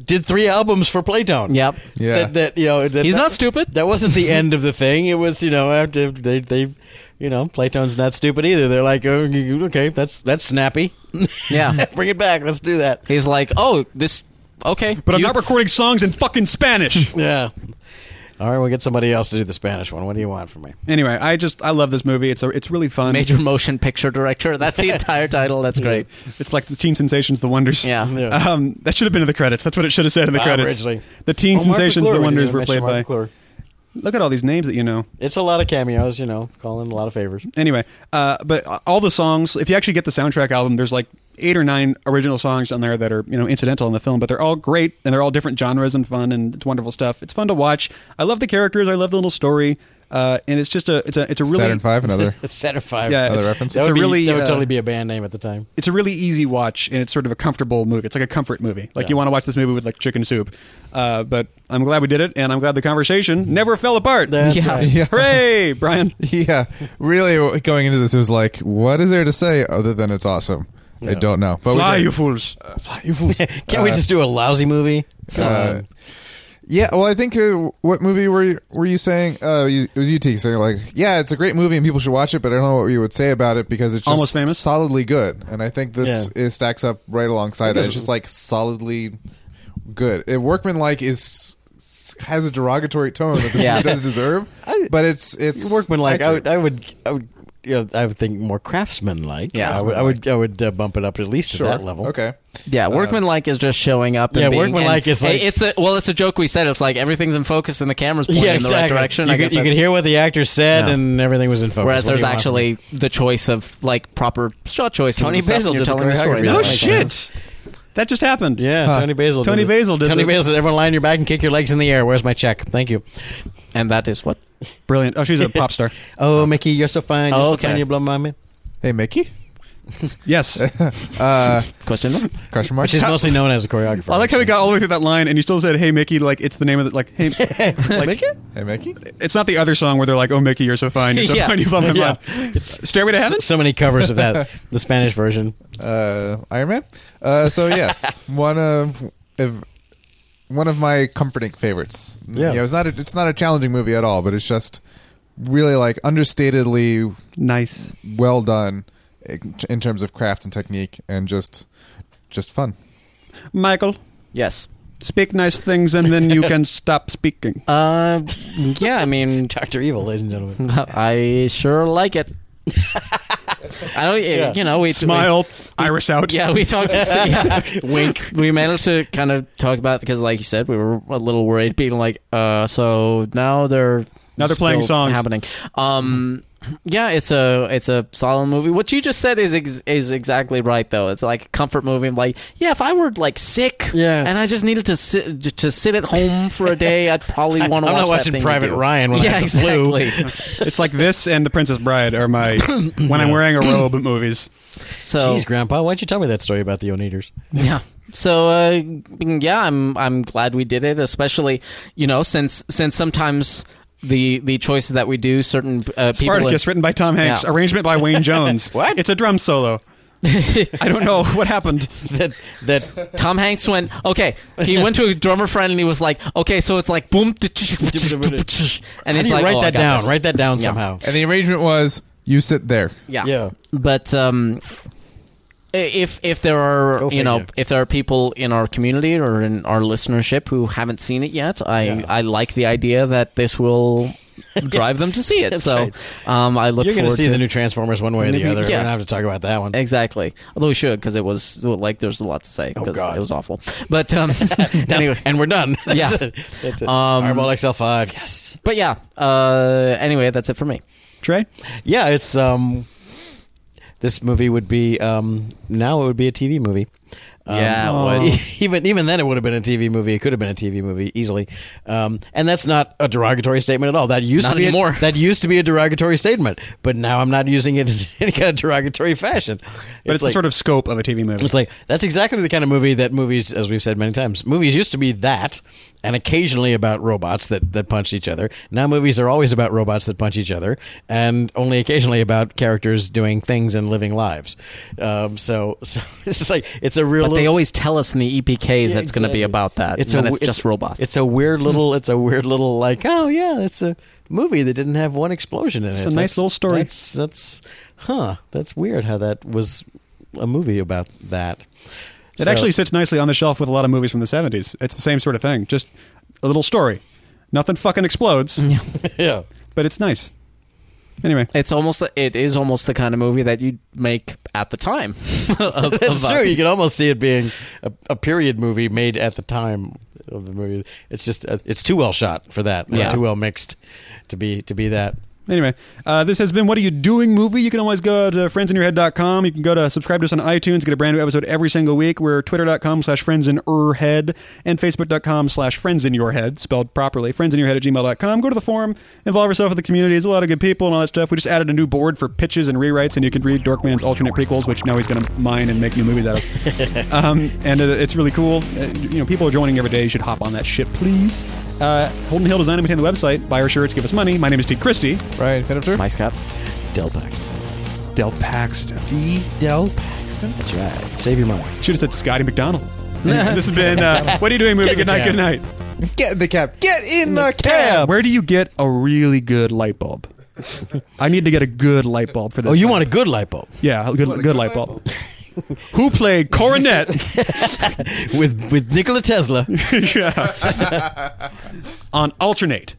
[SPEAKER 3] did three albums for Playtone.
[SPEAKER 4] Yep.
[SPEAKER 2] Yeah.
[SPEAKER 3] That, that you know that,
[SPEAKER 4] He's
[SPEAKER 3] that-
[SPEAKER 4] not stupid.
[SPEAKER 3] That wasn't the end of the thing. It was you know after they they you know Playtone's not stupid either. They're like oh, you- okay that's that's snappy. (laughs)
[SPEAKER 4] Yeah.
[SPEAKER 3] Bring it back. Let's do that.
[SPEAKER 4] He's like, oh, this okay,
[SPEAKER 1] But I'm
[SPEAKER 4] you-
[SPEAKER 1] not recording songs in fucking
[SPEAKER 3] (laughs)
[SPEAKER 1] Spanish.
[SPEAKER 3] Yeah. All right, we'll get somebody else to do the Spanish one. What do you want from me?
[SPEAKER 1] anyway, I just I love this movie. It's a, it's really fun.
[SPEAKER 4] major motion picture director.
[SPEAKER 3] (laughs)
[SPEAKER 4] That's the entire title. That's great.
[SPEAKER 1] It's like the Teen Sensations, the Wonders.
[SPEAKER 4] Yeah.
[SPEAKER 3] Yeah.
[SPEAKER 1] Um, that should have been in the credits. That's what it should have said in the
[SPEAKER 3] Bob
[SPEAKER 1] credits.
[SPEAKER 3] Ridgely.
[SPEAKER 1] The Teen
[SPEAKER 3] Oh, Mark
[SPEAKER 1] Sensations,
[SPEAKER 3] McClure.
[SPEAKER 1] the
[SPEAKER 3] We
[SPEAKER 1] Wonders
[SPEAKER 3] didn't
[SPEAKER 1] were
[SPEAKER 3] mention
[SPEAKER 1] played
[SPEAKER 3] Mark
[SPEAKER 1] by.
[SPEAKER 3] McClure.
[SPEAKER 1] Look at all these names that you know.
[SPEAKER 3] It's a lot of cameos, you know, calling a lot of favors.
[SPEAKER 1] Anyway, uh, but all the songs, if you actually get the soundtrack album, there's like eight or nine original songs on there that are you know incidental in the film, but they're all great and they're all different genres and fun and it's wonderful stuff. It's fun to watch. I love the characters. I love the little story. Uh, and it's just a it's a it's a really
[SPEAKER 2] Saturn Five,
[SPEAKER 3] (laughs)
[SPEAKER 2] another. (laughs)
[SPEAKER 3] Set of five.
[SPEAKER 1] Yeah,
[SPEAKER 2] Another
[SPEAKER 1] it's,
[SPEAKER 2] reference?
[SPEAKER 1] it's
[SPEAKER 3] That
[SPEAKER 1] a
[SPEAKER 3] would be-
[SPEAKER 1] really
[SPEAKER 3] that would
[SPEAKER 1] uh,
[SPEAKER 3] totally be a band name at the time. (laughs)
[SPEAKER 1] it's a really easy watch and it's sort of a comfortable movie. It's like a comfort movie. Like
[SPEAKER 3] Yeah.
[SPEAKER 1] you want to watch this movie with like chicken soup. Uh, but I'm glad we did it, and I'm glad the conversation never fell apart.
[SPEAKER 3] That's
[SPEAKER 4] Yeah.
[SPEAKER 3] right.
[SPEAKER 2] (laughs) Yeah.
[SPEAKER 1] Hooray, Brian!
[SPEAKER 2] Yeah, really. Going into this, it was like, what is there to say other than it's awesome? I don't know. But we
[SPEAKER 1] Fly,
[SPEAKER 2] did.
[SPEAKER 1] you fools!
[SPEAKER 2] Fly, you fools.
[SPEAKER 3] Can't we
[SPEAKER 2] Uh,
[SPEAKER 3] just do a lousy movie? Come
[SPEAKER 2] uh,
[SPEAKER 3] on.
[SPEAKER 2] yeah, well, I think uh, what movie were you, were you saying? Uh, you, it was you, Teague. So you're like, yeah, it's a great movie and people should watch it, but I don't know what you would say about it because it's just
[SPEAKER 1] Almost Famous?
[SPEAKER 2] solidly good. And I think this
[SPEAKER 3] Yeah.
[SPEAKER 2] is, stacks up right alongside that. It's just like solidly good. It, Workmanlike is has a derogatory tone that this
[SPEAKER 4] Yeah.
[SPEAKER 2] movie doesn't
[SPEAKER 3] (laughs)
[SPEAKER 2] deserve, but it's it's
[SPEAKER 3] Workman like I
[SPEAKER 2] accurate.
[SPEAKER 3] would, I would, I would, you know, I would think more craftsman like.
[SPEAKER 4] Yeah.
[SPEAKER 3] I would, I would, I would uh, bump it up at least
[SPEAKER 2] Sure.
[SPEAKER 3] to that level.
[SPEAKER 2] Okay.
[SPEAKER 4] Yeah, workmanlike is just showing up. And
[SPEAKER 3] Uh, Yeah,
[SPEAKER 4] being,
[SPEAKER 3] workmanlike
[SPEAKER 4] and-
[SPEAKER 3] is like-
[SPEAKER 4] it's a, well, it's a joke we said. It's like everything's in focus and the camera's pointing
[SPEAKER 3] Yeah,
[SPEAKER 4] in the right
[SPEAKER 3] exactly.
[SPEAKER 4] direction.
[SPEAKER 3] You,
[SPEAKER 4] I
[SPEAKER 3] could,
[SPEAKER 4] guess
[SPEAKER 3] you could
[SPEAKER 4] that's-
[SPEAKER 3] hear what the actor said,
[SPEAKER 4] Yeah.
[SPEAKER 3] and everything was in focus.
[SPEAKER 4] Whereas
[SPEAKER 3] What do
[SPEAKER 4] there's
[SPEAKER 3] you want from me?
[SPEAKER 4] actually the choice of like proper shot choices.
[SPEAKER 3] Tony
[SPEAKER 4] and stuff,
[SPEAKER 3] Basil
[SPEAKER 4] and you're
[SPEAKER 3] did the
[SPEAKER 4] telling the story.
[SPEAKER 3] choreography.
[SPEAKER 1] No
[SPEAKER 3] that makes
[SPEAKER 1] shit! That just happened.
[SPEAKER 3] Yeah,
[SPEAKER 2] Huh.
[SPEAKER 3] Tony Basil.
[SPEAKER 1] Tony
[SPEAKER 3] did it.
[SPEAKER 1] Basil did
[SPEAKER 3] Tony
[SPEAKER 1] the-
[SPEAKER 3] Basil. said, Everyone, lie on your back and kick your legs in the air. Where's my check? Thank you.
[SPEAKER 4] And that is what?
[SPEAKER 1] Brilliant. Oh, she's a pop
[SPEAKER 3] (laughs)
[SPEAKER 1] star.
[SPEAKER 3] Oh, Mickey, you're so fine. You're
[SPEAKER 4] Oh,
[SPEAKER 3] so
[SPEAKER 4] okay.
[SPEAKER 3] fine. You blow my mind.
[SPEAKER 2] Hey, Mickey?
[SPEAKER 1] Yes. I
[SPEAKER 2] Uh,
[SPEAKER 4] Question mark?
[SPEAKER 2] question mark.
[SPEAKER 3] Which is mostly known as a choreographer.
[SPEAKER 1] like how we got all the way through that line, and you still said, "Hey Mickey," like it's the name of the like.
[SPEAKER 3] (laughs)
[SPEAKER 1] Hey, like,
[SPEAKER 3] Mickey?
[SPEAKER 2] hey, Mickey?
[SPEAKER 1] It's not the other song where they're like, "Oh Mickey, you're so fine, you're so
[SPEAKER 4] Yeah.
[SPEAKER 1] fine, you blah blah
[SPEAKER 3] Yeah.
[SPEAKER 1] blah." Stairway to Heaven.
[SPEAKER 3] So many covers of
[SPEAKER 4] (laughs)
[SPEAKER 3] that. The Spanish version.
[SPEAKER 2] uh, Iron Man. Uh, so (laughs) yes, one of if, one of my comforting favorites.
[SPEAKER 3] Yeah.
[SPEAKER 2] it's not a, it's not a challenging movie at all, but it's just really like understatedly
[SPEAKER 1] Nice.
[SPEAKER 2] well done in in terms of craft and technique, and just just fun.
[SPEAKER 1] Michael,
[SPEAKER 4] Yes.
[SPEAKER 1] speak nice things, and then you
[SPEAKER 3] (laughs)
[SPEAKER 1] can stop speaking.
[SPEAKER 4] Uh, yeah, I mean,
[SPEAKER 3] Dr. Evil, ladies and gentlemen.
[SPEAKER 4] I sure
[SPEAKER 3] (laughs)
[SPEAKER 4] like it. I don't,
[SPEAKER 3] Yeah.
[SPEAKER 4] you know, we
[SPEAKER 1] Smile, iris out.
[SPEAKER 4] we- yeah, we talked.
[SPEAKER 3] (laughs)
[SPEAKER 4] yeah. Wink. We managed to kind of talk about because, like you said, we were a little worried, being like, uh, so now they're
[SPEAKER 1] Now they're playing
[SPEAKER 4] still
[SPEAKER 1] songs.
[SPEAKER 4] happening. Um, yeah, it's a it's a solid movie. What you just said is ex- is exactly right, though. It's like a comfort movie. I'm like, yeah, if I were like sick,
[SPEAKER 3] Yeah.
[SPEAKER 4] and I just needed to sit to sit at home for a day, I'd
[SPEAKER 3] (laughs)
[SPEAKER 4] probably want to.
[SPEAKER 3] I'm
[SPEAKER 4] watch
[SPEAKER 3] not
[SPEAKER 4] that
[SPEAKER 3] watching
[SPEAKER 4] thing you
[SPEAKER 3] Private
[SPEAKER 4] do.
[SPEAKER 3] Ryan when I
[SPEAKER 4] yeah,
[SPEAKER 3] had the flu. (laughs)
[SPEAKER 4] exactly.
[SPEAKER 1] It's like this and The Princess Bride are my
[SPEAKER 3] (coughs)
[SPEAKER 1] when I'm wearing a robe movies.
[SPEAKER 4] So
[SPEAKER 3] Jeez, Grandpa, why'd you tell me that story about the Oneaters?
[SPEAKER 4] yeah. So uh, yeah, I'm I'm glad we did it, especially you know since since sometimes the the choices that we do certain uh, people
[SPEAKER 1] Spartacus, written by Tom Hanks,
[SPEAKER 4] Yeah.
[SPEAKER 1] arrangement by Wayne
[SPEAKER 3] (laughs)
[SPEAKER 1] Jones. what? It's a drum solo. I don't know what happened.
[SPEAKER 3] That that
[SPEAKER 4] Tom Hanks went okay. He went to a drummer friend and he was like, okay, so it's
[SPEAKER 3] (laughs)
[SPEAKER 4] like boom, and
[SPEAKER 3] How do
[SPEAKER 4] he's
[SPEAKER 3] you
[SPEAKER 4] like,
[SPEAKER 3] write
[SPEAKER 4] oh, I
[SPEAKER 3] that
[SPEAKER 4] got
[SPEAKER 3] down.
[SPEAKER 4] this.
[SPEAKER 3] Write that down
[SPEAKER 4] Yeah.
[SPEAKER 3] somehow.
[SPEAKER 2] And the arrangement was you sit there.
[SPEAKER 4] Yeah.
[SPEAKER 3] Yeah.
[SPEAKER 4] But um, if if there are
[SPEAKER 3] Go
[SPEAKER 4] you know
[SPEAKER 3] figure.
[SPEAKER 4] if there are people in our community or in our listenership who haven't seen it yet, I
[SPEAKER 3] Yeah.
[SPEAKER 4] I like the idea that
[SPEAKER 3] (laughs)
[SPEAKER 4] this will drive them to see it.
[SPEAKER 3] That's
[SPEAKER 4] so
[SPEAKER 3] right.
[SPEAKER 4] um, I look
[SPEAKER 3] You're going
[SPEAKER 4] forward
[SPEAKER 3] to see
[SPEAKER 4] to
[SPEAKER 3] the new Transformers one way or the
[SPEAKER 4] Maybe-
[SPEAKER 3] other. We
[SPEAKER 4] yeah.
[SPEAKER 3] don't have to talk about that one.
[SPEAKER 4] Exactly. Although we should, because it was like there's a lot to say because
[SPEAKER 3] Oh, God.
[SPEAKER 4] it was awful.
[SPEAKER 3] (laughs)
[SPEAKER 4] But um, (laughs) anyway,
[SPEAKER 3] and we're done. That's
[SPEAKER 4] Yeah.
[SPEAKER 3] it. (laughs) That's it.
[SPEAKER 4] Um,
[SPEAKER 3] Fireball XL5. Yes.
[SPEAKER 4] but yeah. Uh, anyway, that's it for me.
[SPEAKER 1] Trey,
[SPEAKER 3] Yeah, it's um this movie would be um now it would be a TV movie. Um,
[SPEAKER 4] Yeah,
[SPEAKER 1] Oh.
[SPEAKER 4] it would.
[SPEAKER 3] (laughs) even even then it would have been a TV movie. It could have been a TV movie easily. Um and that's not a derogatory statement at all. That used
[SPEAKER 4] Not
[SPEAKER 3] to be a-
[SPEAKER 4] anymore.
[SPEAKER 3] that used to be a derogatory statement, but now I'm not using it (laughs) in any kind of derogatory fashion.
[SPEAKER 1] but it's, the sort of scope of a TV movie.
[SPEAKER 3] It's like that's exactly the kind of movie that movies, as we've said many times, movies used to be that, and occasionally about robots that that punched each other. Now movies are always about robots that punch each other, and only occasionally about characters doing things and living lives. Um, so, (laughs) so it's just like it's a real.
[SPEAKER 4] But they
[SPEAKER 3] little-
[SPEAKER 4] always tell us in the E EPKs that's going to
[SPEAKER 3] exactly.
[SPEAKER 4] be about that. It's
[SPEAKER 3] a
[SPEAKER 4] and it's
[SPEAKER 3] w-
[SPEAKER 4] just robots.
[SPEAKER 3] It's a weird little. It's a weird little like. Oh yeah, it's a movie that didn't have one explosion in it. It's
[SPEAKER 1] a nice little story.
[SPEAKER 3] That's that's huh. That's weird how that was a movie about that.
[SPEAKER 1] It
[SPEAKER 3] So- (laughs)
[SPEAKER 1] actually sits nicely on the shelf with a lot of movies from the 70s. It's the same sort of thing, just a little story. Nothing fucking explodes,
[SPEAKER 3] yeah.
[SPEAKER 1] but it's nice. Anyway,
[SPEAKER 4] It's almost it is almost the kind of movie that you make at the time. (laughs) of-
[SPEAKER 3] That's
[SPEAKER 4] of-
[SPEAKER 3] true. You can almost see it being a, a period movie made at the time of the movie. It's just uh, it's too well shot for that. or
[SPEAKER 4] Yeah.
[SPEAKER 3] too well mixed to be to be that.
[SPEAKER 1] Anyway, uh, this has been What Are You Doing Movie. You can always go to friendsinyourhead.com. You can go to subscribe to us on iTunes, get a brand new episode every single week. We're twitter.com slash friendsinurhead and facebook.com slash friendsinyourhead, spelled properly, friendsinyourhead at gmail.com. Go to the forum, involve yourself with the community. There's a lot of good people and all that stuff. We just added a new board for pitches and rewrites, and you can read Dorkman's alternate prequels, which now he's going to mine and make new movies out of. um, and it, it's really cool. Uh, you know, people are joining every day. You should hop on that shit, please. Uh, Holden Hill Design and maintain the website. Buy our shirts, give us money. My name is T. Christie.
[SPEAKER 2] Ryan Finifter.
[SPEAKER 4] Nice cap.
[SPEAKER 3] Del Paxton.
[SPEAKER 1] Del Paxton.
[SPEAKER 2] D. Del Paxton.
[SPEAKER 3] That's right. Save your money.
[SPEAKER 1] Should have said Scotty (laughs) McDonald. this has been uh, What Are You Doing Movie? Good night, good night. Uh,
[SPEAKER 2] Get in the cab. Get in the cab.
[SPEAKER 1] Where do you get a really good light bulb? I need to get a good light bulb for this.
[SPEAKER 3] Oh, you
[SPEAKER 1] thing.
[SPEAKER 3] want a good light bulb
[SPEAKER 1] Yeah, a good, good, light bulb. (laughs) Who played Coronet? (laughs)
[SPEAKER 3] with with Nikola Tesla.
[SPEAKER 1] (laughs) yeah. On alternate.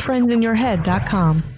[SPEAKER 5] friendsinyourhead.com.